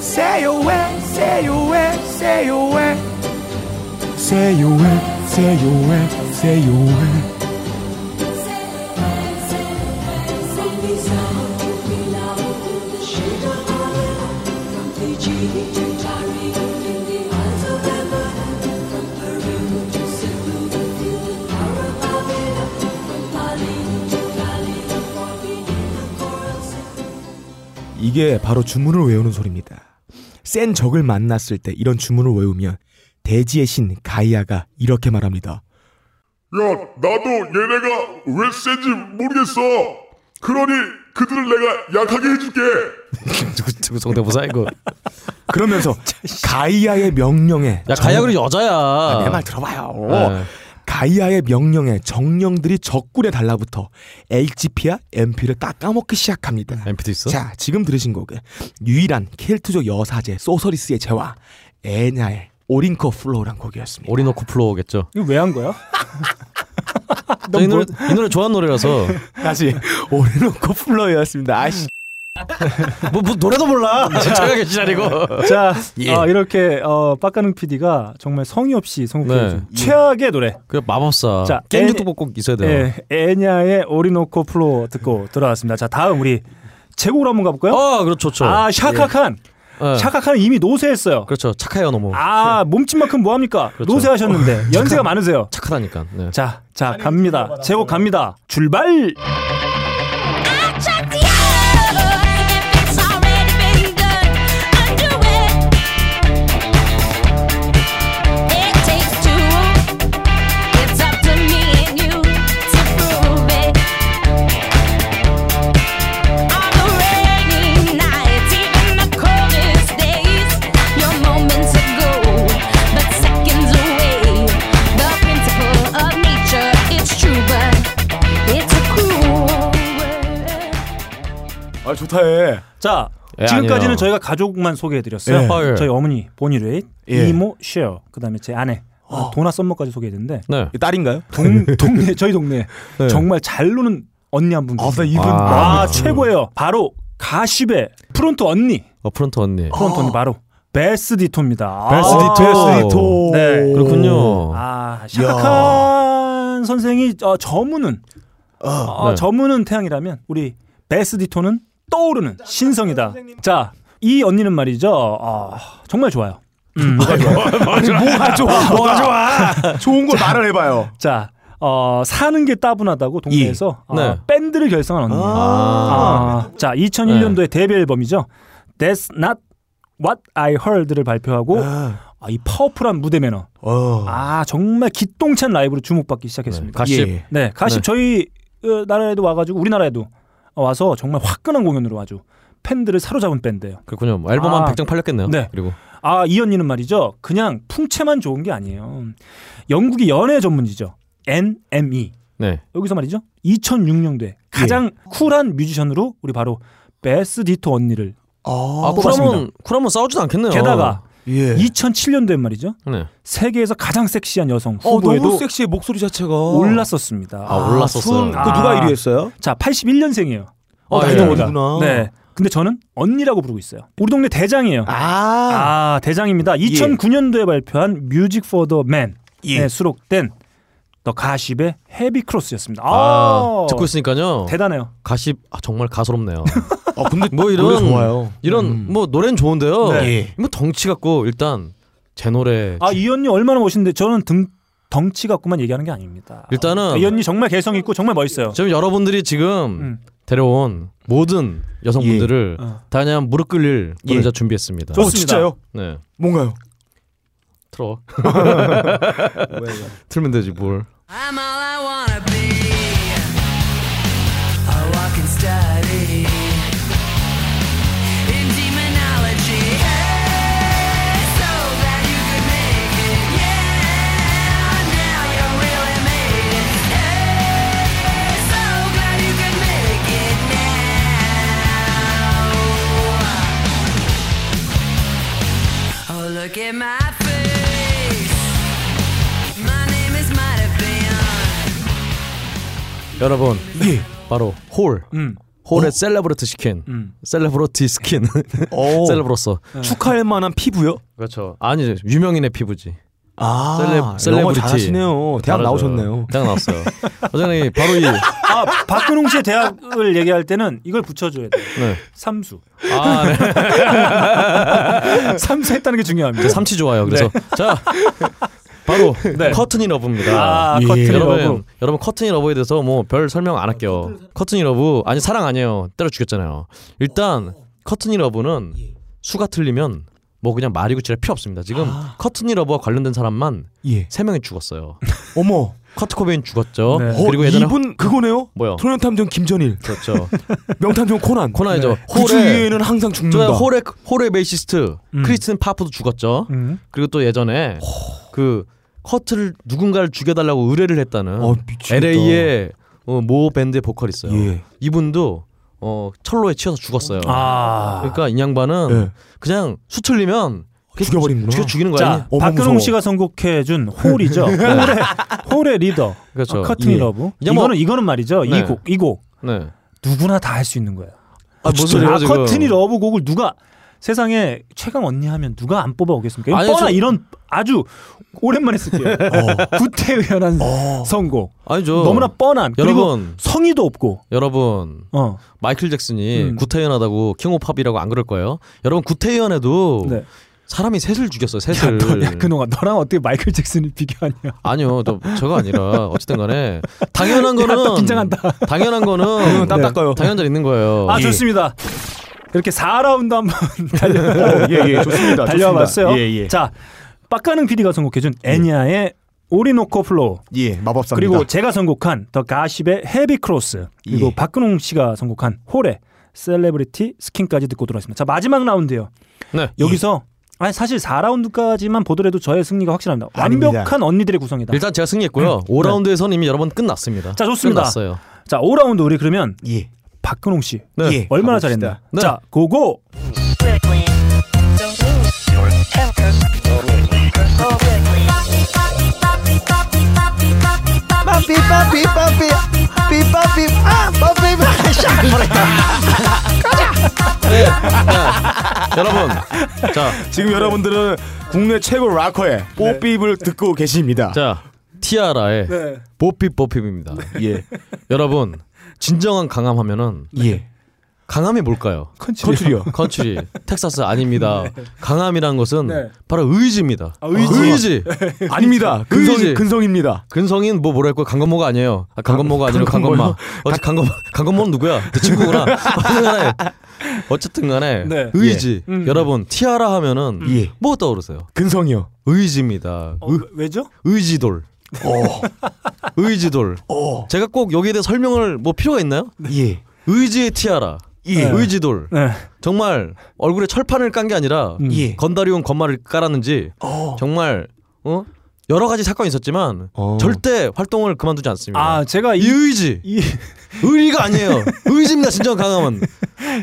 D: Say you way, say you way, say you way. Say you way, say you way, say you way. 이게 바로 주문을 외우는 소리입니다. 센 적을 만났을 때 이런 주문을 외우면 대지의 신 가이아가 이렇게 말합니다.
L: 야, 나도 얘네가 왜 센지 모르겠어. 그러니 그들을 내가 약하게 해줄게.
B: 지금 성대모사 이거.
D: 그러면서 가이아의 명령에
B: 야, 가야그리 여자야.
D: 내 말 들어봐요.
B: 네.
D: 가이아의 명령에 정령들이 적군에 달라붙어 LGP와 MP를 깎아먹기 시작합니다.
B: MP도 있어?
D: 자, 지금 들으신 곡은 유일한 켈트족 여사제 소서리스의 제와 에냐의 오링커 플로우란 곡이었습니다.
B: 오리노코 플로어겠죠.
A: 이거 왜 한 거야?
B: 저이 노래 이 노래 좋아하는 노래라서
D: 다시 오링커 플로우였습니다. 아씨.
B: 뭐, 뭐 노래도 몰라. 제가 계시다리고.
A: 자, 아, 이렇게 어, 빡가능 PD가 정말 성의 없이 선곡해준 최악의 노래.
B: 그 마법사.
A: 자,
B: 게임
A: 애-
B: 중독법 꼭 있어야 돼요.
A: 예, 에냐의 오리노코
B: 어,
A: 플로 듣고 돌아왔습니다. 자, 다음 우리 제곡으로 한번 가볼까요?
B: 아, 그렇죠. 좋죠.
A: 아, 샤카칸. 샤카카는 이미 노쇠했어요.
B: 그렇죠. 착해요 너무.
A: 아 몸집만큼 뭐합니까?
D: 그렇죠. 어,
A: 노쇠하셨는데 연세가 많으세요.
B: 착하다니까. 네.
A: 자, 자 갑니다. 제곡 갑니다. 출발.
D: 아 좋다해.
A: 자
D: 예,
A: 지금까지는
D: 아니에요.
A: 저희가 가족만 소개해드렸어요.
D: 예. 아, 예.
A: 저희 어머니 보니레잇,
D: 예. 어.
A: 이모 쉐어, 그다음에 제 아내 아, 도나 썸머까지 소개해드는데
B: 네.
D: 딸인가요?
A: 동, 동네 저희 동네
D: 네.
A: 정말 잘 노는 언니 한
D: 아,
A: 분. 계세요.
D: 이분
A: 아,
D: 마음에 들어요.
A: 최고예요. 바로 가십의 프론트 언니.
B: 어, 프론트 언니.
A: 프론트
D: 아.
A: 언니 바로 베스 디토입니다. 아,
B: 베스 디토.
A: 베스
B: 디토.
A: 네
B: 아. 그렇군요.
A: 아 샤카칸 선생이 어, 저무는 어,
B: 네.
A: 저무는 태양이라면 우리 베스 디토는 떠오르는 신성이다. 자 이 언니는 말이죠. 어, 정말 좋아요. 음, 뭐가 좋아? 아니, 뭐가 좋아? 뭐가 좋아?
D: 좋은 걸 말을 해봐요.
A: 자, 어, 사는 게 따분하다고 동네에서
D: 예. 네.
A: 어, 밴드를 결성한 언니예요. 아, 자, 2001년도에 데뷔 앨범이죠. That's Not What I Heard를 발표하고 아, 이 파워풀한 무대 매너.
M: 어. 음.
A: 아, 정말 기똥찬 라이브로 주목받기 시작했습니다.
B: 네, 가십.
A: 예. 네, 가십
B: 네.
A: 저희 어, 나라에도 와가지고 우리나라에도 와서 정말 화끈한 공연으로 아주 팬들을 사로잡은 밴드예요.
B: 그렇군요. 뭐 앨범
A: 아.
B: 한 100장 팔렸겠네요.
A: 네.
B: 그리고
A: 아, 이 언니는 말이죠. 그냥 풍채만 좋은 게 아니에요. 영국의 연애 전문지죠. NME.
B: 네.
A: 여기서 말이죠. 2006년도에
M: 예.
A: 가장 쿨한 뮤지션으로 우리 바로 베스 디토 언니를
B: 아,
A: 뽑았습니다.
B: 쿨하면 쿨하면 싸우지도 않겠네요.
A: 게다가 2007년도에 말이죠.
B: 네.
A: 세계에서 가장 섹시한 여성
M: 어,
A: 후보에도
M: 너무 섹시해 목소리 자체가
A: 올랐었습니다.
B: 아, 올랐었어요.
M: 순- 그 누가 1위 했어요?
A: 자, 81년생이에요.
M: 어,
B: 아,
M: 나이도
B: 예.
M: 어리구나.
A: 네. 근데 저는 언니라고 부르고 있어요. 우리 동네 대장이에요. 아, 대장입니다. 2009년도에 발표한 뮤직 포 더 맨에 수록된 더 가십의 헤비 크로스였습니다. 아,
B: 아, 듣고 있으니까요.
A: 대단해요.
B: 가시 아, 정말 가소롭네요.
M: 아 근데
B: 뭐
M: 노래
B: 이런
M: 좋아요.
B: 이런
M: 음.
B: 뭐 노래는 좋은데요.
A: 음. 네.
B: 뭐 덩치 같고 일단 제 노래
A: 아, 이 언니 얼마나 멋있는데 저는 등 덩치 갖고만 얘기하는 게 아닙니다.
B: 일단은
A: 이 언니 정말 개성 있고 정말 멋있어요.
B: 지금 여러분들이 지금
M: 음.
B: 데려온 모든
M: 예.
B: 여성분들을
M: 어.
B: 다 그냥 무릎 꿇릴 노래자 준비했습니다.
A: 좋습니다. 오, 어, 진짜요?
B: 네.
D: 뭔가요?
B: 틀어. 틀면 되지 뭘.
E: I'm all I wanna be. A walking study in demonology. Hey, so glad you could make it. Yeah, now you really made it. Hey, so glad you could make it now. Oh, look at my face. My name is Mighty
B: 여러분
M: 예.
B: 바로 홀
A: 음.
M: 어?
B: 홀의 셀레브레트 시킨
M: 음.
B: 셀레브로티 스킨
M: 어.
B: 셀레브로서
M: 네. 축하할 만한 피부요?
B: 그렇죠 아니 유명인의 피부지
M: 아, 영어 잘하시네요. 대학 나오셨네요.
B: 대학 나왔어요 어제는 바로 이
A: 아, 박근홍 씨의 대학을 얘기할 때는 이걸 붙여줘야 돼요.
B: 네.
A: 삼수.
B: 아, 네.
A: 삼수했다는 게 중요합니다.
B: 저 삼치 좋아요. 그래서
M: 네.
B: 자 바로
A: 네.
B: 커튼이 러브입니다.
A: 아, 예. 커튼이
B: 여러분
A: 러브.
B: 여러분 커튼이 러브에 대해서 뭐 별 설명 안 할게요. 커튼이 러브 아니 사랑 아니에요. 때려 죽였잖아요. 일단 커튼이 러브는 수가 틀리면 뭐 그냥 말이고지랄 필요 없습니다. 지금 커튼이 러브와 관련된 사람만
M: 아. 예.
B: 세 명이 죽었어요.
M: 어머.
B: 커트 코베인 죽었죠.
M: 네.
B: 그리고
M: 어,
B: 예전에 어.
M: 이분 그거네요.
B: 뭐요?
M: 소년탐정 김전일.
B: 그렇죠.
M: 명탐정 코난.
B: 코난이죠.
M: 그
B: 홀에-
M: 주위에는 항상
D: 음.
M: 죽는다.
B: 저는 홀의 홀의 베이시스트 크리스틴 파프도 죽었죠.
M: 음.
B: 그리고 또 예전에 그 커트를 누군가를 죽여달라고 의뢰를 했다는 LA의 어, 모 밴드의 보컬 있어요. 이분도 어, 철로에 치여서 죽었어요.
A: 아.
B: 그러니까 인양반은 그냥 수틀리면 죽여버리는구나. 죽여 죽이는
A: 자,
B: 거야.
A: 박근홍 씨가 선곡해준 홀이죠.
B: 네.
A: 홀의 홀의 리더. 아,
B: 그렇죠.
A: 커튼
B: 예.
A: 러브.
B: 이제 뭐-
A: 이거는 이거는 말이죠.
B: 네.
A: 이 곡 이 곡
B: 네.
A: 누구나 다 할 수 있는 거예요.
B: 아, 무슨 소리예요, 지금?
A: 커튼이 러브 곡을 누가 세상에 최강 언니 하면 누가 안 뽑아 오겠습니까? 이건
B: 아니,
A: 뻔한
B: 저-
A: 이런 아주 오랜만에 쓸게요. 구태의연한 선고.
B: 아니죠.
A: 너무나 뻔한
B: 어. 여러분.
A: 그리고 성의도 없고. 어,
B: 여러분, 마이클 잭슨이 구태연하다고 킹 오브 팝이라고 안 그럴 거예요. 여러분 구태연에도 사람이 셋을 죽였어요. 셋을.
A: 네. 야, 너, 야, 그놈아, 너랑 어떻게 마이클 잭슨을 비교하냐?
B: 아니요, 저, 저가 아니라 어쨌든간에 당연한
A: 야,
B: 거는
A: 나 긴장한다.
B: 당연한 거는
A: 땀 닦아요.
B: 당연한 일 있는 거예요.
A: 아 좋습니다. 이렇게 4라운드 한번 달려.
B: 오, 예, 예, 좋습니다.
A: 달려봤어요.
B: 좋습니다. 예, 예.
A: 자, 빡가는 PD가 선곡해준 애니아의 오리노코 플로우.
N: 예, 마법사입니다.
A: 그리고 제가 선곡한 더 가십의 헤비 크로스. 그리고
N: 예.
A: 박근홍 씨가 선곡한 홀의 셀레브리티 스킨까지 듣고 들어왔습니다. 자, 마지막 라운드예요.
B: 네.
A: 여기서 아니 사실 4라운드까지만 보더라도 저의 승리가 확실합니다.
B: 아닙니다.
A: 완벽한 언니들의 구성이다.
B: 일단 제가 승리했고요.
A: 네.
B: 오 5라운드에서는 이미 여러 번 끝났습니다.
A: 자 좋습니다.
B: 끝났어요.
A: 자 5라운드 우리 그러면 박근홍 씨
B: 예,
A: 얼마나
B: 가봅시다.
A: 잘했나? 자 고고.
B: 네. 여러분, 자
D: 지금 여러분들은 국내 최고 락커의 뽀삐를 듣고 계십니다.
B: 네. 자, 티아라의
D: 네.
B: 뽀삐 뽀삐입니다. 예. 여러분, 진정한 강함 하면은 예. 강함이 뭘까요?
D: 컨츄리요.
B: 컨츄리. 텍사스 아닙니다.
A: 네.
B: 강함이란 것은
D: 네.
B: 바로 의지입니다.
D: 아, 의지.
B: 의지.
D: 아닙니다. 근성- 근성입니다.
B: 근성인 뭐 뭐랄까 강건모가 아니에요. 아, 강건모가 아니라
D: 강건모요?
B: 강건마. 어째 강건 강건모는 누구야? 내 친구구나. 어쨌든 간에- 어쨌든 간에
D: 네.
B: 의지.
D: 예. 음. 예. 그
B: 여러분, 티아라 하면은 뭐 떠오르세요?
D: 근성이요.
B: 의지입니다.
D: 어.
B: 의-
A: 어, 왜죠?
B: 의지돌. 의지돌. 제가 꼭 여기에 대해 설명을 뭐 필요가 있나요?
D: 어. 예.
B: 의지의 티아라.
D: 예.
B: 의지돌.
A: 네.
B: 정말 얼굴에 철판을 깐 게 아니라
D: 음. 예.
B: 건다리온 건마를 깔았는지 정말 어? 여러 가지 사건이 있었지만 절대 활동을 그만두지 않습니다.
A: 어. 아 제가
B: 이, 의지 의리가 아니에요. 의지입니다. 진정 강함은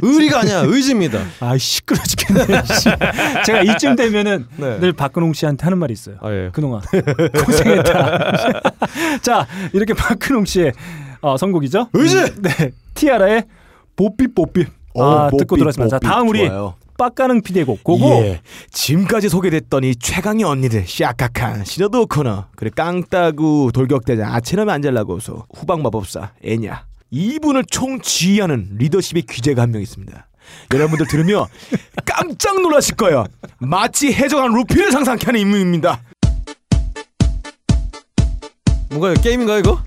B: 의리가 아니야. 의지입니다.
A: 아 시끄러 죽겠네. 씨. 제가 이쯤 되면은
B: 네.
A: 늘 박근홍 씨한테 하는 말이 있어요.
B: 아, 예.
A: 그동안 고생했다. 자 이렇게 박근홍 씨의 어, 선곡이죠. 의지. 네. 티아라의 뽀삐 뽀삐. 아
D: 뽀삐,
A: 듣고 들었습니다. 자
D: 뽀삐.
A: 다음 우리
D: 좋아요.
A: 빡가는 피디의 곡 고고.
D: 예. 지금까지 소개됐더니 최강의 언니들 샤카칸 시너드 오커너 그리고 깡따구 돌격대장 아체나미 안젤라고소 후방 마법사 애냐 이분을 총 지휘하는 리더십의 귀재가 한 명 있습니다. 여러분들 들으며 깜짝 놀라실 거예요. 마치 해적한 루피를 상상케 하는 인물입니다.
B: 뭔가 게임인가 이거?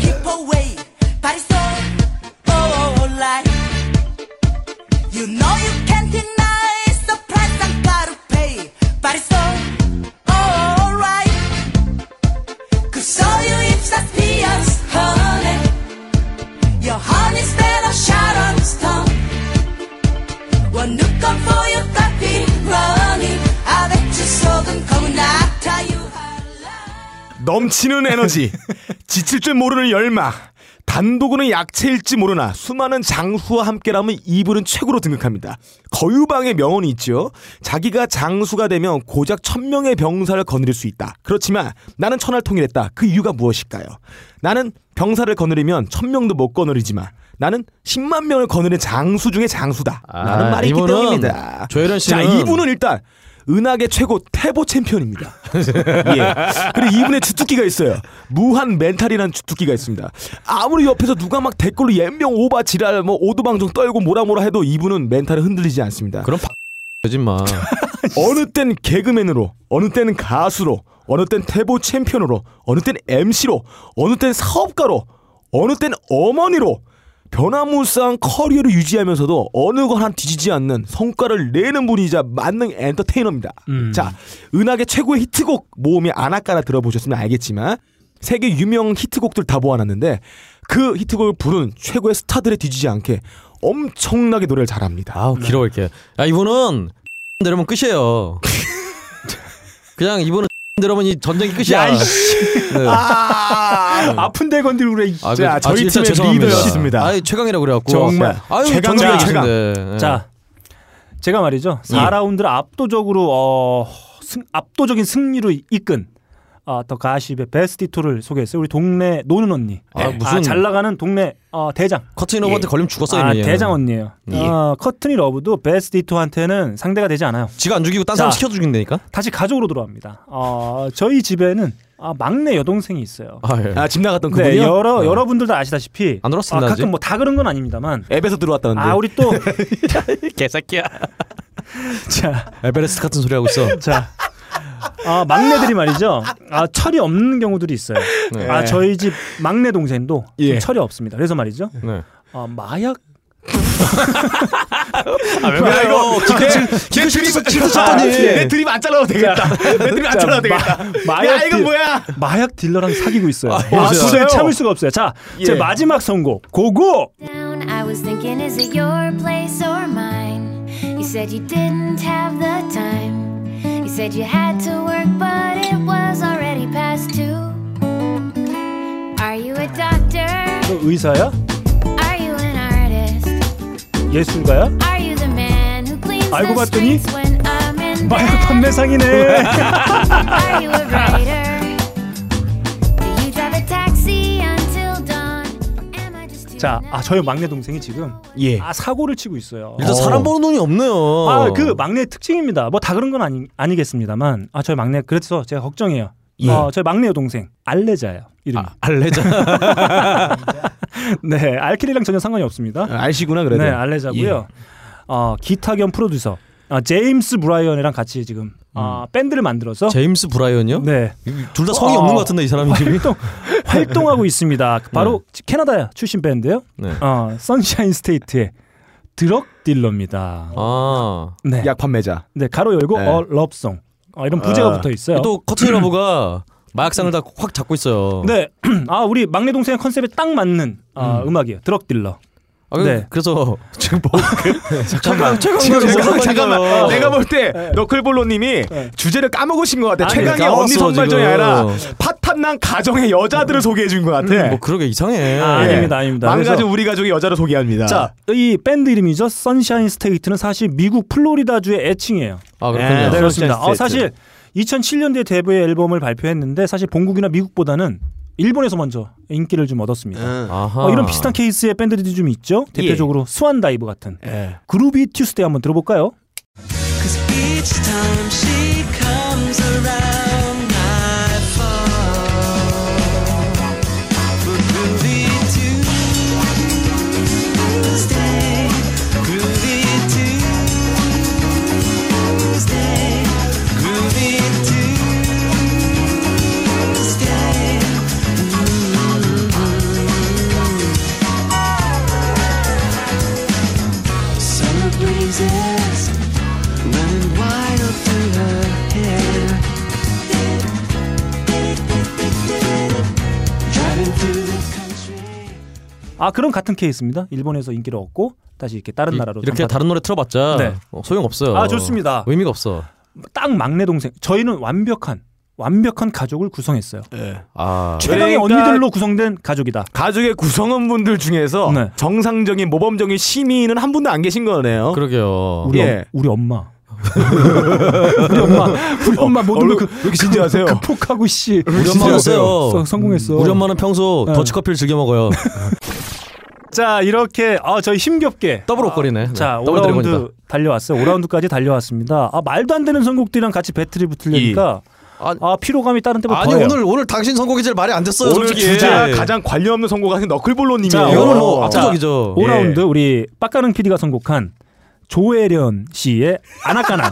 E: Keep away, party so oh, oh, like You know you can't deny it's the price I gotta pay, party so oh, oh, right Cause all you hips are spears, honey Your heart is made of Sharon stone One look up for your copy running I bet you so them coming after you
D: 넘치는 에너지, 지칠 줄 모르는 열망, 단독은 약체일지 모르나 수많은 장수와 함께라면 이불은 최고로 등극합니다. 거유방의 명언이 있죠. 자기가 장수가 되면 고작 천명의 병사를 거느릴 수 있다. 그렇지만 나는 천하를 통일했다. 그 이유가 무엇일까요? 나는 병사를 거느리면 천명도 못 거느리지만 나는 10만 명을 거느린 장수 중에 장수다. 라는
B: 아,
D: 말이 있기
B: 이분은
D: 때문입니다.
B: 조혜련
D: 자,
B: 씨는
D: 이분은 일단 은하계 최고 태보 챔피언입니다. 예. 그리고 이분의 주특기가 있어요. 무한 멘탈이라는 주특기가 있습니다. 아무리 옆에서 누가 막 댓글로 옌병 오바 지랄 뭐 오두방정 떨고 뭐라 뭐라 해도 이분은 멘탈을 흔들리지 않습니다.
B: 그럼 거짓말.
D: 어느 땐 개그맨으로, 어느 때는 가수로, 어느 땐 태보 챔피언으로, 어느 땐 MC로, 어느 땐 사업가로, 어느 땐 어머니로 변화무쌍 커리어를 유지하면서도 어느 걸 한 뒤지지 않는 성과를 내는 분이자 만능 엔터테이너입니다.
A: 음.
D: 자, 은하계 최고의 히트곡 모음이 아나까라 들어보셨으면 알겠지만 세계 유명 히트곡들 다 모아놨는데 그 히트곡을 부른 최고의 스타들에 뒤지지 않게 엄청나게 노래를 잘합니다.
B: 아우 길어 이렇게. 야 이분은 내려면 끝이에요. 그냥 이분은 내려면 이 전쟁이 끝이야.
A: 야, 이씨.
B: 네.
A: 아, 아픈데 건드리고 그래. 진짜.
B: 아, 그- 아,
A: 저희
B: 진짜
A: 팀의
B: 죄송합니다.
A: 리더였습니다.
B: 아, 최강이라고 그래갖고.
A: 정말. 네.
B: 아유,
A: 최강
B: 정말
A: 중에 최강.
B: 최강인데. 예.
A: 자, 제가 말이죠.
B: 예.
A: 4라운드를 압도적으로 어, 승, 압도적인 승리로 이끈 아, 더 가십의 베스티토를 소개했어요. 우리 동네 노는 언니.
B: 아, 무슨-
A: 잘 나가는 동네 어, 대장.
B: 커튼이 러브한테 걸리면 죽었어,
A: 아,
B: 얘는.
A: 대장 언니예요.
B: 예.
A: 아, 커튼이 러브도 베스티토한테는 상대가 되지 않아요.
B: 지가 안 죽이고 딴 사람 시켜 죽인다니까?
A: 다시 가족으로 돌아옵니다. 어, 저희 집에는 아, 막내 여동생이 있어요.
B: 아, 예. 아, 집 나갔던
A: 네,
B: 그분이요?
A: 여러
B: 네.
A: 여러분들도 아시다시피 안
B: 들어왔습니다, 아직? 네.
A: 가끔 뭐 다 그런 건 아닙니다만
O: 앱에서 들어왔다는데.
A: 아, 우리 또
B: 개새끼야.
A: 자,
B: 에베레스트 같은 소리 하고 있어.
A: 자. 아, 막내들이 말이죠. 아, 철이 없는 경우들이 있어요.
B: 네.
A: 아, 저희 집 막내 동생도 좀
B: 예.
A: 철이 없습니다. 그래서 말이죠.
B: 네.
A: 아, 마약
B: 왜
D: 아,
B: 그래요? 기껏 칠- 기껏 칠수- 칠수 쳤더니.
D: 내 드립 안 잘라도 되겠다. 내 드립 안 잘라도 되겠다. 야 이거
A: 딜-
D: 뭐야?
A: 마약 딜러랑 사귀고 있어요. 아,
D: 아, 진짜요?
A: 참을 수가 없어요. 자, 제
D: 예.
A: 마지막 선곡 고고.
G: I was thinking, is it your place or mine? You said you didn't have the time. You said you had to work, but it was already past two. Are you a doctor?
A: 너 의사야?
G: Are you an artist?
A: 예술가야?
G: Are you the man who cleans
A: 알고
G: the
A: 봤더니
G: streets when I'm in bed?
A: 마약 판매상이네.
G: Are you a writer? Do you drive a taxi until dawn?
A: 자, 아 저희 막내 동생이 지금
O: 예.
A: 아 사고를 치고 있어요.
D: 아,
B: 일단 사람 보는 눈이 없네요.
A: 아, 그 막내의 특징입니다. 뭐 다 그런 건 아니, 아니겠습니다만, 아, 저희 막내, 그래서 제가 걱정해요.
B: 예.
A: 어, 저희 막내 여동생, 알레자예요. 이름이.
B: 알레자.
A: 네, 알킬이랑 전혀 상관이 없습니다.
D: 아,
O: 알시구나, 그래도.
A: 네, 알레자고요. 어, 기타 겸 프로듀서, 아, 제임스 브라이언이랑 같이 지금 아, 밴드를 만들어서
B: 제임스 브라이언이요? 어,
A: 네.
B: 둘 다 성이 없는 것 같은데 이 사람 이름이.
A: 활동, 활동하고 있습니다. 바로 캐나다 출신 밴드예요.
B: 네.
A: 어, 선샤인 스테이트의 드럭 딜러입니다.
B: 아.
A: 네.
O: 약 판매자.
A: 네, 가로 열고
B: 네.
A: 어 러브송. 어, 이런 부제가
B: 아.
A: 붙어 있어요.
B: 또 커튼 러브가 마약상을 다 확 잡고 있어요.
A: 네. 아, 우리 막내 동생 컨셉에 딱 맞는 아,
B: 음.
A: 음악이에요. 드럭 딜러.
B: 아, 그-
A: 네.
B: 그래서 지금 뭐 그-
A: 잠깐만.
B: 최강-
A: 지금
B: 최강
A: 무슨
B: 잠깐만,
A: 상관인가요? 뭐,
B: 잠깐만.
D: 내가 볼 때 너클볼로님이 주제를 까먹으신 것 같아.
B: 아니,
D: 최강의
B: 까먹었어,
D: 언니 선발전이
B: 지금.
D: 아니라 파탄난 가정의 여자들을 소개해 준 것 같아.
A: 뭐
B: 음, 그러게 이상해.
A: 아,
D: 예.
A: 아닙니다, 아닙니다.
D: 망가진
A: 그래서-
D: 우리 가족의 여자를 소개합니다.
A: 자, 이 밴드 이름이죠. 선샤인 스테이트는 사실 미국 플로리다주의 애칭이에요.
B: 아, 그렇군요.
A: 네, 그렇습니다.
B: 선샤인
A: 어,
B: 스테이트.
A: 사실 2007년도에 데뷔 앨범을 발표했는데 사실 본국이나 미국보다는 일본에서 먼저 인기를 좀 얻었습니다.
B: 음. 아하. 예.
A: 어, 이런 비슷한 케이스의 밴드들이 좀 있죠. 대표적으로 스완 다이브 같은 그루비 튜스데이 한번 들어볼까요?
E: Cause each time she comes around, I fall for groovy Tuesday, groovy Tuesday, groovy Tuesday. Mhm. Summer breezes running wild through her hair. Driving through the
A: 아 그런 같은 케이스입니다. 일본에서 인기를 얻고 다시 이렇게 다른
B: 이-
A: 나라로
B: 이렇게
A: 전파-
B: 다른 노래 틀어봤자
A: 네.
B: 어, 소용없어요.
A: 아, 좋습니다.
B: 의미가 없어.
A: 딱 막내 동생. 저희는 완벽한 완벽한 가족을 구성했어요.
B: 아.
A: 최강의
D: 그러니까-
A: 언니들로 구성된 가족이다.
D: 가족의 구성원분들 중에서 정상적인 모범적인 시민은 한 분도 안 계신 거네요.
B: 그러게요.
A: 우리
D: 예.
A: 엄- 우리 엄마. 우리 엄마, 우리 엄마 모든 걸그
D: 어, 이렇게 진지하세요?
A: 극복하고 씨.
B: 어, 우리 엄마
A: 성-
B: 없어요.
A: 성공했어.
B: 우리 엄마는 평소
A: 네.
B: 더치커피를 즐겨 먹어요.
A: 자 이렇게 아 저희 힘겹게
B: 더블 옷걸이네. 네,
A: 아, 자
B: 더블
A: 5라운드
B: 드래곤이다.
A: 달려왔어요. 5라운드까지 달려왔습니다. 아 말도 안 되는 선곡들이랑 같이 배틀이 붙으려니까
B: 아,
A: 피로감이 다른 때보다
B: 아니
A: 더해요.
B: 오늘 오늘 당신 선곡이 제일 말이 안 됐어요.
A: 오늘
B: 솔직히. 네.
A: 주제와
D: 가장 관련 없는 선곡하는
A: 자,
D: 너클볼로님이에요.
A: 오늘
D: 어.
A: 예. 아, 자, 5라운드 우리 빡가능 PD가 선곡한 조혜련 씨의 아나까나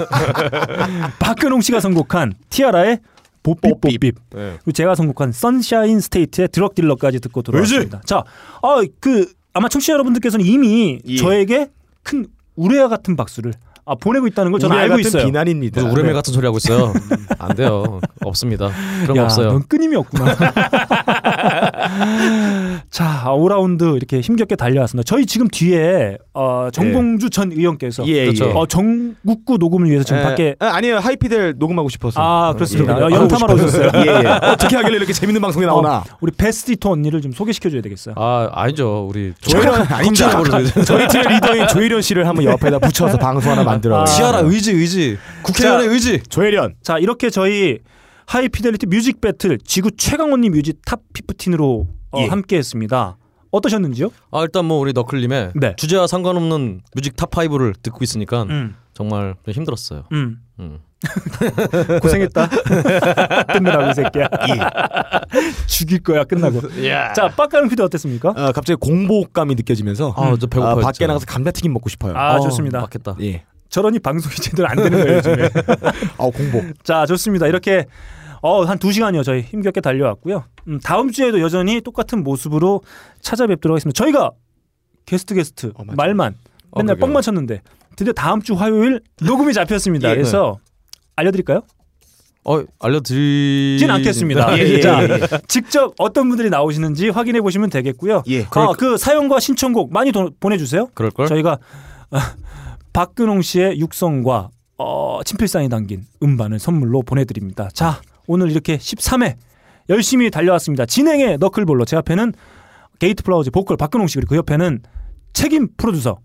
A: 박근홍 씨가 선곡한 티아라의 보핍 보핍
E: 네.
A: 그리고 제가 선곡한 선샤인 스테이트의 드럭 딜러까지 듣고 돌아왔습니다. 자, 아, 그 아마 청취자 여러분들께서는 이미 저에게 큰 우레와 같은 박수를 아, 보내고 있다는 걸 저는
B: 우레와
A: 알고
B: 같은
A: 있어요.
D: 비난입니다. 네.
B: 무슨 우레메 같은 소리 하고 있어요. 안 돼요. 없습니다. 그런 거
A: 야,
B: 없어요.
A: 넌 끊임이 없구나. 자, 5라운드 이렇게 힘겹게 달려왔습니다. 저희 지금 뒤에 어, 정봉주 전 의원께서
D: 예,
A: 그렇죠.
D: 예.
A: 어, 정국구 녹음을 위해서 지금
D: 예.
A: 밖에
D: 아, 아니에요 하이피델 녹음하고 싶어서
A: 아 그렇습니다.
D: 예.
A: 어, 영탐하러
D: 하고 싶어서.
A: 오셨어요.
D: 예, 예. 어떻게 하길래 이렇게 재밌는 방송이 나오나
A: 어, 우리 베스티토 언니를 좀 소개시켜줘야 되겠어요.
B: 아 아니죠. 우리
A: 조혜련 아닙니다.
D: 저희 팀의 리더인 조혜련 씨를 한번 옆에다 붙여서
A: 아.
D: 방송 하나 만들어요.
B: 지하라 의지 의지. 국회의원의 의지.
D: 조혜련.
A: 자 이렇게 저희 하이피델리티 뮤직 배틀 지구 최강 언니 뮤직 탑 15으로 어, 함께했습니다. 어떠셨는지요?
B: 아 일단 뭐 우리 너클님의 주제와 상관없는 뮤직 탑 5를 듣고 있으니까
A: 네. 음.
B: 정말 좀 힘들었어요.
A: 음.
B: 음.
A: 고생했다. 끝내라고 이 새끼야. 죽일 거야 끝나고.
M: 야.
A: 자, 빡가는 피디 어땠습니까?
D: 음.
M: 아, 갑자기 공복감이 느껴지면서
A: 아, 저 배고파요,
D: 어,
M: 밖에
A: 진짜.
M: 나가서 감자튀김 먹고 싶어요.
A: 아, 좋습니다.
B: 맞겠다.
M: 예.
A: 저러니 방송이 제대로 안 되는 거예요, 요즘에.
M: 아, 공복.
A: 자, 좋습니다. 이렇게 어, 한 두시간이요 저희 힘겹게 달려왔고요. 음, 다음 주에도 여전히 똑같은 모습으로 찾아뵙도록 하겠습니다. 저희가 게스트 게스트 말만 맨날
P: 그러게요.
A: 뻥 맞췄는데 드디어 다음 주 화요일 녹음이 잡혔습니다.
B: 예,
A: 그래서 알려드릴까요?
B: 어 알려드리.
A: 진 않겠습니다.
B: 예, 예,
A: 자,
B: 예.
A: 직접 어떤 분들이 나오시는지 확인해 보시면 되겠고요. 아, 그 사연과 신청곡 많이 도- 보내주세요.
B: 그럴 걸.
A: 저희가 아, 박근홍 씨의 육성과 어, 친필사인이 담긴 음반을 선물로 보내드립니다. 자, 오늘 이렇게 13회 열심히 달려왔습니다. 진행의 너클볼로 제 앞에는 게이트 플라워즈 보컬 박근홍 씨 그리고 그 옆에는 책임 예. 프로듀서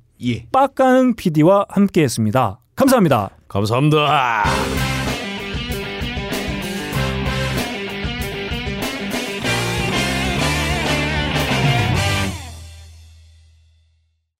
A: 빡가능 PD와 함께했습니다. 감사합니다.
B: 감사합니다.